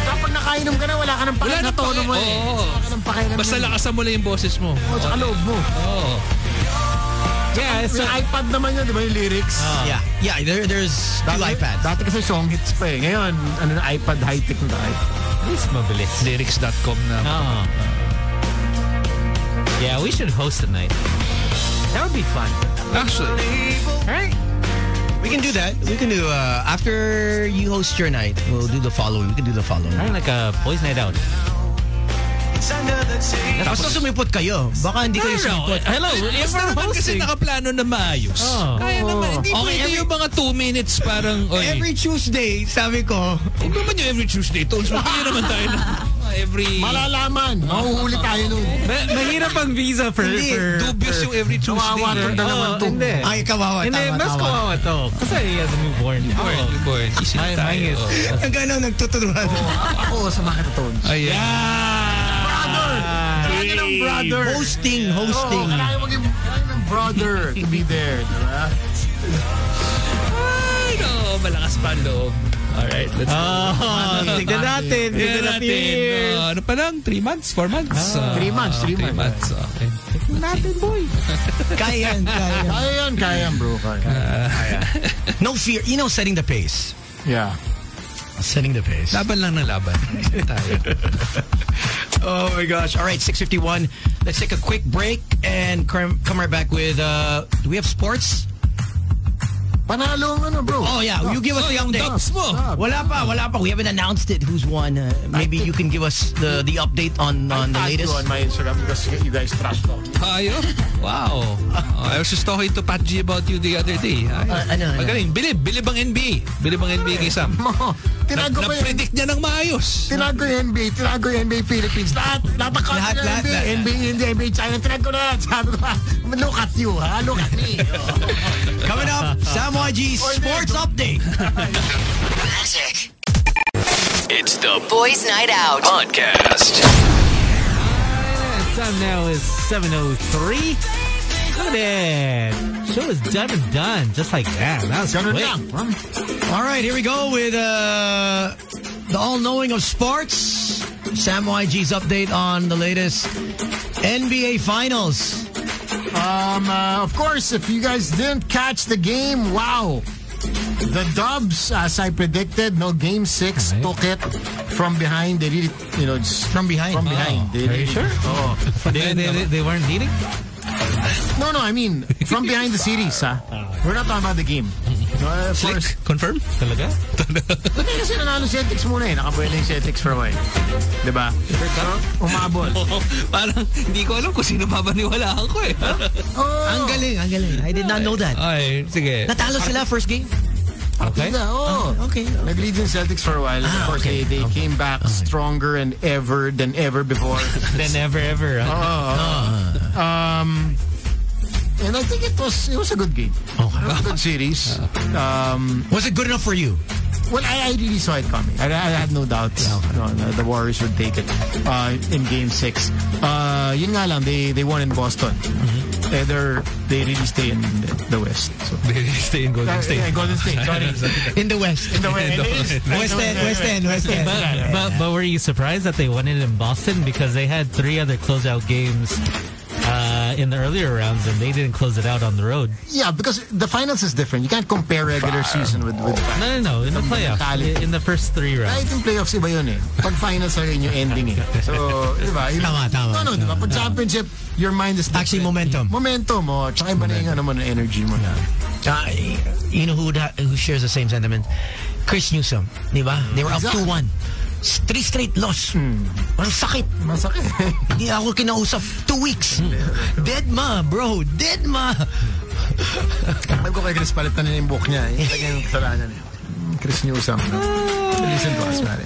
Speaker 4: Kapag nakainom ka na, wala ka ng
Speaker 3: Wala
Speaker 4: pakialam
Speaker 3: na
Speaker 4: na tono mo
Speaker 3: pake-
Speaker 4: eh.
Speaker 3: Oo.
Speaker 4: Wala ka ng pakialam
Speaker 3: Basta
Speaker 4: mo.
Speaker 3: lakasan mo lang yung boses mo.
Speaker 4: Oh, Sa loob mo.
Speaker 3: Oo.
Speaker 2: Yeah, it's
Speaker 4: May
Speaker 2: a-
Speaker 4: iPad naman yun, di ba yung lyrics?
Speaker 5: Yeah. Yeah, there, there's two iPads.
Speaker 4: Dati kasi song hits pa eh. Ngayon, ano na, iPad, high-tech na tayo.
Speaker 2: It's mabilis.
Speaker 3: Lyrics.com na.
Speaker 2: Oh. Yeah, we should host a night. That would be fun.
Speaker 3: Actually,
Speaker 5: We can do that. We can do, uh, after you host your night, we'll do the following. We can do the following.
Speaker 2: Kind of like a boys' night out.
Speaker 5: Tapos na sumipot kayo. Baka hindi kayo sumipot.
Speaker 2: Hello, if
Speaker 3: basta
Speaker 2: we're
Speaker 3: naman kasi
Speaker 2: hosting.
Speaker 3: nakaplano na maayos.
Speaker 2: Oh.
Speaker 3: Kaya naman, hindi
Speaker 5: Okay,
Speaker 3: pwede
Speaker 5: every-
Speaker 3: yung mga two minutes parang, oy,
Speaker 5: Every Tuesday, sabi ko,
Speaker 3: Huwag naman yung every Tuesday. Tones, magbigay naman tayo na every...
Speaker 4: Malalaman, mahuhuli tayo nun.
Speaker 2: Ma- mahirap ang visa for...
Speaker 5: Hindi,
Speaker 2: for
Speaker 3: Dubious yung every Tuesday.
Speaker 4: Kawawa tong
Speaker 3: Oh,
Speaker 4: dalaman to.
Speaker 2: hindi.
Speaker 5: ay, kawawa,
Speaker 2: Hindi,
Speaker 5: tama,
Speaker 2: mas
Speaker 5: tama.
Speaker 2: kawawa to. Kasi he has a newborn.
Speaker 3: Boy, boy, easy na
Speaker 2: Ay,
Speaker 3: tayo.
Speaker 2: mine is-
Speaker 3: Oh.
Speaker 5: Ang gano'n, nagtuturuan.
Speaker 4: Ako, sa mga tones.
Speaker 3: Ayan.
Speaker 4: Brother! Kailangan niya ng brother.
Speaker 5: Hosting, hosting.
Speaker 4: Oo, kailangan maging kailangan ng brother to be there, di ba?
Speaker 3: Ay, no, malakas pa ang loob. Alright, let's go.
Speaker 2: Oh,
Speaker 3: Ano
Speaker 2: tignan natin. Tignan
Speaker 3: Tignan
Speaker 2: natin.
Speaker 3: natin.
Speaker 2: Oh.
Speaker 3: Uh, ano pa lang? Three months? Four months? Ah,
Speaker 4: Three months, three
Speaker 3: three months. Okay.
Speaker 5: Kaya yan, kaya yan.
Speaker 4: Kaya yan, kaya yan, bro. Kaya.
Speaker 5: No fear. You know, setting the pace.
Speaker 4: Yeah.
Speaker 5: Setting the pace.
Speaker 3: Laban lang ng laban. tayo.
Speaker 5: Oh my gosh. All right, 651. Let's take a quick break and come, come right back with, uh, do we have sports?
Speaker 4: Panalo ang ano, bro.
Speaker 5: Oh yeah, you give us
Speaker 3: Oh,
Speaker 5: the
Speaker 3: yung
Speaker 5: update.
Speaker 3: dubs mo.
Speaker 5: Wala pa, wala pa. We haven't announced it who's won. Uh, maybe you can give us the, the update on, on the
Speaker 4: Tag you
Speaker 5: latest.
Speaker 4: on my Instagram because you guys trust me.
Speaker 3: Tayo? Wow. Oh, I was just talking to Pat G about you the other day. Ay,
Speaker 5: Ah, ano, ano?
Speaker 3: Magaling. Bilib. Bilib ang NBA. Bilib ang NBA kay Sam.
Speaker 4: Mo, tinago pa yun.
Speaker 3: Na-predict niya ng maayos.
Speaker 4: Tinago yung NBA, tinago yung NBA Philippines. Lahat, lahat ang
Speaker 5: Lahat,
Speaker 4: country ng
Speaker 5: lahat,
Speaker 4: NBA,
Speaker 5: lahat.
Speaker 4: NBA India, NBA China, tinago na lahat. Sabi ko, ah, look at you, ha? Look at me.
Speaker 5: Coming up, Sam YG sports update.
Speaker 6: Magic.
Speaker 1: It's the
Speaker 6: Boys Night Out.
Speaker 1: podcast.
Speaker 2: Time now is 7.03. Look at that. Show is done and done. Just like that. That was
Speaker 4: Ganun
Speaker 2: quick.
Speaker 4: lang.
Speaker 5: All right, here we go with uh, the all-knowing of sports. Sam YG's update on the latest NBA Finals.
Speaker 4: Um, uh, of course, if you guys didn't catch the game, wow. The Dubs, as I predicted, no game six took it from behind. They really, you know, just
Speaker 5: From behind.
Speaker 4: from behind. They
Speaker 2: Are you
Speaker 4: really-
Speaker 2: sure?
Speaker 4: Oo.
Speaker 2: They, they, they, they weren't leading?
Speaker 4: No, no, I mean from behind the series, ha. We're not talking about the game. No, uh, of course.
Speaker 3: Confirm?
Speaker 2: Talaga?
Speaker 4: Buti kasi nanalo Celtics muna eh. Nakabuhay na yung Celtics for a while. Diba? Umabol.
Speaker 3: Oh, parang hindi ko alam kung sino babaniwalaan ko eh. ah.
Speaker 4: Oh,
Speaker 5: Ang galing, ang galing. I did not know that.
Speaker 3: Ay, sige.
Speaker 5: Natalo sila first game.
Speaker 2: Okay.
Speaker 4: Yeah, oh.
Speaker 5: Okay.
Speaker 4: Nag-lead yung Celtics for a while. of course,
Speaker 5: okay.
Speaker 4: they, they came back stronger and ever than ever before.
Speaker 2: Then ever, ever. huh?
Speaker 4: Um, and I think it was it was a good game. It was a good series. Um,
Speaker 5: Was it good enough for you?
Speaker 4: well, I, I really saw it coming. I, I had no doubt no, no, the Warriors would take it uh, in Game Six. Uh, yun nga lang, they they won in Boston. Mm-hmm. Either they really stay in the West. So.
Speaker 3: Stay in Golden
Speaker 4: Yeah,
Speaker 3: State.
Speaker 4: Golden State. Sorry.
Speaker 5: In the West.
Speaker 4: In the West.
Speaker 3: In the
Speaker 5: West End, West End, West End.
Speaker 2: But, but but were you surprised that they won it in Boston because they had three other closeout games uh, in the earlier rounds and they didn't close it out on the road?
Speaker 4: Yeah, because the finals is different. You can't compare regular season with with.
Speaker 2: No, no, no. In the
Speaker 4: mentality.
Speaker 2: playoffs, in the first three rounds.
Speaker 4: Kahit yung playoffs, iba yun eh. Pag finals na rin yung ending eh. So, di ba? Yung-
Speaker 5: Tama, tama,
Speaker 4: No, no, di ba? Pag championship, your mind is different.
Speaker 5: Actually, momentum.
Speaker 4: Momentum, oh. Tsaka iba na yung ano mo, na energy mo na.
Speaker 5: Uh, you know who would ha- who shares the same sentiment? Chris Newsom, di ba? They were up
Speaker 4: Exactly.
Speaker 5: 2-1. S- Three straight loss. Walang sakit.
Speaker 4: Masakit. eh.
Speaker 5: Hindi ako kinausap. Two weeks. Dead ma, bro. Dead ma.
Speaker 4: Alam ko kay Chris, palitan na yung book niya. eh. Yung talagang kasalanan eh. Chris Newsom. Listen to us, pare.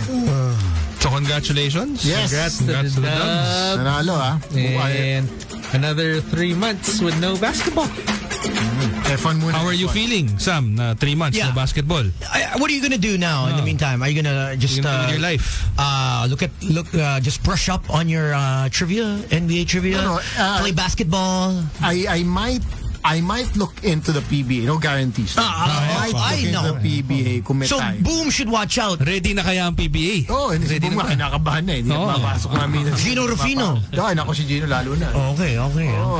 Speaker 3: So congratulations.
Speaker 4: Yes.
Speaker 2: Congrats to
Speaker 3: Congrats
Speaker 2: the
Speaker 3: to the Dubs.
Speaker 2: Dubs.
Speaker 4: Nanalo, ah. ha? Buhay.
Speaker 2: And another three months with no basketball.
Speaker 4: F1 muna.
Speaker 3: How are you feeling, Sam, na three months
Speaker 5: Yeah.
Speaker 3: no basketball?
Speaker 5: I- what are you gonna do now in the meantime? Are you gonna just
Speaker 3: You gonna do
Speaker 5: uh,
Speaker 3: with your life?
Speaker 5: uh, look at look uh, just brush up on your uh, trivia, NBA trivia,
Speaker 4: No, no, uh,
Speaker 5: play basketball?
Speaker 4: I, I might I might look into the PBA. No guarantees. I might
Speaker 5: I
Speaker 4: look into
Speaker 5: know.
Speaker 4: the PBA kung may
Speaker 5: So,
Speaker 4: time.
Speaker 5: boom should watch out.
Speaker 3: Ready na kaya ang PBA?
Speaker 4: Oo, oh, hindi si Buma, kinakabahan na eh. Hindi
Speaker 3: Oo.
Speaker 4: mapasok namin.
Speaker 5: Gino Rufino.
Speaker 4: Dahil ako si Gino lalo na.
Speaker 5: Okay, okay,
Speaker 4: Oo,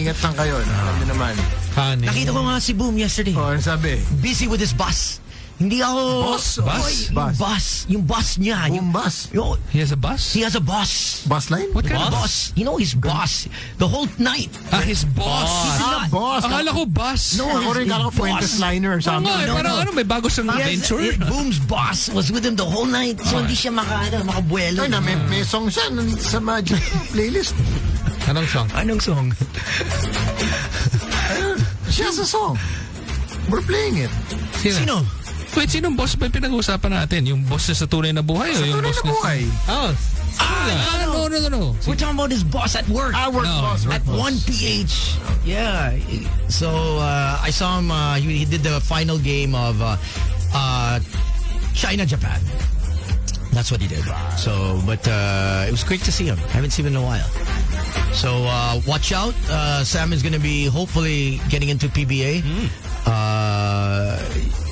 Speaker 4: Ingat lang kayo. Alam niyo naman.
Speaker 2: Honey.
Speaker 5: Nakita ko nga si Boom yesterday.
Speaker 4: Oo, ano sabi?
Speaker 5: Busy with his bus. Hindi ako...
Speaker 4: Oh. Bus? Bus?
Speaker 5: Oy, Yung
Speaker 4: Bus.
Speaker 5: bus. Yung bus niya.
Speaker 4: Boom
Speaker 5: Yung,
Speaker 4: bus.
Speaker 5: yung,
Speaker 3: He has a bus?
Speaker 5: he has a bus.
Speaker 4: Bus line?
Speaker 3: What kind
Speaker 5: Bus?
Speaker 3: of bus?
Speaker 5: You know, his boss. The whole night.
Speaker 3: Ah, his boss.
Speaker 4: Ah, boss.
Speaker 3: Akala ko bus.
Speaker 5: No,
Speaker 4: Ako
Speaker 5: his,
Speaker 4: rin,
Speaker 5: his
Speaker 4: kala ko pointless
Speaker 5: boss.
Speaker 4: liner or
Speaker 3: Ano,
Speaker 4: something.
Speaker 3: eh,
Speaker 5: no,
Speaker 3: parang
Speaker 5: no.
Speaker 3: ano, may bago siyang
Speaker 5: He has-
Speaker 3: adventure?
Speaker 5: eh, Boom's boss was with him the whole night. So, hindi siya maka, ano, makabuelo.
Speaker 4: Ay, na, may, may song siya nun sa Magic playlist.
Speaker 2: Anong song?
Speaker 5: Anong song?
Speaker 4: She has a song. We're playing it.
Speaker 5: Sino?
Speaker 3: Wait, sinong boss ba yung pinag-uusapan natin? Yung boss niya sa tunay na buhay?
Speaker 4: Sa
Speaker 3: o yung
Speaker 4: tunay na
Speaker 3: boss niya sa-
Speaker 4: buhay.
Speaker 2: Oh,
Speaker 3: Ah, no, no, no, no.
Speaker 5: We're talking about his boss at work.
Speaker 4: I work
Speaker 3: No.
Speaker 4: boss.
Speaker 5: at 1 PH. Yeah. So uh, I saw him. Uh, he, he did the final game of uh, uh, China Japan. That's what he did. So, but uh, it was great to see him. Haven't seen him in a while. So uh, watch out. Uh, Sam is going to be hopefully getting into PBA.
Speaker 3: Hmm.
Speaker 5: Uh,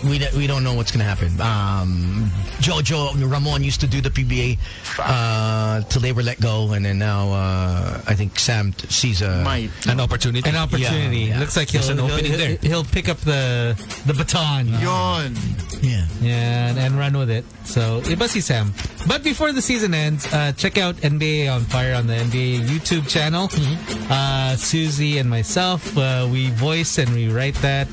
Speaker 5: we, don't- we don't know what's going to happen. Um, Jojo Ramon used to do the PBA uh, till they were let go, and then now uh, I think Sam t- sees a
Speaker 4: Might.
Speaker 3: An opportunity.
Speaker 2: an opportunity.
Speaker 5: Yeah, yeah.
Speaker 2: Looks like he'll,
Speaker 3: There's an
Speaker 2: he'll-
Speaker 3: opening
Speaker 2: he'll,
Speaker 3: there.
Speaker 2: he'll pick up the the baton.
Speaker 4: Yun.
Speaker 5: yeah.
Speaker 2: and, and run with it. So, iba si Sam. But before the season ends, uh, check out NBA on Fire on the NBA YouTube channel.
Speaker 3: Mm-hmm.
Speaker 2: Uh, Susie and myself, uh, we voice and we write that.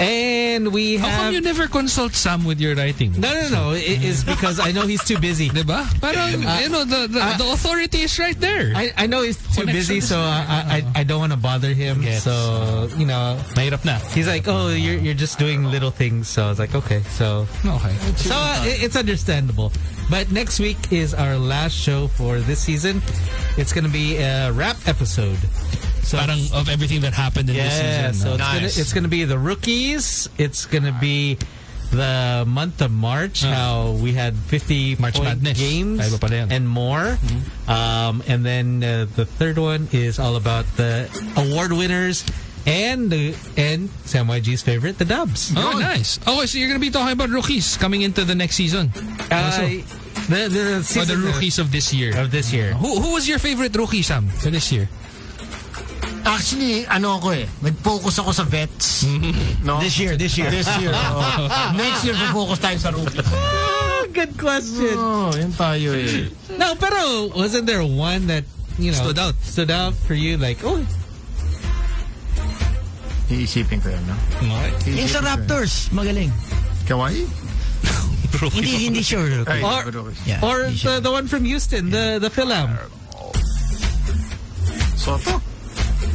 Speaker 2: And we
Speaker 3: How come
Speaker 2: have...
Speaker 3: you never consult Sam with your writing?
Speaker 2: no, no, no. It is because I know he's too busy.
Speaker 3: Diba? Parang, you know, the, the, the authority is right there.
Speaker 2: I, I know he's too
Speaker 3: Connection
Speaker 2: busy,
Speaker 3: is
Speaker 2: so I, I, I don't want to bother him.
Speaker 5: Gets.
Speaker 2: So, you know...
Speaker 3: Mahirap na.
Speaker 2: He's like, oh, you're, you're just doing little things. So I was like, okay. So
Speaker 3: Okay.
Speaker 2: So uh, it- it's understandable. But next week is our last show for this season. It's going to be a wrap episode. So
Speaker 3: Parang of everything that happened in this
Speaker 2: yeah,
Speaker 3: season.
Speaker 2: so it's
Speaker 3: Nice.
Speaker 2: gonna it's gonna be the rookies. It's gonna be the month of March. How we had fifty
Speaker 3: March
Speaker 2: point
Speaker 3: Madness.
Speaker 2: games
Speaker 3: Ay, iba pala yan. Mm-hmm.
Speaker 2: and more. Um, and then uh, the third one is all about the award winners and the and Sam YG's favorite, the Dubs.
Speaker 3: Oh, nice. Okay, so you're gonna be talking about rookies coming into the next season.
Speaker 2: Uh, the Oh, the,
Speaker 3: For the
Speaker 2: season
Speaker 3: rookies of this year.
Speaker 2: of this year.
Speaker 3: Who, who was your favorite rookie, Sam, for this year?
Speaker 4: Actually, ano ako eh. Nag-focus ako sa vets.
Speaker 5: Hmm.
Speaker 4: No?
Speaker 5: This year, this year.
Speaker 4: This year. oo. Next
Speaker 5: Ah,
Speaker 4: year, focus tayo sa rookie.
Speaker 2: Oh, good question.
Speaker 4: Oo, yun tayo eh.
Speaker 2: No, pero wasn't there one that you know
Speaker 3: Stood out.
Speaker 2: Stood out for you, like oh,
Speaker 4: Iisipin ko yan, no?
Speaker 5: Yung sa Raptors, magaling.
Speaker 4: Kawaii?
Speaker 5: Hindi, hindi sure.
Speaker 4: Ay,
Speaker 2: Or-
Speaker 4: rookie.
Speaker 5: Yeah,
Speaker 2: or
Speaker 5: hindi
Speaker 2: the,
Speaker 5: sure.
Speaker 2: the one from Houston, the the Philam.
Speaker 4: Soto?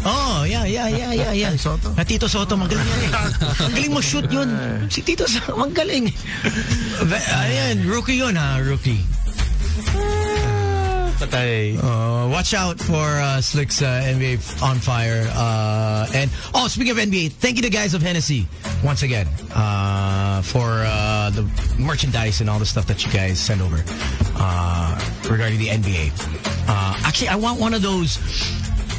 Speaker 5: Oh, yeah, yeah, yeah, yeah, yeah.
Speaker 4: Ay, Soto.
Speaker 5: Na Tito Soto, magaling yan eh. Ang galing mo shoot yun. Si Tito Soto, magaling. Ayan, rookie yun ha, rookie.
Speaker 2: Patay.
Speaker 5: Uh, watch out for uh, Slick's uh, NBA on fire. Uh, and oh, speaking of NBA, thank you to guys of Hennessy once again uh, for uh, the merchandise and all the stuff that you guys send over uh, regarding the NBA. Uh, actually, I want one of those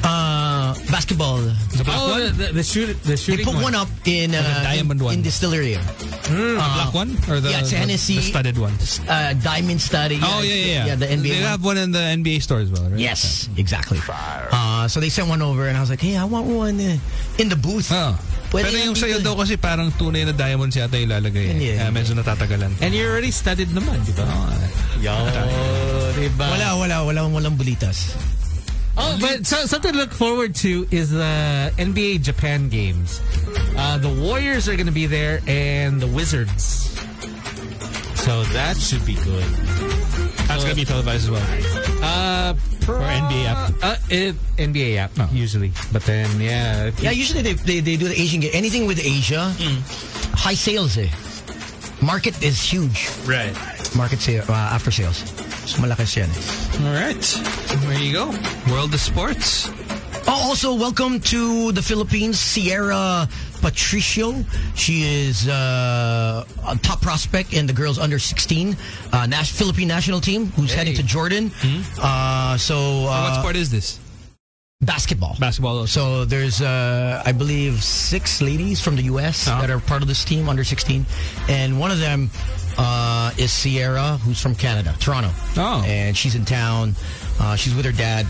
Speaker 5: uh, basketball.
Speaker 3: The black
Speaker 2: Oh,
Speaker 3: one?
Speaker 2: the, the, the shoot the
Speaker 5: They
Speaker 2: shooting.
Speaker 5: put one up in uh,
Speaker 3: diamond
Speaker 5: in,
Speaker 3: one.
Speaker 5: in Distillery,
Speaker 3: the black one? Or the,
Speaker 5: yeah, it's
Speaker 3: the,
Speaker 5: Hennessy.
Speaker 3: the studded one?
Speaker 5: uh, Diamond Study.
Speaker 3: Oh, yeah, yeah, yeah.
Speaker 5: yeah. The NBA.
Speaker 3: They
Speaker 5: one.
Speaker 3: have one in the NBA store as well, right?
Speaker 5: Yes, exactly. Uh, so they sent one over, and I was like, hey, I want one uh, in the booth.
Speaker 3: Oh.
Speaker 5: Pwede
Speaker 3: Pero
Speaker 5: yan
Speaker 3: yung
Speaker 5: dito
Speaker 3: sa'yo
Speaker 5: eh.
Speaker 3: daw kasi parang tunay na diamonds yata ilalagay. Eh.
Speaker 5: Yeah.
Speaker 3: Kaya medyo natatagalan.
Speaker 2: and you're already studied naman, di ba? Yo, diba?
Speaker 5: Wala, wala, wala, walang bulitas.
Speaker 3: Hmm.
Speaker 2: Oh, but so, something to look forward to is the NBA Japan games. Uh, the Warriors are going to be there, and the Wizards. So that should be good.
Speaker 3: That's gonna be televised as well.
Speaker 2: Uh, pro-
Speaker 3: Or NBA app. Oh.
Speaker 2: Uh, it, NBA app usually, but then yeah,
Speaker 5: Yeah, usually they, they, they do the Asian game. Anything with Asia,
Speaker 3: Hmm.
Speaker 5: high sales eh. Market is huge.
Speaker 3: Right.
Speaker 5: Market sale, uh, after sales. So malakas yan eh.
Speaker 3: All right. There you go. World of Sports.
Speaker 5: Oh, also, welcome to the Philippines, Sierra Patricio. She is uh, a top prospect in the girls under 16 uh, Nash- Philippine national team who's heading to Jordan. Uh, so, uh,
Speaker 3: What sport is this?
Speaker 5: basketball.
Speaker 3: Basketball also.
Speaker 5: So there's, uh, I believe, six ladies from the U.S. that are part of this team under 16, and one of them uh, is Sierra, who's from Canada, Toronto.
Speaker 3: Oh.
Speaker 5: and she's in town. Uh, she's with her dad.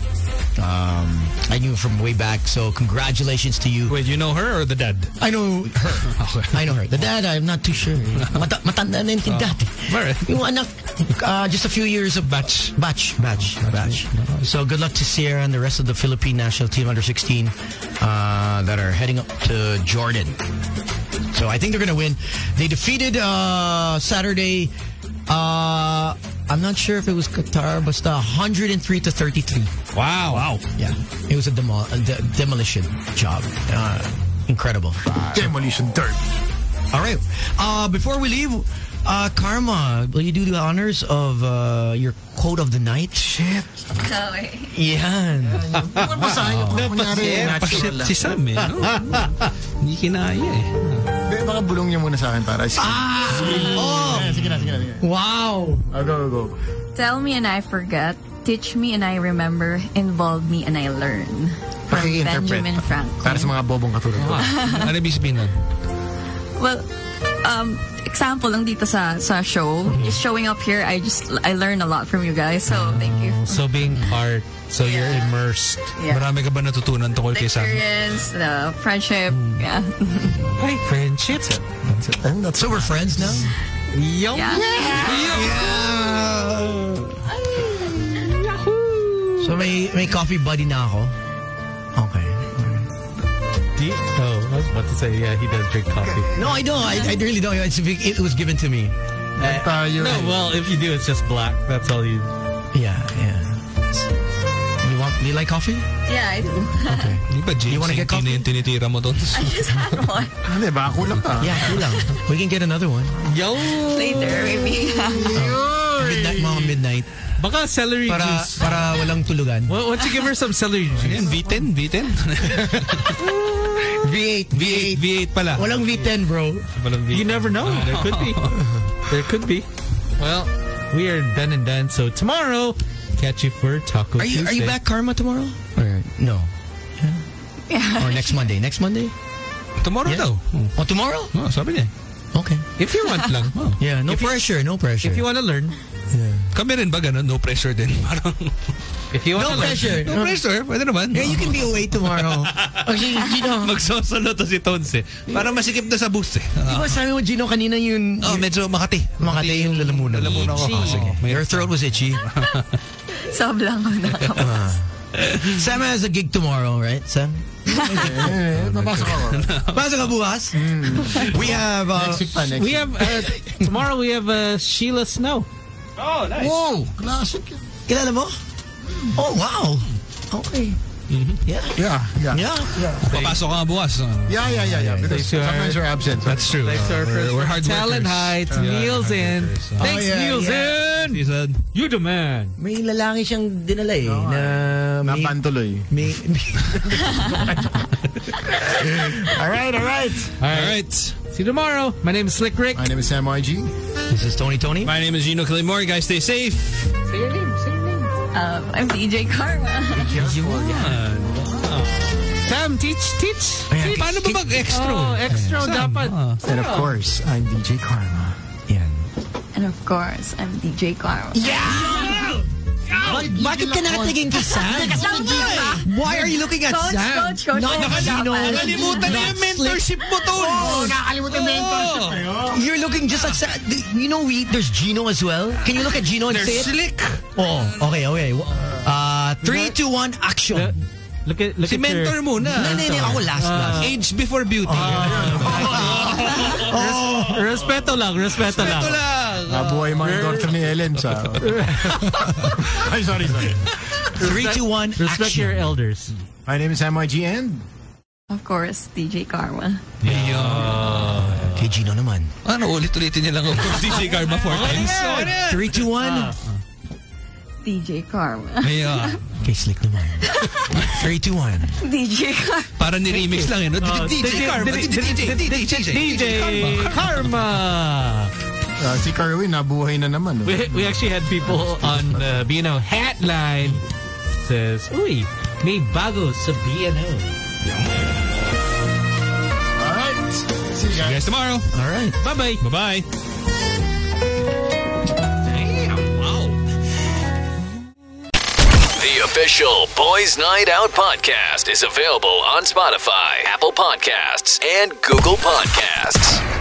Speaker 5: Um, I knew from way back. So congratulations to you.
Speaker 3: Wait, you know her or the dad?
Speaker 5: I know her. I know her. The dad, I'm not too sure. Mata matanda na yung dad.
Speaker 3: alright.
Speaker 5: Yung anak, uh, just a few years of batch. Batch. Batch. Batch. So good luck to Sierra and the rest of the Philippine national team under 16 uh, that are heading up to Jordan. So I think they're going to win. They defeated uh, Saturday. Uh, I'm not sure if it was Qatar, but 103 to 33.
Speaker 3: Wow. Wow.
Speaker 5: Yeah, it was a, demo- a de- demolition job. Uh, incredible.
Speaker 4: Ah. Demolition Dirt.
Speaker 5: All right. Uh, before we leave, uh, Karma, will you do the honors of uh, your quote of the night? Shit.
Speaker 7: Sorry.
Speaker 5: Yan.
Speaker 4: Huwag basahin yung mga kunyari.
Speaker 3: Napasip si Sam eh. no? Hindi kinaya eh.
Speaker 4: Be, Baka bulong niya muna sa akin para. Ah! Sige na, sige na. sige na.
Speaker 5: Wow.
Speaker 4: Ah, Go, go, go.
Speaker 7: Tell me and I forget. Teach me and I remember. Involve me and I learn. From
Speaker 4: Paki-interpret.
Speaker 7: Benjamin Franklin.
Speaker 4: Para sa mga bobong katulad ko.
Speaker 3: Ano ibig sabihin nun?
Speaker 7: Well, um, example lang dito sa sa show. Just showing up here, I just I learn a lot from you guys. So thank you.
Speaker 2: So being part, so you're immersed.
Speaker 7: Yeah.
Speaker 3: Marami ka ba natutunan tungkol
Speaker 7: The
Speaker 3: kay Sam?
Speaker 7: experience, the friendship. Yeah.
Speaker 2: Hey, friendship.
Speaker 4: And that's
Speaker 5: So we're friends now?
Speaker 2: Yo.
Speaker 7: Yeah.
Speaker 5: So may, may coffee buddy na ako? Okay.
Speaker 2: D- oh, I was about to say, yeah, he does drink coffee.
Speaker 5: No, I don't. I, I really don't. It's, it was given to me. Uh,
Speaker 4: tayo.
Speaker 2: No, well, if you do, it's just black. That's all you.
Speaker 5: Yeah, yeah. You want, you like coffee?
Speaker 7: Yeah, I do.
Speaker 3: Di ba, James,
Speaker 5: You wanna get
Speaker 3: yung tin- tinitira mo doon?
Speaker 7: I just had one
Speaker 4: Hindi, baka kulang pa.
Speaker 5: Yeah, kulang. We can get another one.
Speaker 2: Yo.
Speaker 7: later, maybe.
Speaker 5: Midnight, mga midnight.
Speaker 2: Baka celery
Speaker 5: Para,
Speaker 2: juice.
Speaker 5: para walang tulugan.
Speaker 2: Why why don't you give her some celery juice?
Speaker 3: V10, V10.
Speaker 5: V8, V8.
Speaker 3: V8 pala.
Speaker 5: Walang V10, bro.
Speaker 3: Walang V8.
Speaker 2: You never know. There could be. There could be. Well, we are done and done. So tomorrow, catch you for Taco
Speaker 5: Are you are
Speaker 2: Tuesday.
Speaker 5: you back Karma tomorrow? Or no? Yeah. Or next Monday? Next Monday?
Speaker 3: Tomorrow
Speaker 5: Yeah.
Speaker 3: daw.
Speaker 5: Oh, tomorrow?
Speaker 3: Oh, sabi niya.
Speaker 5: Okay.
Speaker 3: If you want lang. Oh.
Speaker 5: Yeah. No pressure. no pressure.
Speaker 2: If you want to learn,
Speaker 3: Kami rin ba ganun? No pressure din. Parang,
Speaker 2: if you want
Speaker 5: no
Speaker 2: to learn,
Speaker 5: pressure.
Speaker 3: no pressure. Pwede naman.
Speaker 5: Yeah, you can be away tomorrow. Actually, Gino,
Speaker 3: Magsosolo to si Tones eh. Parang masikip na sa booth eh.
Speaker 5: di ba sabi mo, Gino, kanina yun,
Speaker 2: uh,
Speaker 3: Oh, medyo Makati.
Speaker 5: Makati yung lalamunan.
Speaker 3: Lalamunan ko.
Speaker 5: Itchy.
Speaker 3: Oh, sige.
Speaker 5: Your throat was itchy.
Speaker 7: Sob lang ako nakakabas.
Speaker 5: Sam has a gig tomorrow, right, Sam?
Speaker 4: Eh, Napasok ako.
Speaker 5: Pasok ka bukas? We have... Uh,
Speaker 4: Next week pa, Ah, next
Speaker 2: we have uh, tomorrow. We have uh, Sheila Snow.
Speaker 4: Wow! Classic yun.
Speaker 5: kilala mo? Oh, wow. Okay. Yeah.
Speaker 4: Yeah, yeah.
Speaker 5: Yeah.
Speaker 3: Papasok ka nga bukas. Oh.
Speaker 4: Yeah, yeah, yeah, yeah. Because
Speaker 2: you are-
Speaker 4: sometimes you're absent.
Speaker 3: That's true.
Speaker 2: Thanks to our
Speaker 3: Oh,
Speaker 2: first
Speaker 3: we're, we're hard
Speaker 2: talent
Speaker 3: workers.
Speaker 2: heights. Meals in. Thanks,
Speaker 4: Oh, yeah,
Speaker 2: meals in.
Speaker 3: He said,
Speaker 2: You the man.
Speaker 5: May lalaki siyang dinala eh, na may,
Speaker 4: Napantuloy.
Speaker 5: may,
Speaker 4: All right, all right.
Speaker 2: All
Speaker 3: All
Speaker 2: right.
Speaker 3: right.
Speaker 2: See you tomorrow. My name is Slick Rick.
Speaker 4: My name is Sam YG.
Speaker 5: This is Tony Tony.
Speaker 3: My name is Gino Calimori. Guys, stay safe.
Speaker 7: Say your name, say your name. Um, I'm DJ Karma.
Speaker 2: Sam, teach, teach. teach.
Speaker 3: Paano ba mag-extra?
Speaker 2: Oh, extra dapat.
Speaker 4: And of course, I'm DJ Karma.
Speaker 5: Yan.
Speaker 7: And of course, I'm DJ Karma.
Speaker 5: Bakit ka nakatingin kay Sam? Why are you looking at
Speaker 7: Coach,
Speaker 5: Sam?
Speaker 7: coach, coach.
Speaker 5: Not
Speaker 7: Coach,
Speaker 5: Gino.
Speaker 7: dapat.
Speaker 3: Nakalimutan na yung mentorship mo, Oh. Tones.
Speaker 4: Nakakalimutan na yung torsion
Speaker 3: eh.
Speaker 4: tayo.
Speaker 5: You're looking just at Sam. You know, we, there's Gino as well. Can you look at Gino and say
Speaker 3: They're
Speaker 5: it?
Speaker 3: slick.
Speaker 5: Oo. Okay, okay. Uh, three, two, one, action.
Speaker 2: Look at, look
Speaker 3: Si
Speaker 2: at your,
Speaker 3: mentor
Speaker 5: No,
Speaker 3: muna.
Speaker 5: no, no. Ako last, last.
Speaker 3: Age before beauty.
Speaker 2: Respeto lang, respeto lang.
Speaker 3: Ito lang.
Speaker 4: Nabuhay mga daughter ni Ellen sa... Ay, sorry, sorry.
Speaker 5: Three, two, one,
Speaker 2: Respect your
Speaker 5: action.
Speaker 2: elders.
Speaker 4: My name is Sam YG and...
Speaker 7: Of course, DJ Karma.
Speaker 5: Kay Gino naman.
Speaker 3: Ano, ulit-ulitin niya lang ako. DJ Karma four times.
Speaker 5: Three, two, one.
Speaker 7: DJ Karma.
Speaker 3: Ayan.
Speaker 5: Kay Slick naman. Three, two, one.
Speaker 7: DJ Karma.
Speaker 3: Para ni-remix lang yun. no? DJ Karma.
Speaker 2: DJ,
Speaker 3: DJ, DJ, DJ.
Speaker 2: DJ Karma.
Speaker 4: Uh, si Carwin, nabuhay na naman. oh. No?
Speaker 2: We, we actually had people on the uh, Bino Hatline says, Uy, may bago sa BNO.
Speaker 4: Alright. See you
Speaker 3: See you
Speaker 4: guys.
Speaker 3: guys tomorrow.
Speaker 5: All right.
Speaker 2: Bye-bye.
Speaker 3: Bye-bye.
Speaker 2: Damn, wow.
Speaker 1: The official Boys Night Out podcast is available on Spotify, Apple Podcasts, and Google Podcasts.